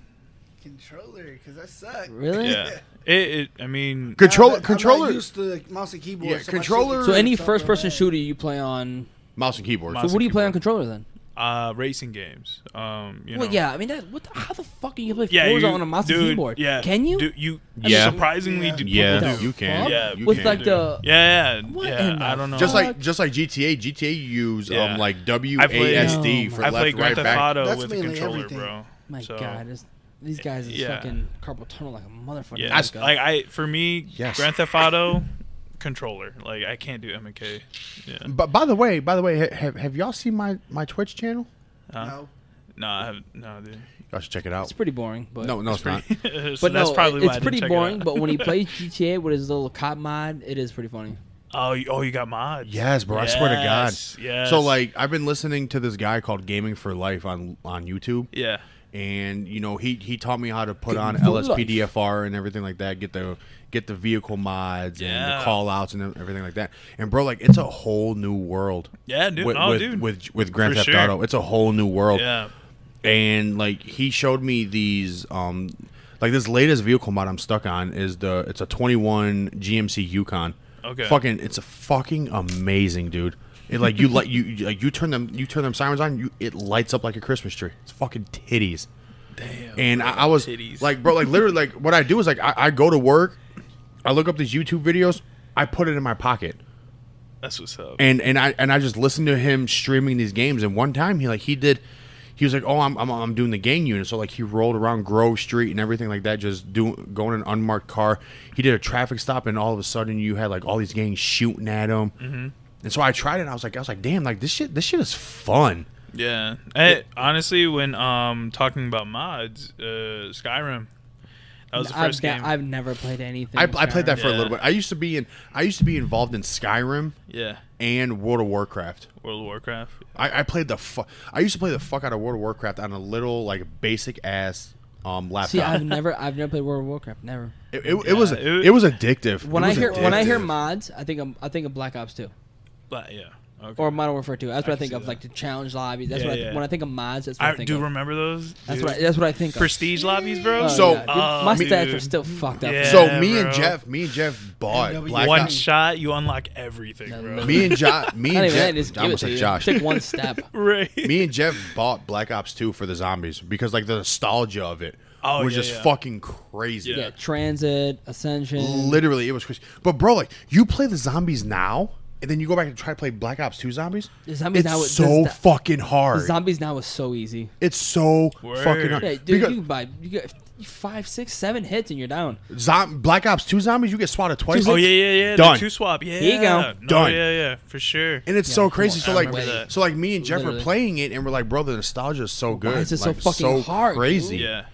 Controller, because I suck.
Really?
yeah. It, it. I mean,
Uh, Controller,
I'm not-
controller,
I'm not used to like, mouse and keyboard.
Yeah,
so my shit
controller-
gets
So any
fucked up
first person
real bad.
shooter you play on?
mouse and keyboard.
Mouse-
So what do you play on
keyboard.
controller then?
uh, racing games. Um, you know.
Well, yeah. I mean, that, what the, how the fuck can you play
Yeah,
Warzone
you-
on a mouse
dude,
and keyboard?
Yeah,
Can you?
Do, you
Yeah.
surprisingly do.
yeah,
What the
you can.
fuck?
Yeah,
you
With
can.
like the
Yeah, yeah,
What
yeah.
in the
I don't know.
just like
fuck?
just like GTA, GTA use
Yeah.
um like W
I
A
played-
S D
No.
for
I
left,
played Grand
right,
Theft
back.
Auto
That's
with a
mainly
controller,
everything.
bro.
my
so,
god, this, these guys is
Yeah.
fucking carpal tunnel like a motherfucker.
Yeah, that's-
Let's go.
like I for me,
Yes.
Grand Theft Auto controller. Like I can't do M and K. Yeah,
But by the way, by the way, ha- have, have y'all seen my my Twitch channel?
Huh?
No.
no, I have no, dude.
Y'all should check it out.
it's pretty boring, but
No, no, it's not.
so
but
that's
no,
probably
it-
why I
it's
didn't
pretty
check it
boring.
out.
but when he plays GTA with his little cop mod, it is pretty funny.
oh, you, oh, you got mods.
Yes, bro. I swear to God.
Yes, yes.
So like, I've been listening to this guy called Gaming for Life on on YouTube,
yeah,
and you know he he taught me how to put on
Gaming for Life.
LSPDFR and everything like that. Get the get the vehicle mods and
Yeah.
the call outs and everything like that. And bro, like it's a whole new world.
Yeah, dude.
With
Oh,
with,
dude.
with with Grand
For
Theft
sure.
Auto, it's a whole new world.
yeah.
and like he showed me these um like this latest vehicle mod I'm stuck on is the it's a 21 GMC Yukon.
Okay.
Fucking it's a fucking amazing, dude. It like you like you you- like you turn them you turn them sirens on, you it lights up like a Christmas tree. It's fucking titties. Damn. And I, I was
Titties.
like bro like literally like what I do is like I, I go to work, I look up these YouTube videos, I put it in my pocket
That's what's up.
and and I and I just listened to him streaming these games. And one time he like he did, he was like, "Oh, I'm I'm, I'm doing the gang unit." So like he rolled around Grove Street and everything like that, just doing going in an unmarked car. He did a traffic stop, and all of a sudden you had like all these gangs shooting at him. Mm-hmm. And so I tried it. And I was like, I was like, "Damn, like this shit, this shit is fun."
Yeah. Hey, honestly, when um talking about mods, uh, Skyrim, that was the
I've,
first
ne-
game.
I've never played anything.
I,
with
I played that
Skyrim.
for a little
Yeah.
bit. I used to be in I used to be involved in Skyrim
yeah,
and World of Warcraft.
World of Warcraft.
I, I played the fu- I used to play the fuck out of World of Warcraft on a little like basic ass um laptop.
See, I've never, I've never played World of Warcraft. Never.
It, it, it was
Yeah,
it,
it-
was addictive.
When
It
I
was
hear when I hear
addictive.
mods, I think I'm, I think of Black Ops 2
But yeah. Okay.
or Modern Warfare 2. That's what I,
can
think
see
of,
that.
like the challenge lobbies. That's
Yeah,
what I,
yeah.
when I think of mods. That's what I,
I
think
do
of.
remember those.
that's
dude.
what I, that's what I think. of.
Prestige lobbies, bro.
Oh,
So- uh,
yeah. Dude,
Oh,
my stats are
dude.
still fucked up.
Yeah.
So me and
bro.
Jeff, me and Jeff bought
NW.
Black
one
Ops.
shot, you unlock everything, bro.
me and Josh, me and
Not even that,
Jeff, I
just give it
almost
to
said
you.
Josh.
Take one step.
right.
Me and Jeff bought Black Ops Two for the zombies because like the nostalgia of it
Oh,
was
yeah,
just
yeah.
fucking crazy.
Yeah.
Yeah, transit, ascension.
Literally, it was crazy. But bro, like you play the zombies now, and then you go back and try to play Black Ops Two zombies.
The zombies
it's
now-
so
the-
fucking hard.
Zombies now is so easy.
it's so
Word.
fucking hard.
Yeah, dude,
Because
you can buy you get five, six, seven hits and you're down.
zom- Black Ops Two zombies, you get swatted twice.
Oh yeah, yeah, yeah.
Done.
The two swap. Yeah.
you go.
No,
Done.
Yeah, yeah, for sure.
And it's so crazy.
on,
So
I
like,
remember that.
so like me and Jeff were
Literally.
playing it, and we're like, bro, the nostalgia is so good.
is it so
like,
fucking hard,
Crazy.
yeah.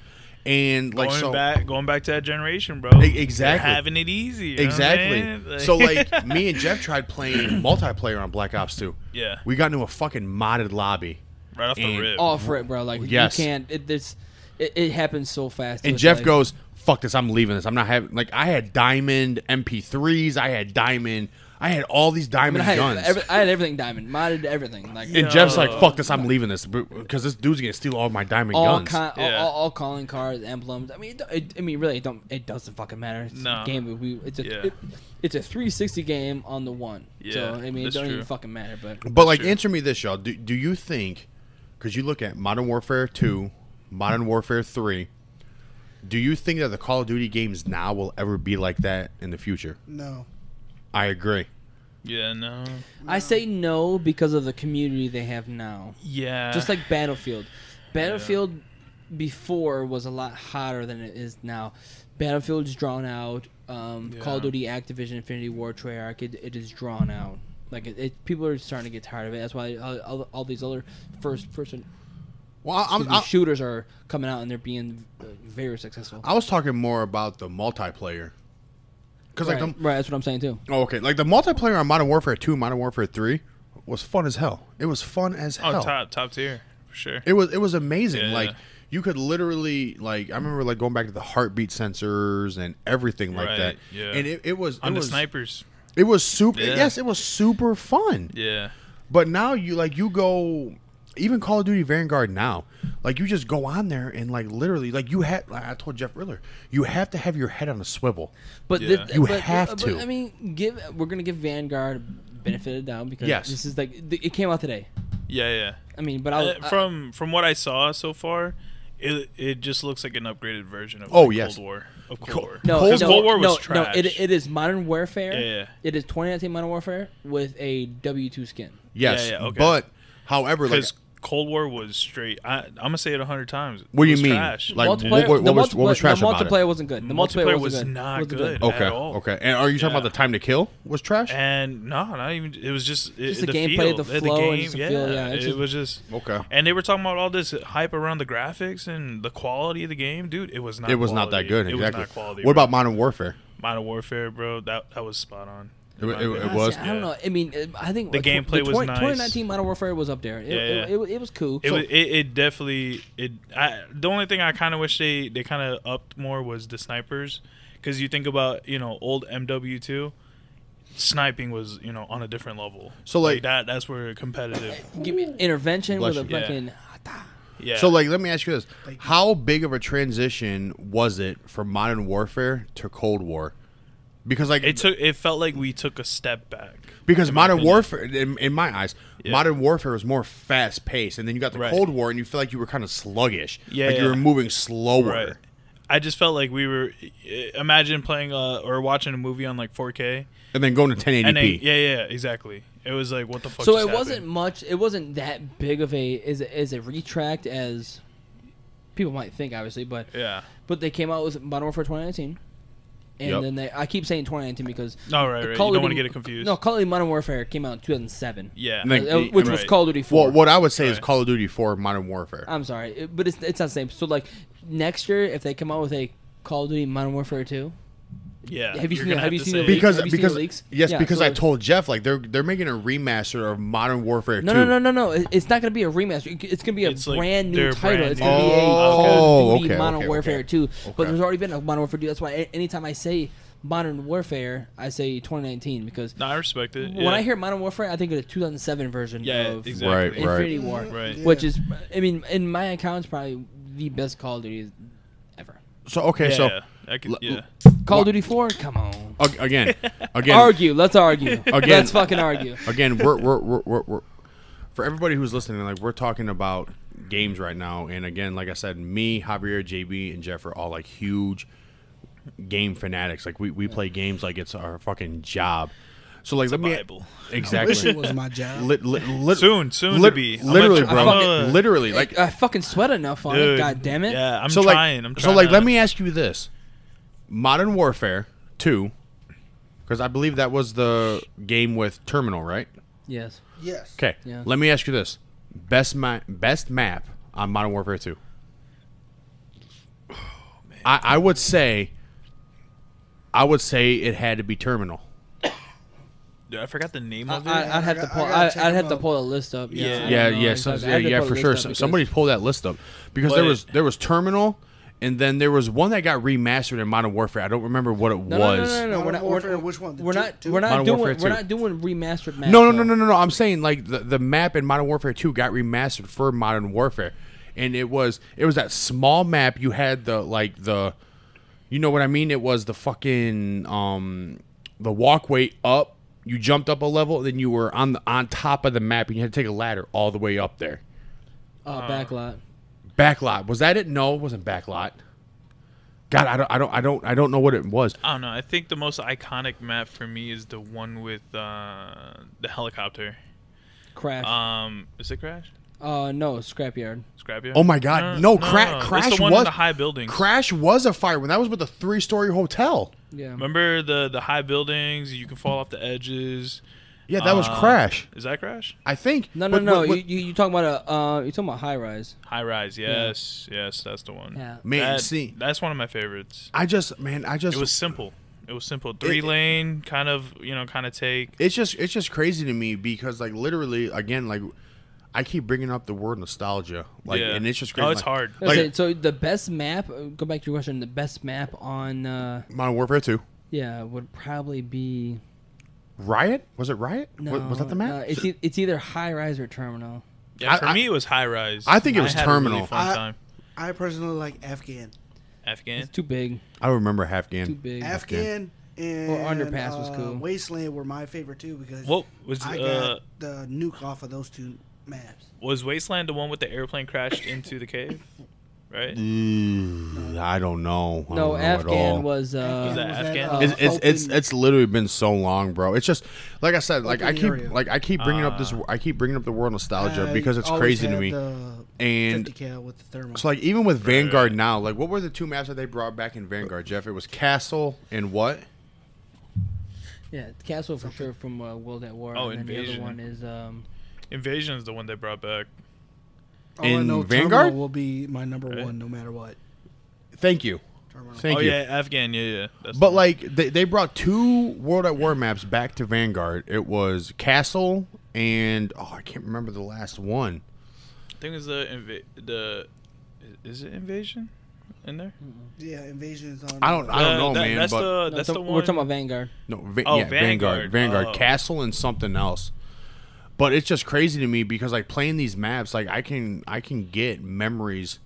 And like
going
so.
back, going back to that generation, bro.
E- exactly.
They're having it easy. you know what I'm
Exactly.
saying?
so like me and Jeff tried playing multiplayer on Black Ops 2.
Yeah.
We got into a fucking modded lobby.
right off the
and-
rip.
Offer it, bro. Like
Yes.
you can't. It, there's, it, it happens so fast.
And
It's
Jeff
like-
goes, "Fuck this! I'm leaving this. I'm not having." Like I had diamond MP3s. I had diamond. I had all these
I, mean,
diamond
I, had,
guns.
every, I had everything diamond, modded everything. Like
and Jeff's like,
Yo.
"Fuck this! I'm leaving this because this dude's gonna steal all my diamond
all,
guns."
con-
Yeah.
all, all, all calling cards, emblems. I mean, it, don't- it, I mean, really, it don't. It doesn't fucking matter. It's
No.
a game. but We, it's a,
Yeah.
it- it's a 360 game on the one.
Yeah,
so I mean, it
that's
don't
true.
even fucking matter. But
But like,
true.
answer me this, y'all. Do, do you think? Because you look at Modern Warfare Two, Modern Warfare Three. Do you think that the Call of Duty games now will ever be like that in the future?
No.
I agree.
Yeah, no.
I say no because of the community they have now.
Yeah.
Just like Battlefield. Battlefield before was a lot hotter than it is now. Battlefield is drawn out. Um, Call of
Yeah.
Duty, Activision, Infinity War, Treyarch, it, it is drawn out. Like it, it, people are starting to get tired of it. That's why all, all, all these other first-person
Well, I- I'm,
excuse me,
I,
shooters are coming out and they're being uh, very successful.
I was talking more about the multiplayer. Because,
Right,
like, the,
right, that's what I'm saying too.
oh, okay. Like, the multiplayer on Modern Warfare 2, Modern Warfare 3 was fun as hell. It was fun as
oh,
hell.
top top tier for sure.
It was it was amazing.
Yeah.
Like you could literally like I remember like going back to the heartbeat sensors and everything like
Right,
that.
yeah.
And it, it was it
On the
was
snipers.
it was super
Yeah.
yes, it was super fun.
Yeah.
But now you like you go even Call of Duty Vanguard now, like you just go on there and like literally like you had like I told Jeff earlier, you have to have your head on a swivel.
But
Yeah.
the,
You
but-
have
but,
to.
I mean, give we're gonna give Vanguard benefit of the doubt because
Yes.
this is like th- it came out today.
Yeah, yeah.
I mean, but I'll,
Uh, from from what I saw so far, it it just looks like an upgraded version of
Oh,
like,
yes.
Cold War. Of Cold
Co-
War.
No,
Cold-
no,
Cold War was
no,
trash.
No, it, it is Modern Warfare.
Yeah, yeah.
It is 2019 Modern Warfare with a W2 skin.
Yes.
yeah, okay.
But however like
because Cold War was straight. I, I'm gonna say it a hundred times.
What do
It
you
was
mean?
trash.
Like,
Multiplayer-
what- what
the
was- what was
multiplayer-
trash
The
about it?
multiplayer wasn't good. The multiplayer,
Multiplayer
wasn't
was
good.
not
Wasn't
good.
Okay.
at all.
Okay. And are you talking
Yeah.
about the time to kill was trash?
and no, not even. It was just it,
Just the
the,
gameplay,
feel,
the flow, and
game,
just the
yeah,
feel, yeah,
It
it's just-
was just
Okay.
And they were talking about all this hype around the graphics and the quality of the game, dude. It was not.
it was not that
quality.
good,
It was
exactly.
not quality,
what
bro.
about Modern Warfare?
Modern Warfare, bro? That that was spot on.
It wa-
In my
it wa-
opinion.
it was-
I don't know. I mean, it- I think
The
tw-
gameplay was
20-
nice.
2019 Modern Warfare was up there. It,
Yeah,
it,
yeah.
it, it was cool.
It,
So-
was, it, it definitely it. I, the only thing I kind of wish they they kind of upped more was the snipers, because you think about you know old MW two, sniping was you know on a different level.
So, like-
that that's where competitive.
give me intervention
Bless
with a
you.
Yeah.
fucking.
Yeah.
So, like, let me ask you this: How big of a transition was it from Modern Warfare to Cold War? Because like
it took it felt like we took a step back.
because
in my
Modern
opinion.
Warfare, in, in my eyes,
Yeah.
Modern Warfare was more fast paced, and then you got the
Right.
Cold War, and you feel like you were kind of sluggish.
Yeah,
like you
yeah.
were moving slower.
Right. I just felt like we were. Imagine playing uh, or watching a movie on like 4K,
And then going to 1080p.
and then, yeah, yeah, exactly. It was like what the fuck.
So
just
it wasn't
happened?
much. It wasn't that big of a is is a retract as people might think, obviously, but
Yeah.
but they came out with Modern Warfare 2019. And
Yep.
then they, I keep saying 2019 because
No, right, right.
Call
you
of
don't want to
Duty-
get it confused.
No, Call of Duty Modern Warfare came out in 2007.
Yeah.
Like,
Uh, which was
Right.
Call of Duty 4.
Well, what I would say is
Right.
Call of Duty for Modern Warfare.
I'm sorry, it- but it's it's not the same. So like next year, if they come out with a Call of Duty Modern Warfare 2,
Yeah.
Have you
you're
seen the-
gonna
have you
to
seen the
say-
leak?
because
Have you seen the
because
leaks?
yes,
Yeah,
because
so-
I told Jeff like they're they're making a remaster of Modern Warfare
no,
2.
no, no, no, no, it- it's not gonna be a remaster. It- It's gonna be a
It's like
brand new
they're
title.
brand
it's
new.
gonna be a Call
Oh,
of Duty
okay,
Modern
okay,
Warfare
okay.
2. But
Okay.
there's already been a Modern Warfare 2. That's why a- anytime I say Modern Warfare, I say 2019 because
No, I respect it.
when
yeah.
I hear Modern Warfare, I think of the 2007 version
yeah,
of
exactly. Mm,
Right.
Infinity War,
Right.
Yeah.
which is, I mean, in my account, it's probably the best Call of Duty ever.
So okay,
Yeah,
so
yeah. I could,
L-
yeah.
Call
Wha-
of Duty 4, come on.
ag- again, again,
Argue. Let's argue.
Again.
Let's fucking argue.
again we're we're, we're, we're, we're for everybody who's listening like we're talking about games right now and again like i said me javier jb and jeff are all like huge game fanatics like we, we play games like it's our fucking job so like let me
Bible.
Wish
exactly
it was my job.
Lit- lit- lit-
Soon, soon to
lit-
be. I'm
literally
gonna-
bro
I'm gonna-
literally like
I fucking sweat enough on it.
Dude,
God damn it.
Yeah, I'm
so
trying.
like
I'm
so
trying.
like
to-
let me ask you this modern warfare 2 because i believe that was the game with terminal right
Yes.
Yes.
Okay.
Yeah.
Let me ask you this: best ma- best map on Modern Warfare Two.
Oh,
I, I would say, I would say it had to be Terminal.
Dude, I forgot the name
I,
of it.
I'd have to
gotta- I
pull.
gotta
I,
check
I'd have
them
to
out.
pull a list up. Yeah. I don't
Yeah,
know
yeah,
exactly.
some,
I
yeah,
had to
yeah,
pull a
for
list
sure.
up
Some,
because-
somebody pull that list up because there
But-
was there was Terminal, and then there was one that got remastered in Modern Warfare. I don't remember what it
No,
was.
No, no, no, no.
Modern
We're not.
Warfare,
We're,
which one? The
we're
two-
not.
two?
We're not
Modern
doing.
Warfare two.
We're not doing remastered maps.
No, no, no,
though.
no, no, no. I'm saying like the, the map in Modern Warfare 2 got remastered for Modern Warfare, and it was it was that small map. You had the like the, you know what I mean? It was the fucking um the walkway up. You jumped up a level, then you were on the on top of the map, and you had to take a ladder all the way up there.
Oh, backlot.
Backlot was that it? No, it wasn't backlot. God, I don't, I don't, I don't, I don't know what it was.
I don't know. I think the most iconic map for me is the one with uh, the helicopter.
Crash.
Um, is it Crash?
Uh, no, scrapyard.
Scrapyard.
Oh my God, no, Cra- Crash
It's the one
was-
in the high buildings.
Crash was a fire when that was with a three-story hotel.
Yeah.
Remember the the high buildings? You can fall off the edges.
Yeah, that was
Uh,
Crash.
Is that Crash?
I think.
No, no,
But-
no.
but- but-
you, you you talking about a uh? You talking about high rise?
High rise. Yes, yes, that's the one.
Yeah.
man,
That-
see,
that's one of my favorites.
I just, man, I just.
It was simple. It was simple. Three
It-
lane, kind of, you know, kind of take.
it's just, it's just crazy to me because, like, literally, again, like, I keep bringing up the word nostalgia, like,
yeah.
and it's just crazy.
Oh, it's
like,
hard.
That's
Like-
it. so the best map. uh, Go back to your question. The best map on uh,
Modern Warfare Two,
yeah, would probably be.
Riot was it Riot? Wa-
No,
was, that the map?
uh, it's e- it's either high rise or terminal.
Yeah,
I-
for
I-
me, it was high rise.
I think it was
had A
Terminal.
really fun
I-
time.
I personally like Afghan.
Afghan.
It's too big.
I remember Afghan.
Too big.
Afghan and
Underpass was
uh,
cool.
Wasteland were my favorite too because
What was
I
uh
got the nuke off of those two maps.
was Wasteland the one with the airplane crashed into the cave? Right.
Mm, I don't know. I don't
No,
know at all.
Afghan was uh.
Was that Afghan?
uh,
it's, it's it's
open-
it's literally been so long, bro. It's just like I said, like I
Open
keep
area.
like I keep bringing up this
Ah.
I keep bringing up the word nostalgia
Uh,
I
because it's
always
crazy to
had
me.
the
And
50 cal with the thermal.
it's like even with Vanguard now, like what were the two maps that they brought back in Vanguard, Jeff? It was Castle and what?
Yeah, Castle for sure from uh, World at War.
Oh,
and then the other
Invasion.
one is um.
Invasion is the one they brought back.
All I
in
know,
Vanguard?
Terminal will be my number
Right.
one no matter what.
Thank you,
Terminal.
thank
oh
you.
yeah, Afghan. Yeah, yeah. That's
But
the-
like they, they brought two World at War maps back to Vanguard. It was Castle and oh I can't remember the last one.
I think it was the inva- the is it Invasion in there?
Yeah, Invasion is on.
I don't I
Uh,
don't know
that-
man,
That's
but
the
no,
that's
so-
the one.
We're talking about Vanguard.
No, Va-
Oh,
yeah, Vanguard,
Vanguard.
Vanguard,
Oh.
Castle, and something else. But it's just crazy to me because like playing these maps, like I can I can get memories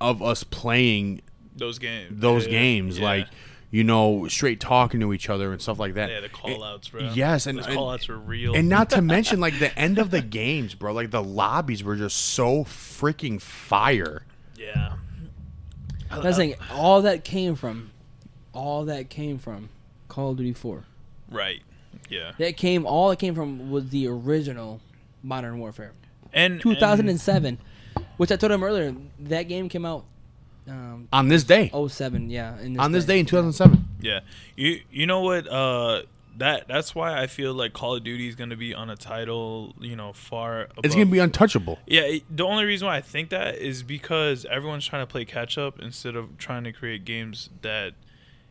of us playing
those games.
those
Yeah,
games,
yeah.
like you know, straight talking to each other and stuff like that.
yeah, the call outs, bro.
yes, and-
those
and-
call outs were real.
and not to mention like the end of the games, bro. Like the lobbies were just so freaking fire.
yeah,
That's the thing. All that came from, all that came from, Call of Duty Four.
right. Yeah,
That came all that came from was the original Modern Warfare.
and
2007, which I told him earlier, that game came out um,
On Oh, this day,
07, yeah. In
on this day in 2007,
and- yeah, you you know what? Uh, that that's why I feel like Call of Duty is gonna be on a title. You know, far. Above.
it's gonna be untouchable.
Yeah, it- the only reason why I think that is because everyone's trying to play catch up instead of trying to create games that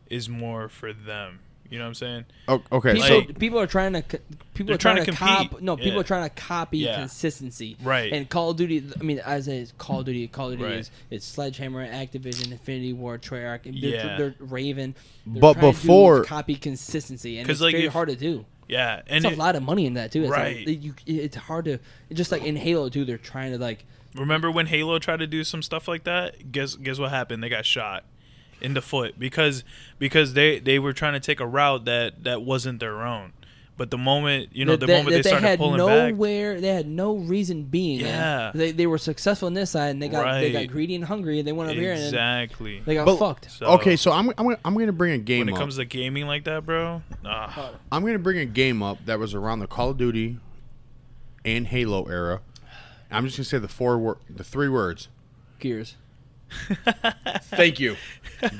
is more for them. You know what I'm saying?
Oh, okay,
People,
so
Like-
people are trying to co- people
They're
are trying,
trying
to,
to
cop
compete.
no people
Yeah.
are trying to copy
Yeah.
consistency
Right.
and Call of Duty I mean as is Call of Duty Call of Duty
Right.
is it's Sledgehammer Activision Infinity War Treyarch and they're,
Yeah.
they're Raven they're
But
trying to
before-
copy consistency and
'Cause,
it's
like,
very
if-
hard to do
Yeah, and
it's
it-
a lot of money in that too it's like,
Right.
you, it's hard to just like in Halo too they're trying to like
Remember when Halo tried to do some stuff like that? Guess guess what happened? They got shot in the foot because because they they were trying to take a route that that wasn't their own. But the moment you know
that-
the
that-
moment
that
they started
had
pulling back,
nowhere, they had no reason being there.
Yeah.
They, they were successful on this side, and they got they got
Right.
greedy and hungry, and they went over here and then
exactly.
they got
But-
fucked.
So,
okay, so I'm I'm, gonna- I'm gonna bring a game
when it
up.
comes to gaming like that, bro, ah,
I'm gonna bring a game up that was around the Call of Duty and Halo era. I'm just gonna say the four wor- the three words.
Gears,
Thank you.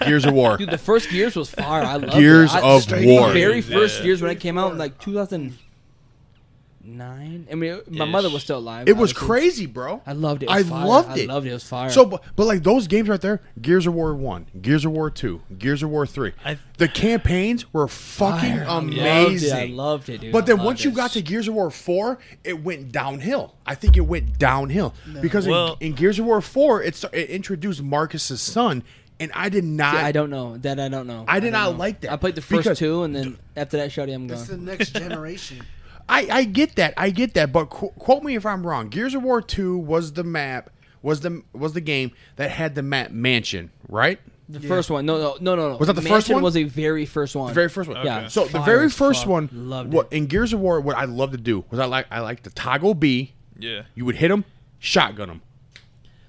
Gears of War.
dude. The first Gears was fire. I love
Gears
it. I,
of
the
War.
very
Yeah.
first Gears when it came out in like 2009. I mean, my
Ish.
mother was still alive.
It was
obviously.
crazy, bro.
I loved it. it
I
was fire.
loved it.
I loved it. It was fire.
So, but, but like those games right there, Gears of War one, Gears of War two, Gears of War three.
I-
the campaigns were fucking
Fire. I loved it.
amazing.
I loved it, dude.
But then
I
once
loved
you
it.
got to Gears of War 4, it went downhill. I think it went downhill because in-
Well-
in, Gears of War 4, it, sta- it introduced Marcus's son, and I did not.
See, I don't know that. I don't know.
I did
don't
not
know.
like that,
I played the first
because-
two, and then after that, shawty, I'm
It's the
gone.
next generation.
I, I get that. I get that. But qu- quote me if I'm wrong. Gears of War 2 was the map was the was the game that had the map mansion, right?
The first one, no, no, no, no, no.
Was that the
Mansion
first one?
Was the very first one.
The very first one.
Yeah.
So the
Fire
very
as
first
fuck.
one,
Loved
what
it.
in Gears of War, what I love to do was I like I like to toggle B.
yeah,
You would hit him, shotgun him,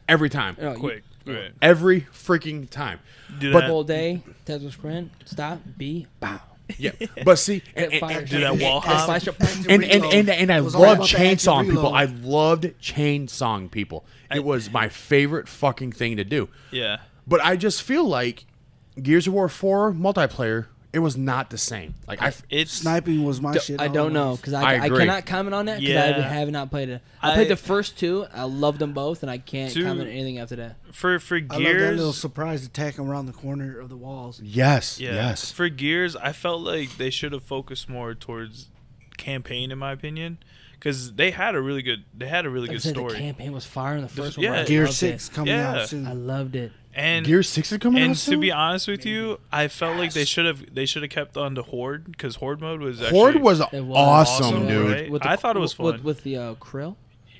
every time.
No, you-
quick. Right.
every freaking time.
Do
But-
that.
All day, Tesla sprint, stop, B, bow.
Yeah, but see, and,
Hit
and,
fire.
and,
do that wall
Hit
hop.
flash up. Boom.
and, and, and, and I
It was all
love
about the action
chainsawing people.
reload.
I loved chainsawing people. It was my favorite fucking thing to do.
Yeah.
But I just feel like Gears of War 4 multiplayer, it was not the same. Like I,
It's
Sniping was my shit.
I don't know
always.
because
I
I, I,
agree.
cannot comment on that because I
Yeah.
have not played it. I, played
I-
the first two. I loved them both, and I can't
Two-
comment on anything after that.
for for
I love that little
gears.
surprise attack around the corner of the walls.
yes,
Yeah.
yes.
For Gears, I felt like they should have focused more towards campaign, in my opinion, because they had a really good they had a really
Like I
good
said, the
story.
campaign was fire in the first one.
yeah.
but I
Gear
loved
Six
It.
coming
Yeah.
out soon.
I loved it.
And
Gear 6 is coming
and
out
to
soon?
be honest with you, I felt like they should have they should have kept on to Horde because Horde mode was actually,
Horde was,
It was
awesome,
awesome,
dude.
right? I thought it was
with,
fun.
with the uh, krill.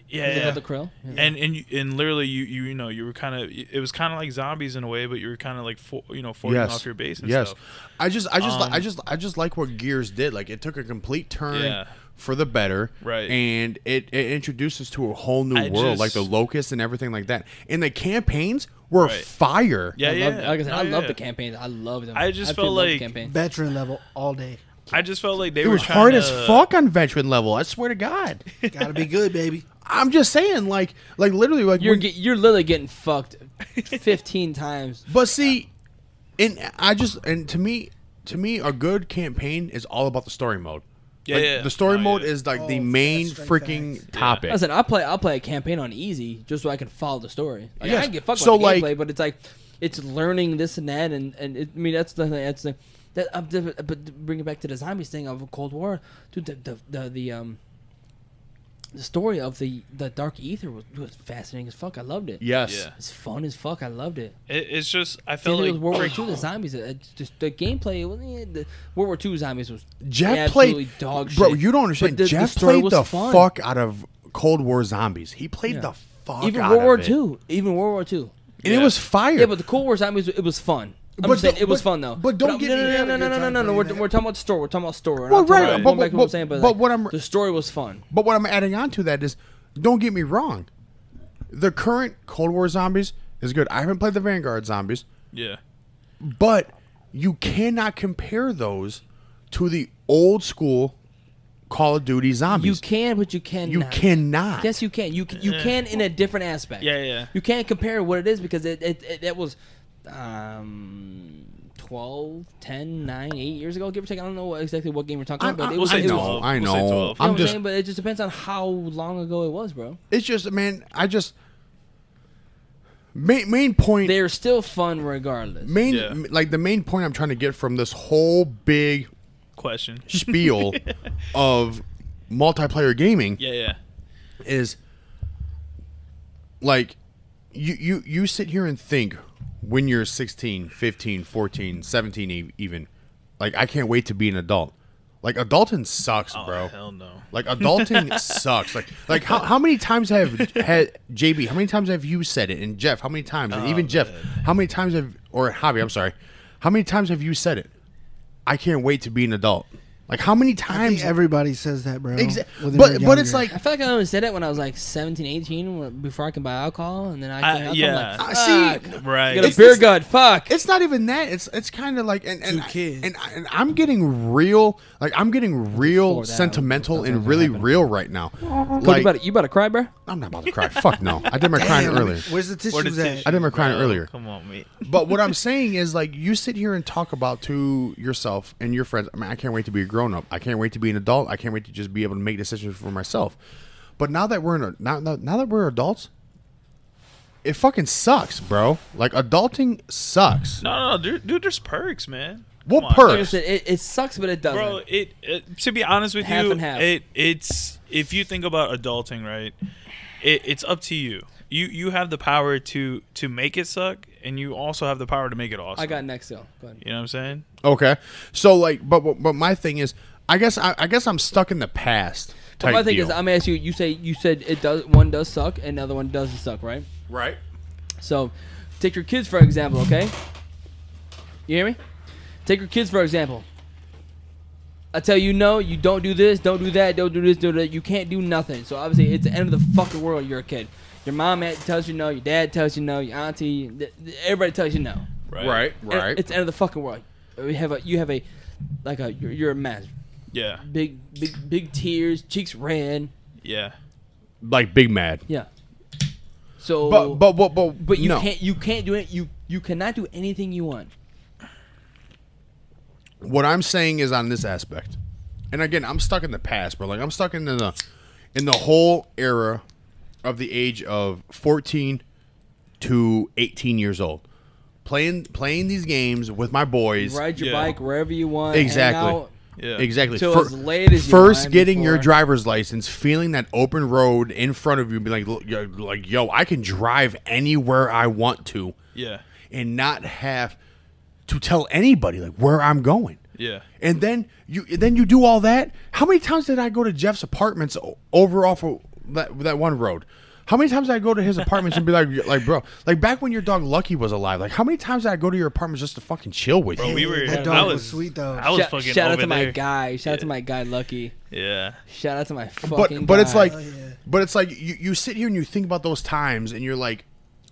yeah,
Is it
yeah.
called the krill? Yeah.
and and you- and literally you you, you know you were kind of it was kind of like zombies in a way, but you were kind of like for, you know forging off your Um, base and
yes.
stuff.
I just, I just, li- I just, I just like what Gears did. Like it took a complete turn
Yeah.
for the better,
Right.
And it, it introduces to a whole new
I
world, like
just-
the locusts and everything like that. And the campaigns were
Right.
fire.
Yeah,
I
yeah.
love, like I said,
No,
I love
yeah.
the campaigns. I love them.
I just
feel
felt
love the
like-
campaign.
Veteran level all day.
I just felt like they
It
were
was hard
tryna-
as fuck on veteran level. I swear to God.
Gotta be good, baby.
I'm just saying, like, like literally, like
You're
when-
get, you're literally getting fucked fifteen times.
But see, and I just and to me, to me, a good campaign is all about the story mode.
Yeah,
Like,
yeah.
the story
No,
mode
yeah.
is like
Oh,
the
yeah,
main
straight
freaking
facts.
topic.
Listen, I play I play a campaign on easy just so I can follow the story. Like,
Yes.
I can get fucked
So,
with the
like-
gameplay, but it's like it's learning this and that, and and it, I mean that's the thing. That's the that I'm diff- but bring it back to the zombies thing of Cold War, dude. The the the, the um. The story of the, the dark ether was, was fascinating as fuck. I loved it.
Yes.
Yeah.
it's fun as fuck. I loved it.
It, it's just I
Same
felt
thing
like
with World War Two, the zombies. uh, just the gameplay. it was- eh, the World War Two zombies was
Jeff
absolutely
played
dog shit.
Bro, you don't understand.
But the- the
Jeff
story
played
was
the
fun.
fuck out of Cold War zombies. He played
Yeah.
the fuck
even
out
World
of
War
it.
Two, even World War Two.
and it
Yeah.
was fire.
Yeah, but the Cold War zombies, it was fun. I'm
But
just saying,
don't-
it was
but-
fun though.
but don't
I'm-
get
no,
me-
no,
you
no,
had
no,
a
no,
good
no, no,
time
no, no.
playing
We're,
that.
we're talking about story. We're talking about story. We're
Well,
not talking
right,
about-
but-
going back to what
but-
I'm saying, but,
but
like,
what I'm-
the story was fun.
But what I'm adding on to that is, don't get me wrong, the current Cold War zombies is good. I haven't played the Vanguard zombies.
yeah.
but you cannot compare those to the old school Call of Duty
You
zombies.
can, but you can.
You cannot.
Yes, you can. You can, you can in a different aspect.
Yeah, yeah.
You can't compare what it is because it it, it, it was. Um, 12, 10, 9, 8 years ago, give or take. I don't know what, exactly what game we're talking
I,
about, but
I-
it was.
I
it
know,
was, you know
I
We'll say
know.
12.
what
I'm
I'm
just,
saying, but it just depends on how long ago it was, bro.
it's just, man, I just main main point,
They're still fun regardless.
main
Yeah.
like the main point I'm trying to get from this whole big
Question.
spiel of multiplayer gaming
Yeah, yeah.
is like you you you sit here and think when you're 16 15 14 17 e- even like i can't wait to be an adult like adulting sucks bro
Oh, hell no.
like adulting sucks like like how, how many times have had jb how many times have you said it and jeff how many times
Oh,
and even jeff how many times have or javi i'm sorry how many times have you said it i can't wait to be an adult like how many
I
times
think everybody says that, bro.
exactly
when they
but
were
but it's
younger.
like
I feel like I only said it when I was like 17, 18, when- before I can buy alcohol, and then I
I-
can. alcohol,
yeah.
I'm like,
I Ah, see
fuck.
Right.
I got a
It's-
beer
it's-
gut. Fuck.
it's not even that. It's it's kind of like and and,
Two kids.
and I- and I'm getting real like I'm getting real
that,
sentimental
that
and
doesn't
really
happen.
real right now.
you,
Like
about you about to cry, bro?
I'm not about to cry. Fuck no. I did my crying
Damn,
earlier.
Where's the
Where the
tissues at?
I did my crying
Bro,
earlier.
Come on, mate.
But what I'm saying is like you sit here and talk about to yourself and your friends. I mean, I can't wait to be a grown up. I can't wait to be an adult. I can't wait to just be able to make decisions for myself. But now that we're in a, now, now now that we're adults, it fucking sucks, bro. Like adulting sucks.
No, no, no, dude, dude. There's perks, man.
What
Come on.
perks?
Like I said, it, it sucks, but it doesn't.
bro? It, it. To be honest with
Half
you,
and half.
it it's if you think about adulting, right? It, it's up to you. You you have the power to to make it suck, and you also have the power to make it awesome.
I got next though. Go ahead.
You know what I'm saying?
Okay. So like, but but, but my thing is, I guess I, I guess I'm stuck in the past.
But
Type
my thing
deal.
is, I'm gonna ask you. You say you said it does. One does suck, and another one doesn't suck, right?
right.
So, take your kids for example, okay? You hear me? Take your kids for example. I tell you no, you don't do this, don't do that, don't do this, do that. You can't do nothing. So obviously, it's the end of the fucking world. You're a kid. Your mom at- tells you no. Your dad tells you no. Your auntie, th- th- everybody tells you no.
Right,
It-
right.
It's the end of the fucking world. We have a you have a like a you're, you're a mess.
Yeah.
Big big big tears, cheeks red.
Yeah.
like big mad.
Yeah. So
But but but but
but you
no.
can't you can't do it. You you cannot do anything you want.
What I'm saying is on this aspect, and again, I'm stuck in the past, bro. Like I'm stuck in the in the whole era of the age of 14 to 18 years old, playing playing these games with my boys.
Ride your
Yeah.
bike wherever you want. hang
Exactly.
out.
Yeah.
Exactly.
Till
Fir-
as late as you
first
mind
getting your
before-
driver's license, feeling that open road in front of you, be like, "Look, yo- like yo, I can drive anywhere I want to,
Yeah.
and not have to tell anybody like where I'm going.
Yeah.
And then you then you do all that. How many times did I go to Jeff's apartments o- over off of that that one road? How many times did I go to his apartments and be like, like bro, like back when your dog Lucky was alive? Like how many times did I go to your apartments just to fucking chill with
Bro,
you?
we were.
That
I
dog
was,
was sweet, though.
I was
Shout,
fucking
shout out
over
to my
there.
guy. Shout out to my guy Lucky.
Yeah.
Shout out to my fucking.
but but it's
guy.
like
Oh, yeah.
but it's like you, you sit here and you think about those times and you're like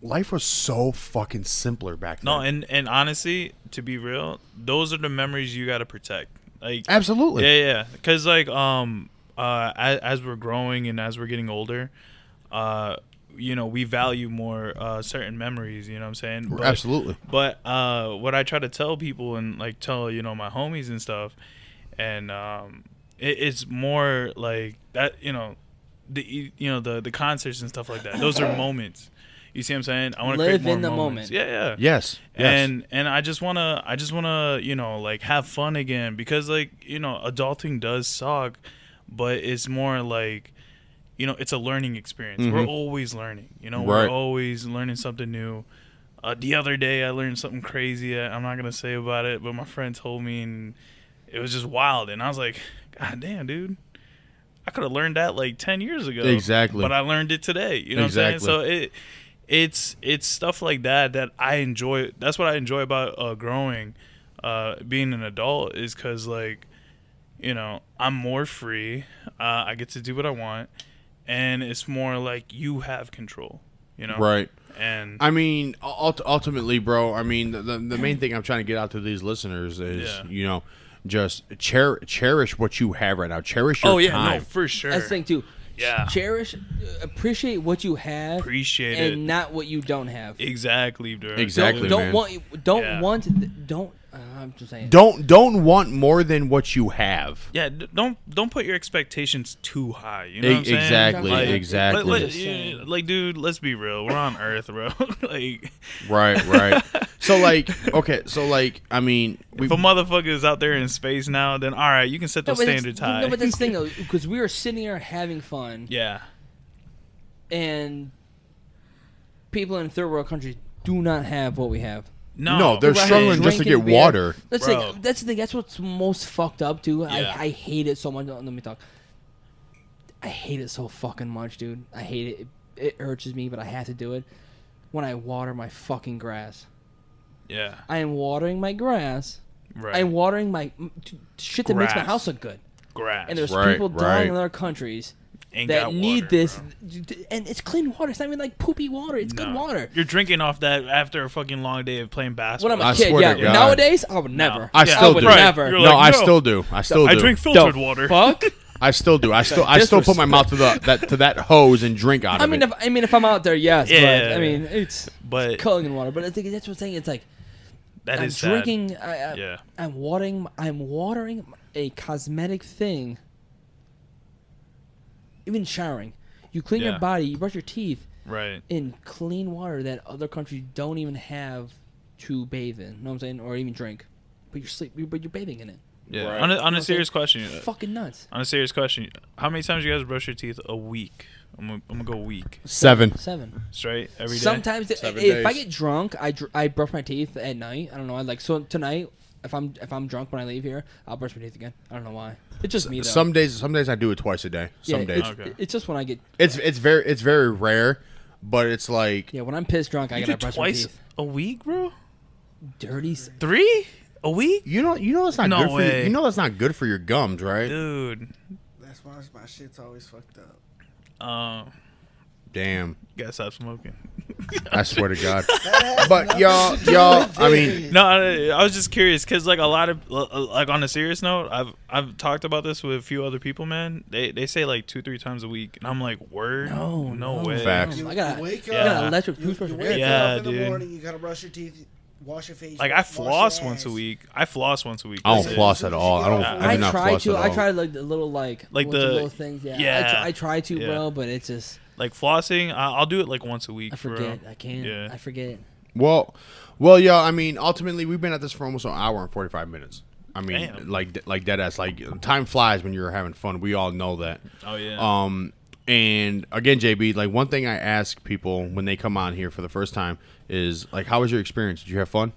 life was so fucking simpler back then
No, and and honestly, to be real, those are the memories you got to protect. Like
absolutely
Yeah, yeah. Because like um uh as, as we're growing and as we're getting older, uh you know we value more uh certain memories. You know what I'm saying? But-
absolutely
But uh what I try to tell people and like tell you know my homies and stuff, and um it, it's more like that you know the e, you know the the concerts and stuff like that. Those are moments. You see what I'm saying? I want to create
Live
more
in the
moments.
moment.
Yeah, yeah
yes, yes.
and and I just wanna I just wanna you know like have fun again because like you know adulting does suck, but it's more like you know it's a learning experience. We're always learning. You know
Mm-hmm. Right.
we're always learning something new. Uh, the other day I learned something crazy. I, I'm not gonna say about it, but my friend told me and it was just wild. And I was like, God damn, dude. I could have learned that like ten years ago.
Exactly.
But I learned it today. You know
Exactly.
what I'm saying? So it it's it's stuff like that that I enjoy. That's what I enjoy about uh, growing, uh, being an adult is because like, you know, I'm more free. Uh, I get to do what I want, and it's more like you have control. You know,
right
And
I mean, ult- ultimately, bro. I mean, the, the, the main thing I'm trying to get out to these listeners is,
Yeah.
you know, just cher- cherish what you have right now. Cherish your
oh yeah,
time.
no, for sure.
that's the thing too.
Yeah.
Cherish, appreciate what you have,
Appreciate
and
it.
not what you don't have.
exactly, bro.
Exactly.
don't
man.
want don't
Yeah.
want th- don't uh, I'm just saying
Don't don't want more than what you have.
Yeah, d- don't don't put your expectations too high. You know
E-
what I'm saying?
exactly,
Like,
exactly.
Like, like,
Just saying.
yeah, like, dude, let's be real. We're on Earth, bro. like,
Right, right. so like, okay, so like, I mean, we,
if a motherfucker is out there in space now, then all right, you can set
No,
those
but it's-
standards high.
No, but that's the thing though, because we were sitting there having fun,
yeah,
and people in third world countries do not have what we have.
no,
No, they're
right.
struggling just to
Drinking
get
beer.
water.
That's
Bro.
like that's the thing. That's what's most fucked up, dude.
Yeah.
I, I hate it so much. Let me talk. I hate it so fucking much, dude. I hate it. it. It urges me, but I have to do it. When I water my fucking grass,
Yeah,
I am watering my grass.
right.
I'm watering my m- t- shit that makes my
Grass.
house look good.
grass
And there's
Right,
people
right.
dying in other countries
Ain't
that
got
need
water,
this,
bro.
d- d- and it's clean water. It's not even like poopy water. It's good
No.
water.
You're drinking off that after a fucking long day of playing
When
basketball.
I'm a
I
kid,
swear to
yeah.
God.
Nowadays, I would never.
I
Yeah,
still
I would
do.
never.
No,
You're like,
I
no.
still do. I still
I
do.
drink
The
filtered water.
Fuck.
I still do. I still I still put my mouth to the that to that hose and drink out of
I mean,
it.
if I mean, if I'm out there, yes. But,
Yeah.
I mean, it's
But
culling water. But I think that's what I'm saying. It's like
that
I'm
is sad.
drinking. I, I,
Yeah.
I'm watering. I'm watering a cosmetic thing. Even showering, you clean
Yeah.
your body, you brush your teeth
Right.
in clean water that other countries don't even have to bathe in. You know what I'm saying, or even drink. But you're sleep. But you're bathing in it.
Yeah. On a, on a serious question.
Fucking nuts.
On a serious question, how many times you guys brush your teeth a week? I'm gonna, I'm gonna go week
Seven.
Seven.
straight every day.
Sometimes i-
Seven
if I
days.
get drunk, I, dr- I brush my teeth at night. I don't know. I like so tonight. If I'm if I'm drunk when I leave here, I'll brush my teeth again. I don't know why. It's just me though.
Some days some days I do it twice a day.
yeah,
Some days.
It's,
Okay.
it's just when I get
It's it's very it's very rare, but it's like
yeah when I'm pissed drunk, I
You
gotta
do
brush
twice
my teeth.
a week, bro?
Dirty. s-
Three a week,
you know you know that's not
No
good for your,
way.
you know that's not good for your gums, right?
dude.
That's why my shit's always fucked up.
Um,
Damn.
Gotta stop smoking.
I swear to God. But y'all, y'all, I mean,
No, I, I was just curious because like a lot of uh, like on a serious note, I've I've talked about this with a few other people, man. They they say like two three times a week, and I'm like, word,
No, no.
way,
Facts.
You,
I got
you
a-
wake
I
Yeah.
got an
up.
electric
You,
toothbrush.
you
right
wake
there.
Yeah,
up in
dude.
the morning. You gotta brush your teeth, wash your face.
Like I
wash your
floss once a
ass.
week. I floss once a week.
I
That's
don't
it.
floss at all. I don't. I
I
do not
try
floss
to.
at all.
I try to like the little like
Like
with
the-
little things. Yeah, I,
yeah.
try, I try to,
Yeah.
bro, but it's just
Like flossing, I, I'll do it like once a week.
I
for real.
forget. I can't.
Yeah.
I forget.
Well, well, yeah. I mean, ultimately, we've been at this for almost an hour and forty-five minutes. I mean,
Damn.
like, like dead ass. Like, time flies when you're having fun. We all know that.
Oh yeah.
Um, and again, JB, like one thing I ask people when they come on here for the first time is like, how was your experience? Did you have fun?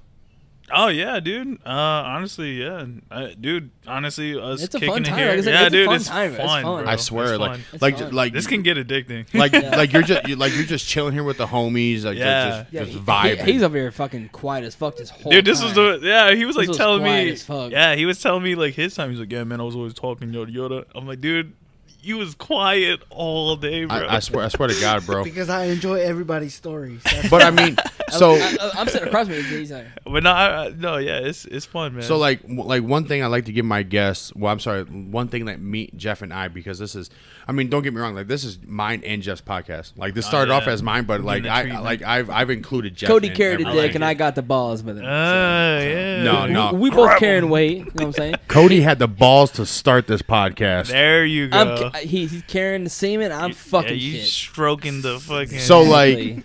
Oh yeah, dude. Uh, honestly, yeah, I, dude. Honestly, us
It's a
kicking
fun
it
time,
here.
like I said,
yeah,
it's a
dude,
fun
it's
time, it's
fun.
fun.
bro.
I swear,
It's
like,
fun.
It's
like,
fun.
like
this can get addicting.
like, like you're just, you're, like you're just chilling here with the homies, like
Yeah.
just,
Yeah,
just
he-
vibing.
he- he's over here fucking quiet as fuck this whole
Dude, this was
time.
the yeah. He was like
was
telling
quiet
me,
as fuck.
yeah, he was telling me like his time. He's like, yeah, man, I was always talking yoda yoda. I'm like, dude, you was quiet all day, bro.
I, I swear, I swear to God, bro.
Because I enjoy everybody's stories. That's
But I mean, so
I, I, am sitting across from me. He's like,
but no, I, I- no, yeah, it's it's fun, man.
So like w- like one thing I like to give my guests. Well, I'm sorry. One thing that me Jeff and I because this is. I mean, don't get me wrong. Like this is mine and Jeff's podcast. Like this started off
Oh, yeah.
as mine, but like
the
I
treatment.
like I've I've included Jeff.
Cody
in
carried a
every-
dick,
like
and
it.
I got the balls with him.
Ah, yeah,
No, no.
we, we both carrying weight. You know what I'm saying?
Cody had the balls to start this podcast.
There you go.
I'm, ca- he, he's carrying the semen. I'm fucking
yeah, you
shit.
stroking the fucking.
So like-
Exactly.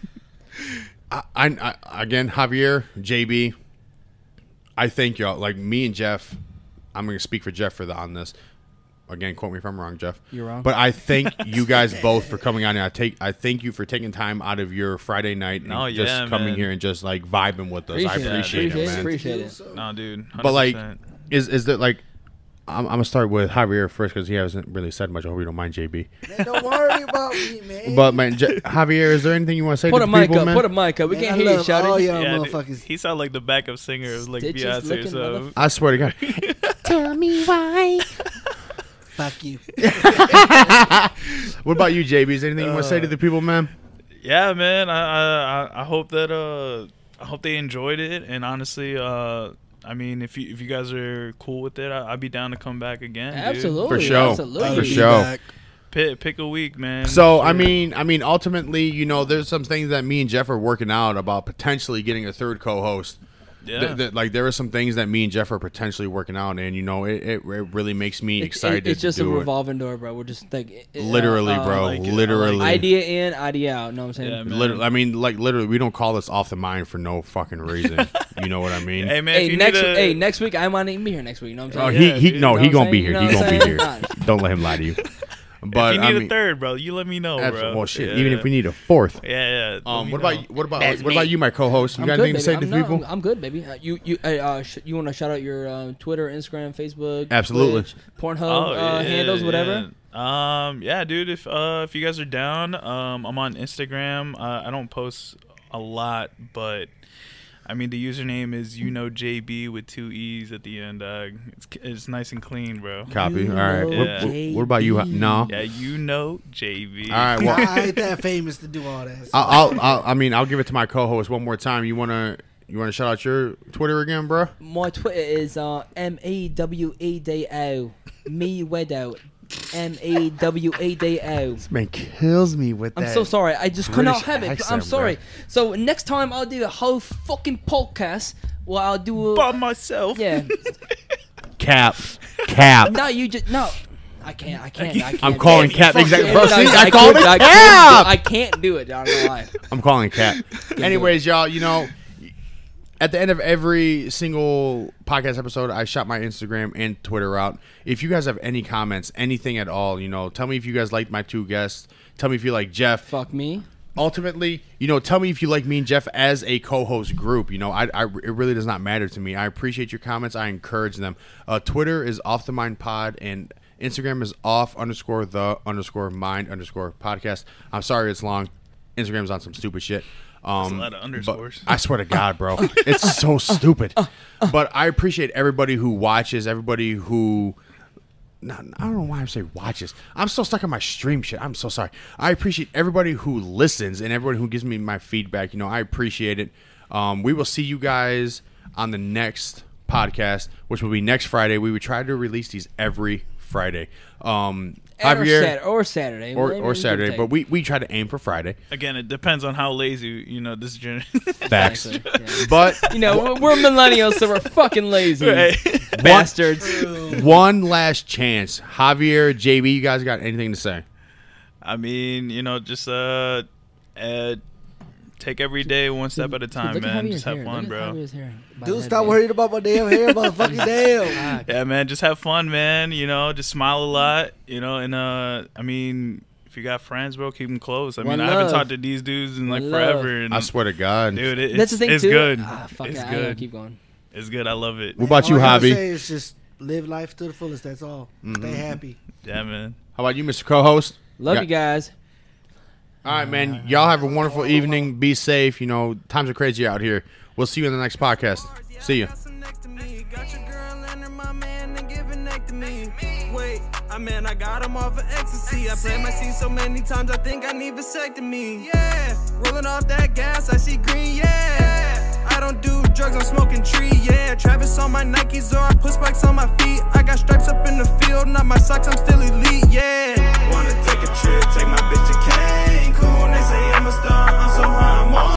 I, I, I again Javier JB. I thank y'all. Like me and Jeff, I'm going to speak for Jeff for the on this. Again, quote me if I'm wrong, Jeff.
You're wrong.
But I thank you guys both for coming on. And I take I thank you for taking time out of your Friday night and
Oh, yeah,
just coming
man.
here and just like vibing with us.
Appreciate it,
I appreciate it,
appreciate it,
man.
appreciate
you,
it.
so-
no, dude.
But like,
100%.
is is that like? I'm, I'm gonna start with Javier first because he hasn't really said much. I hope you don't mind, JB.
Man, don't worry about me, man.
But man, J- Javier, is there anything you want to say
Put
to
a
the
mic
people,
up.
man?
Put a mic up. We
Man,
can't
I
hear you
love all
shouting.
y'all
yeah, dude,
motherfuckers.
he sounded like the backup singer of like
Stitches
Beyonce or
looking
something.
I swear to God,
Tell me why.
Fuck you.
What about you, JB? Is there anything you want to say to
Uh,
the people, man?
yeah man I, I I- i hope that uh i hope they enjoyed it and honestly uh i mean if you if you guys are cool with it I, i'd be down to come back again dude.
Absolutely.
For sure.
Absolutely.
For sure.
pick, pick a week man
So
Shit.
I mean, I mean, ultimately, you know, there's some things that me and Jeff are working out about potentially getting a third co-host.
yeah
Th- th- like there are some things that me and Jeff are potentially working out, and you know, it, it, it really makes me
It- it-
excited.
it's just
to
a
do it.
revolving door, bro. We're just like it- it- uh,
Literally,
uh,
bro.
I like it. I like
literally.
it.
Idea in, idea out. Know what I'm saying?
Yeah, man.
Literally, I mean, like literally, we don't call this off the mind for no fucking reason. you know what I mean?
hey man if
Hey
you
next,
need a,
hey, next week I might not even be here next week. You know what I'm
oh,
saying?
yeah,
he, he,
dude,
no,
you
he
know what
gonna
I'm
be
saying?
here.
You
he
know what
gonna be
I'm
here.
saying?
Don't let him lie to you. But
if you
I
need
mean,
a third bro you let me know bro
absolute- well, shit.
yeah.
Even if we need a fourth.
yeah, yeah. let
Um,
me
what
know.
about you- what about what about you, my co-host? You got anything to say to
baby.
the
I'm, no,
people?
I'm, I'm good, baby. Uh, you you uh, uh, sh- you want to shout out your uh, Twitter, Instagram, Facebook,
Absolutely.
Twitch, Pornhub
Oh,
uh,
yeah,
handles, whatever.
yeah. Um, yeah, dude. If uh, if you guys are down, um, I'm on Instagram. Uh, I don't post a lot, but I mean the username is you know JB with two e's at the end. Uh, it's it's nice and clean, bro.
Copy.
You
All right.
know
What,
JB.
what- what about you? No.
Yeah, you know
All
JB.
right.
Nah,
Well,
I ain't that famous to do all that.
I'll, I'll, I'll, I mean, I'll give it to my co-host one more time. You wanna you wanna shout out your Twitter again, bro?
My Twitter is uh, M E W E D O. Me Wedo. M E W E D O.
Man kills me with
I'm so sorry. I just could not
British
have it. I'm
accent,
sorry.
bro.
So next time I'll do a whole fucking podcast. Well, I'll do a
By myself.
yeah.
Cap, cap.
no, you just no. I can't. I can't. I can't.
I'm calling cap.
Fuck
Exactly.
it.
Bro,
No,
see, I,
couldn't-
called it
I couldn't do- I
cap.
can't do it. I don't know why.
I'm calling cap. Anyways, y'all, you know. At the end of every single podcast episode, I shot my Instagram and Twitter out. If you guys have any comments, anything at all, you know, tell me if you guys liked my two guests. Tell me if you like Jeff.
Fuck me.
ultimately, you know, tell me if you like me and Jeff as a co-host group. You know, I, I it really does not matter to me. I appreciate your comments. I encourage them. Uh, Twitter is off the mind pod and Instagram is off underscore the underscore mind underscore podcast. I'm sorry it's long. Instagram's on some stupid shit. Um,
lot of
but
underscores.
I swear to God, bro, it's so stupid. But I appreciate everybody who watches, everybody who No, I don't know why I'm saying watches. I'm so stuck on my stream shit. I'm so sorry. I appreciate everybody who listens and everyone who gives me my feedback. You know, I appreciate it. Um, we will see you guys on the next podcast, which will be next Friday. We would try to release these every Friday. Um,
or, Sat- or Saturday.
or,
whatever
or
you
Saturday,
take.
but we, we try to aim for Friday.
Again, it depends on how lazy you know this generation.
Facts.
Exactly, yeah.
But
you know we're- we're millennials, so we're fucking lazy bastards.
one last chance. Javier, JB, you guys got anything to say?
I mean, you know, just uh, uh take every day one step at a time,
Look at
man.
Javier's
Just have
hair.
fun,
Look at
bro.
Javier's hair. By the Ah,
Dude,
head,
stop
man.
worrying about my damn hair, motherfucking damn.
Fuck.
Yeah, man, just have fun, man. You know, just smile a lot. You know, and uh, I mean, if you got friends, bro, keep them close. I mean,
One
I haven't
love.
talked to these dudes in like
One love.
forever, and
I swear to God.
Mm. dude, it, it's,
That's the thing
it's
too.
good.
Ah, fuck
it's
it, I gotta
good.
keep going.
it's good. I love it.
What about you,
all I gotta
Javi?
say is just live life to the fullest. That's all.
Mm-hmm.
Stay happy.
Yeah, man.
How about you, Mr. Co-host?
Love
Yeah.
you guys.
All right, man. Y'all have a wonderful evening. Be safe. You know, times are crazy out here. We'll see you in the next podcast. See ya.
Got some next to me. Got your girl and her my man and giving neck to me. Wait, I mean, I got him off of ecstasy. I played my scene so many times, I think I need vasectomy. Yeah, rolling off that gas, I see green, yeah. I don't do drugs, I'm smoking tree, yeah. Travis on my Nikes or I put spikes on my feet. I got stripes up in the field, not my socks, I'm still.